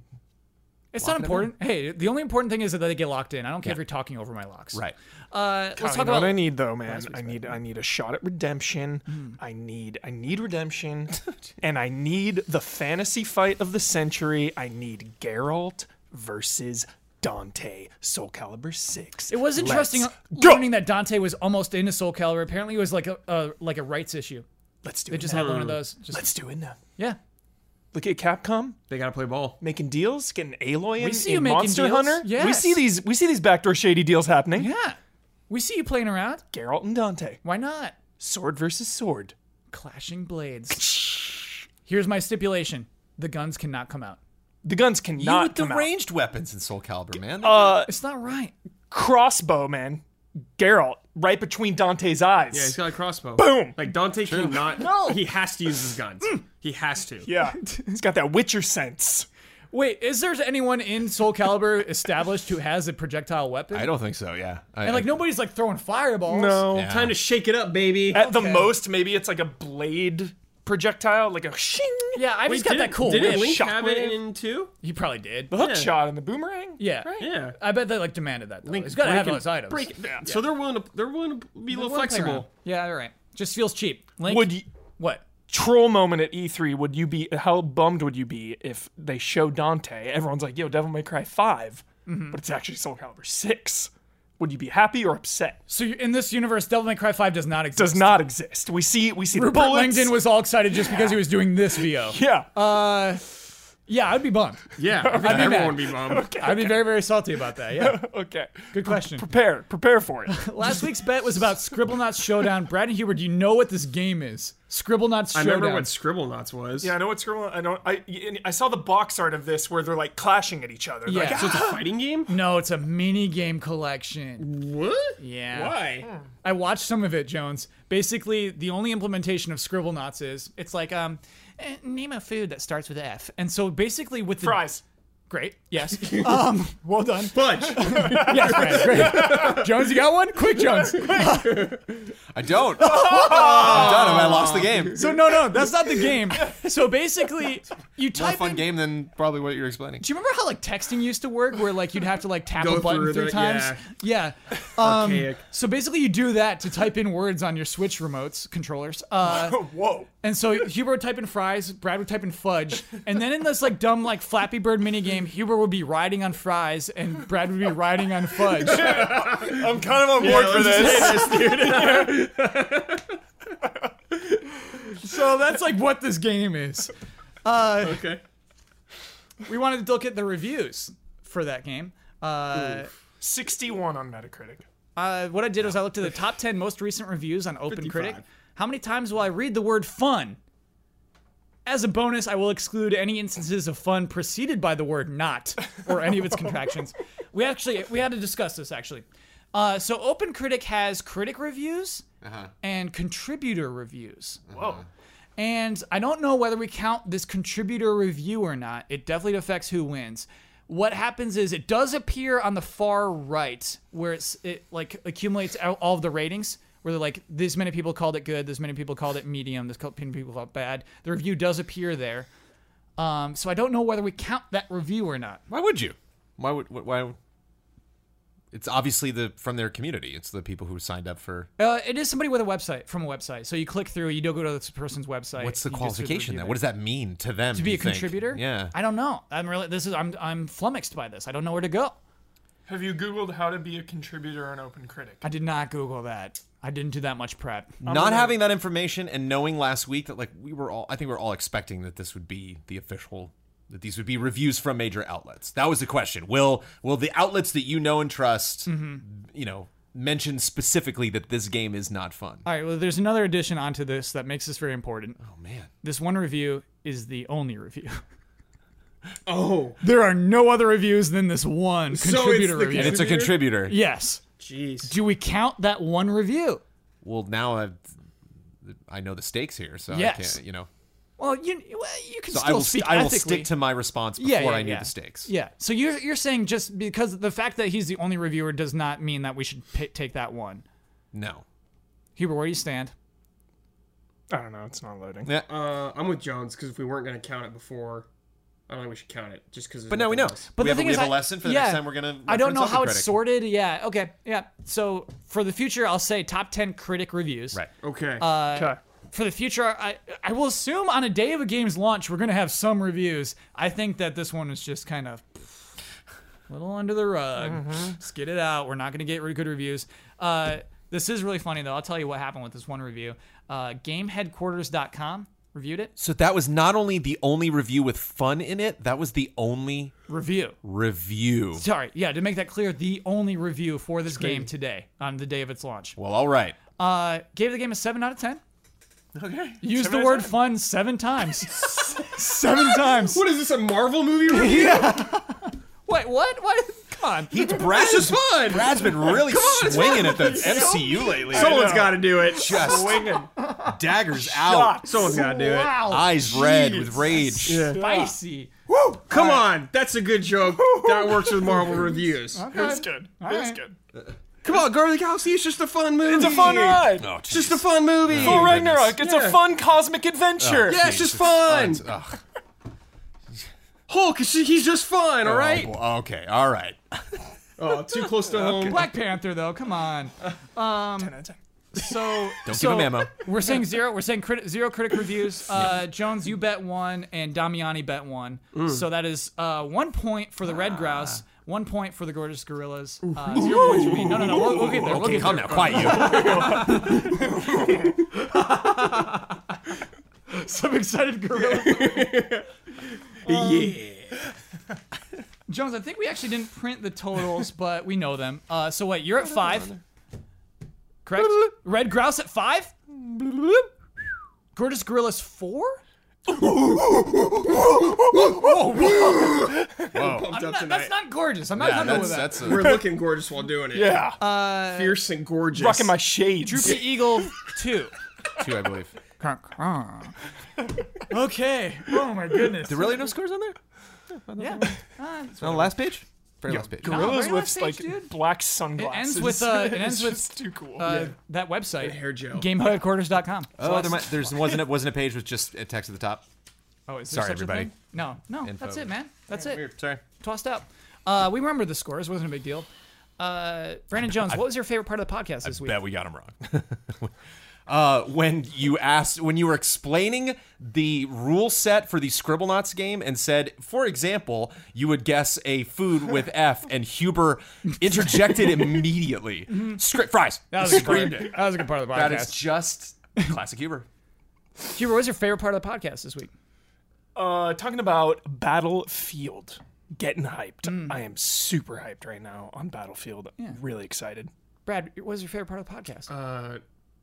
it's not important. Hey, the only important thing is that they get locked in. I don't care if you're talking over my locks.
Right.
Uh, let's
you
talk
know
about.
what I need though, man. I need I need a shot at redemption.
Hmm.
I need I need redemption,
Oh,
and I need the fantasy fight of the century. I need Geralt versus Dante, Soul Calibur Six.
It was interesting
Let's,
learning that Dante was almost into Soul Calibur. Apparently, it was like a, a like a rights issue.
let's do
They
it.
just
now.
had one of those. Just
let's do it now.
yeah.
Look at Capcom
They gotta play ball.
making deals, getting Aloy in,
We see
in
you making
Monster
deals.
Hunter. We
Yes.
see these we see these backdoor shady deals happening.
Yeah. We see you playing around.
Geralt and Dante,
Why not?
sword versus sword.
Clashing blades. Here's my stipulation. The guns cannot come out.
The guns
You
cannot
with the
come out.
ranged weapons in Soul Calibur, man.
It's not right.
Crossbow, man. Geralt right between Dante's eyes.
Yeah, he's got a crossbow.
Boom! Mm.
Like Dante cannot.
No!
He has to use his guns. he has to.
Yeah, he's got that Witcher sense.
Wait, is there anyone in Soul Calibur established who has a projectile weapon?
I don't think so. Yeah, I,
and like nobody's like throwing fireballs.
Yeah.
Time to shake it up, baby.
At the
Okay.
most, maybe it's like a blade projectile, like a shing.
Yeah, I just got that cool
Didn't
whip.
Link have it
Shockwave.
in two?
He probably did.
The hook shot and the boomerang.
Yeah.
Yeah.
I bet they like demanded that though.
Link
He's got to have
breaking-
those items.
break it down. So they're willing to they're willing to be a little
We'll play around.
flexible.
Yeah, all right. Just feels cheap. Link,
Would you,
what?
troll moment at E3? Would you be? How bummed would you be if they show Dante? Everyone's like, "Yo, Devil May Cry 5 but it's actually Soul Calibur Six. Would you be happy or upset?
So you, in this universe, Devil May Cry 5 does not exist.
Does not exist. We see we see the
Rupert
bullets.
Langdon was all excited just because he was doing this VO.
yeah,
Uh, yeah, I'd be bummed.
Yeah. I think
be mad.
everyone would be bummed.
I'd be very, very salty about that. Yeah,
okay.
good question.
Prepare, prepare for it.
Last week's bet was about Scribblenauts Showdown. Brad and Hubert, do you know what this game is? Scribblenauts
I
Showdown.
remember what Scribble Knots was.
Yeah, I know what's going on. I know. I and I saw the box art of this where they're like clashing at each other. They're
Yeah.
Like, "Ah,
So it's a fighting game?
no, it's a mini game collection.
What?
Yeah.
Why?
I watched some of it, Jones. Basically, the only implementation of Scribblenauts is it's like um, eh, name a food that starts with F. And so basically, with the
fries.
great, yes, um, well done.
Fudge.
Yes, Brad, great. Jones, you got one? Quick, Jones.
I don't. I'm done. I lost the game.
So no, no, that's not the game. So basically, you
More
type
fun
in.
game than probably what you're explaining.
Do you remember how like texting used to work, where like you'd have to like tap
Go
a button
through
three
the-
times? Yeah. Um,
Archaic.
so basically, you do that to type in words on your Switch remotes controllers. Uh,
Whoa.
and so Huber would type in fries, Brad would type in fudge, and then in this like dumb like Flappy Bird minigame, Huber would be riding on fries and Brad would be riding on fudge.
I'm kind of on board for this.
So that's like what this game is.
okay.
We wanted to look at the reviews for that game. Uh,
61 on Metacritic.
Uh, what I did was I looked at the top 10 most recent reviews on OpenCritic.
55.
How many times will I read the word fun? As a bonus, I will exclude any instances of fun preceded by the word not or any of its contractions. We actually we had to discuss this actually. Uh, so OpenCritic has critic reviews and contributor reviews.
Whoa.
And I don't know whether we count this contributor review or not. It definitely affects who wins. What happens is it does appear on the far right where it's it like accumulates all all of the ratings where they're like this many people called it good, this many people called it medium, this co- many people called it bad. The review does appear there. Um, so I don't know whether we count that review or not.
Why would you? Why would wh- why? It's obviously the from their community. It's the people who signed up for.
Uh, it is somebody with a website from a website. So you click through, you don't go to this person's website.
What's the
you just do
qualification
review
then?
there.
What does that mean to them?
to be a contributor?
Yeah.
I don't know. I'm really this is I'm I'm flummoxed by this. I don't know where to go.
Have you Googled how to be a contributor on OpenCritic?
I did not Google that. I didn't do that much prep.
Not having that information and knowing last week that like we were all, I think we were all expecting that this would be the official, that these would be reviews from major outlets. That was the question. Will will the outlets that you know and trust,
Mm-hmm.
you know, mention specifically that this game is not fun?
All right, well, there's another addition onto this that makes this very important.
Oh man,
This one review is the only review.
Oh.
there are no other reviews than this one
it's
contributor
the
review.
and it's a contributor.
yes.
Jeez.
Do we count that one review?
Well, now I've, I know the stakes here, so
Yes.
I can't, you know.
Well, you well, you can
So
still
I will,
speak
st- I will
ethically.
stick to my response before I knew the stakes.
Yeah. So you're you're saying just because the fact that he's the only reviewer does not mean that we should pi take that one.
No.
Huber, where do you stand?
I don't know. It's not loading.
Yeah.
Uh, I'm with Jones because if we weren't gonna count it before, I don't think we should count it just because.
But now we know.
But
we
the
have, a-
thing
we
is,
have a
I-
lesson for the
yeah.
next time we're gonna.
I don't know
reference
how
OpenCritic.
it's sorted. Yeah. Okay. Yeah. So for the future, I'll say top ten critic reviews.
Right.
Okay.
Uh,
Okay.
For the future, I I will assume on a day of a game's launch, we're gonna have some reviews. I think that this one is just kind of a little under the rug. Skid it out. We're not gonna get re- good reviews. Uh, this is really funny though. I'll tell you what happened with this one review. Uh, GameHeadquarters.com reviewed it.
So that was not only the only review with fun in it, that was the only
Review.
review.
Sorry, yeah, to make that clear, the only review for this game today on the day of its launch.
Well, all right.
Uh, gave the game a seven out of ten.
Okay.
Used the
Seven out of
word
ten.
fun seven times. seven times.
What is this, a Marvel movie review?
Wait, what? What? Come on.
He's Brad's
is fun.
Brad's been really swinging at the MCU lately.
Someone's got to do it.
Just
Swinging.
daggers out,
Someone's got to do it.
wow.
eyes red with rage.
Spicy.
Woo!
Come on, that's a good joke. that works with Marvel reviews.
It's good. It's
right.
good.
Come on, Guardians of the Galaxy is just a fun movie.
It's a fun ride.
Oh,
It's just a fun movie.
Thor Ragnarok. It's
Yeah.
a fun cosmic adventure.
Yeah, it's just fun.
Ugh.
Hulk, he's just fun, all right?
Oh, well, okay, all right.
Oh, too close to home.
Black Panther, though, come on.
Ten out of ten.
So
Don't
so
give him ammo.
We're saying zero. We're saying criti- zero critic reviews. Uh, Jones, you bet one, and Damiani bet one.
Mm.
So that is uh, one point for the
Ah.
Red Grouse, one point for the Gorgeous Gorillas, uh, zero points for me. No, no, no. We'll, we'll get there. We'll
Okay,
get
calm
there.
down, quiet you.
Some excited gorillas.
yeah.
Um, Jones, I think we actually didn't print the totals, but we know them. Uh, so wait, you're at five, correct? Red Grouse at five. Gorgeous Gorillas four.
Whoa.
I'm not- that's not gorgeous. I'm not
Yeah,
happy
that's,
with that.
that's a,
We're looking gorgeous while doing it.
Yeah.
Uh, Fierce and gorgeous.
Rocking my shades.
Droopy Eagle two.
two, I believe.
okay. Oh my goodness.
There really no scores on there?
Yeah. Uh,
On the last page? Very last page.
Oh,
Gorillas
very
with
last page,
like
dude.
black sunglasses.
with, uh, it
It's
ends with,
just too cool.
uh, That website,
hair gel.
GameHeadquarters.com.
Oh, there might, there's wasn't it wasn't a page with just a text at the top.
Oh, is there
Sorry,
such a
everybody.
thing? No, no,
Info.
that's it, man. That's it.
Sorry.
Tossed out. Uh, we remember the scores. Wasn't a big deal. Uh, Brandon Jones, what was your favorite part of the podcast this week?
Bet we got him wrong. uh, when you asked, when you were explaining the rule set for the Scribblenauts game, and said, for example, you would guess a food with F, and Huber interjected immediately. Script fries.
Mm-hmm. That was, a good part. that was a good part of the
That is
podcast.
just classic Huber.
Huber, what was your favorite part of the podcast this week?
Uh, talking about Battlefield. Getting hyped. I am super hyped right now on Battlefield. Really excited.
Brad, what was your favorite part of the podcast?
Uh,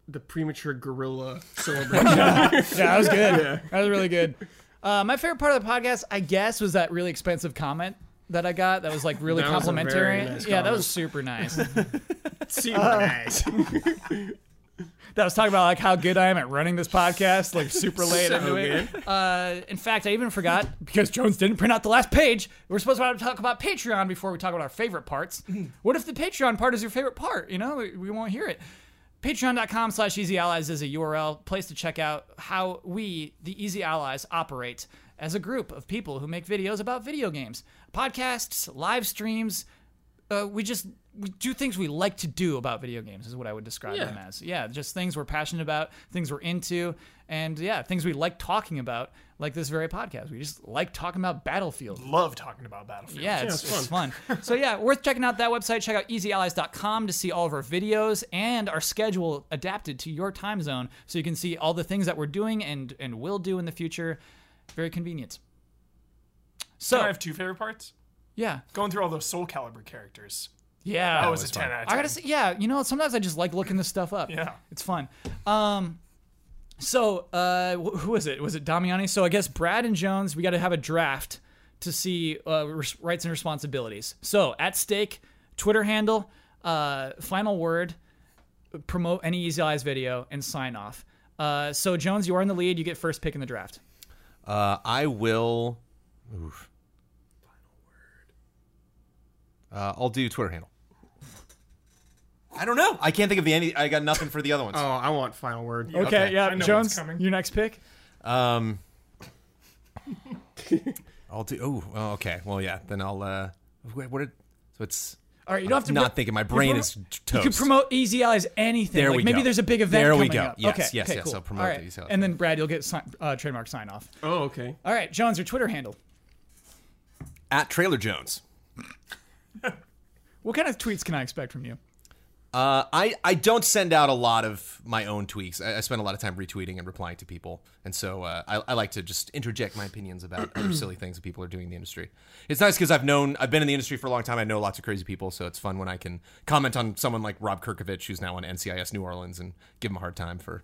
the premature gorilla celebration.
Yeah, that was good. That was really good. Uh, my favorite part of the podcast, I guess, was that really expensive comment that I got. That was like really
That was a very
complimentary.
nice
yeah, that
comment.
was super nice.
Super nice.
that was talking about like how good I am at running this podcast, like super late
So
into it. Uh, in fact, I even forgot because Jones didn't print out the last page. We're supposed to talk about Patreon before we talk about our favorite parts. What if the Patreon part is your favorite part? You know, we, we won't hear it. Patreon.com slash Easy Allies is a URL, place to check out how we, the Easy Allies, operate as a group of people who make videos about video games, podcasts, live streams, uh, we just we do things we like to do about video games is what I would describe them as. Yeah, just things we're passionate about, things we're into, and yeah, things we like talking about, like this very podcast. We just like talking about Battlefield.
Love talking about Battlefield.
Yeah, it's, it's fun. so yeah, worth checking out that website. Check out easyallies.com to see all of our videos and our schedule adapted to your time zone, so you can see all the things that we're doing and and will do in the future. Very convenient. So
Can I have two favorite parts?
yeah,
Going through all those Soul Calibur characters.
yeah.
That was,
was
a 10
fun.
out of 10.
I gotta say, yeah, you know, sometimes I just like looking this stuff up.
Yeah.
it's fun. Um, so uh, wh- who was it? Was it Damiani? So I guess Brad and Jones, we got to have a draft to see uh, res- rights and responsibilities. So at stake, Twitter handle, uh, final word, promote any Easy Eyes video, and sign off. Uh, so Jones, you are in the lead. You get first pick in the draft.
Uh, I will. Oof. Uh, I'll do Twitter handle. I don't know. I can't think of the any. I got nothing for the other ones.
Oh, I want final word.
Okay, yeah,
I know
Jones,
what's coming.
your next pick.
Um, I'll do. Oh, well, okay. Well, yeah. Then I'll. Uh, wait, what? Did, so it's.
All right, you don't have to
not
pro-
thinking. My
you
brain
promo-
is
You
toast.
could promote Easy Allies anything.
There
like
we
maybe
go.
there's a big event
There we
coming
go.
up.
Yes,
okay.
yes,
okay,
yes,
Cool.
I'll promote
All right.
Easy Allies.
And then Brad, you'll get si- uh, trademark sign off.
Oh, okay.
All right, Jones, your Twitter handle.
At Trailer Jones.
What kind of tweets can I expect from you?
Uh, I I don't send out a lot of my own tweaks. I, I spend a lot of time retweeting and replying to people, and so uh, I, I like to just interject my opinions about other silly things that people are doing in the industry. It's nice because I've known I've been in the industry for a long time. I know lots of crazy people, so it's fun when I can comment on someone like Rob Kirkovich, who's now on NCIS New Orleans, and give him a hard time for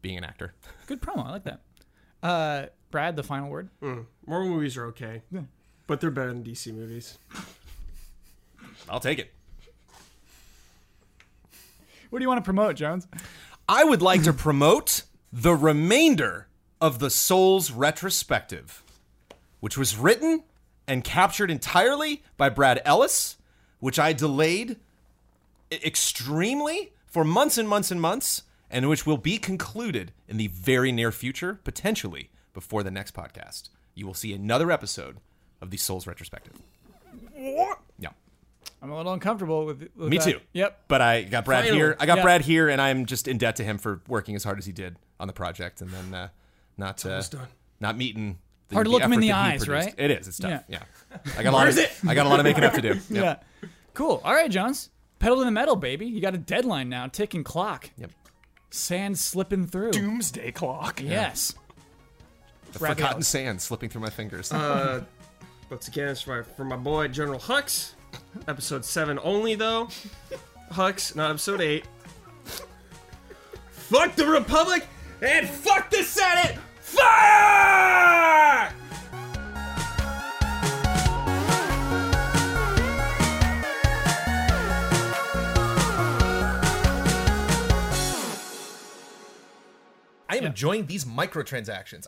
being an actor.
Good promo. I like that. Uh, Brad, the final word.
Hmm.
Marvel movies are okay, but they're better than DC movies.
I'll take it.
What do you want to promote, Jones?
I would like to promote the remainder of the Souls retrospective, which was written and captured entirely by Brad Ellis, which I delayed e- extremely for months and months and months, and which will be concluded in the very near future, potentially before the next podcast. You will see another episode of the Souls retrospective. Yeah.
I'm a little uncomfortable with. with
Me
that.
too.
Yep.
But I got Brad
Finally.
here. I got
Yeah.
Brad here, and I'm just in debt to him for working as hard as he did on the project, and then uh, not uh, not meeting. The,
Hard to look him in
effort
the
that he
eyes,
produced.
right?
It is. It's tough. Yeah. I got a lot. Of,
is it?
I got a lot of making up to do. Yep.
Yeah. Cool. All right, Jones. Pedal to the metal, baby. You got a deadline now. Ticking clock.
Yep.
Sand slipping through.
Doomsday clock.
Yes.
The
Wrap it
forgotten
up.
sand slipping through my fingers.
Once again, it's for my, for my boy General Hux. Episode seven only though. Hux, not episode eight. fuck the Republic and fuck the Senate. Fire!
I am enjoying these microtransactions.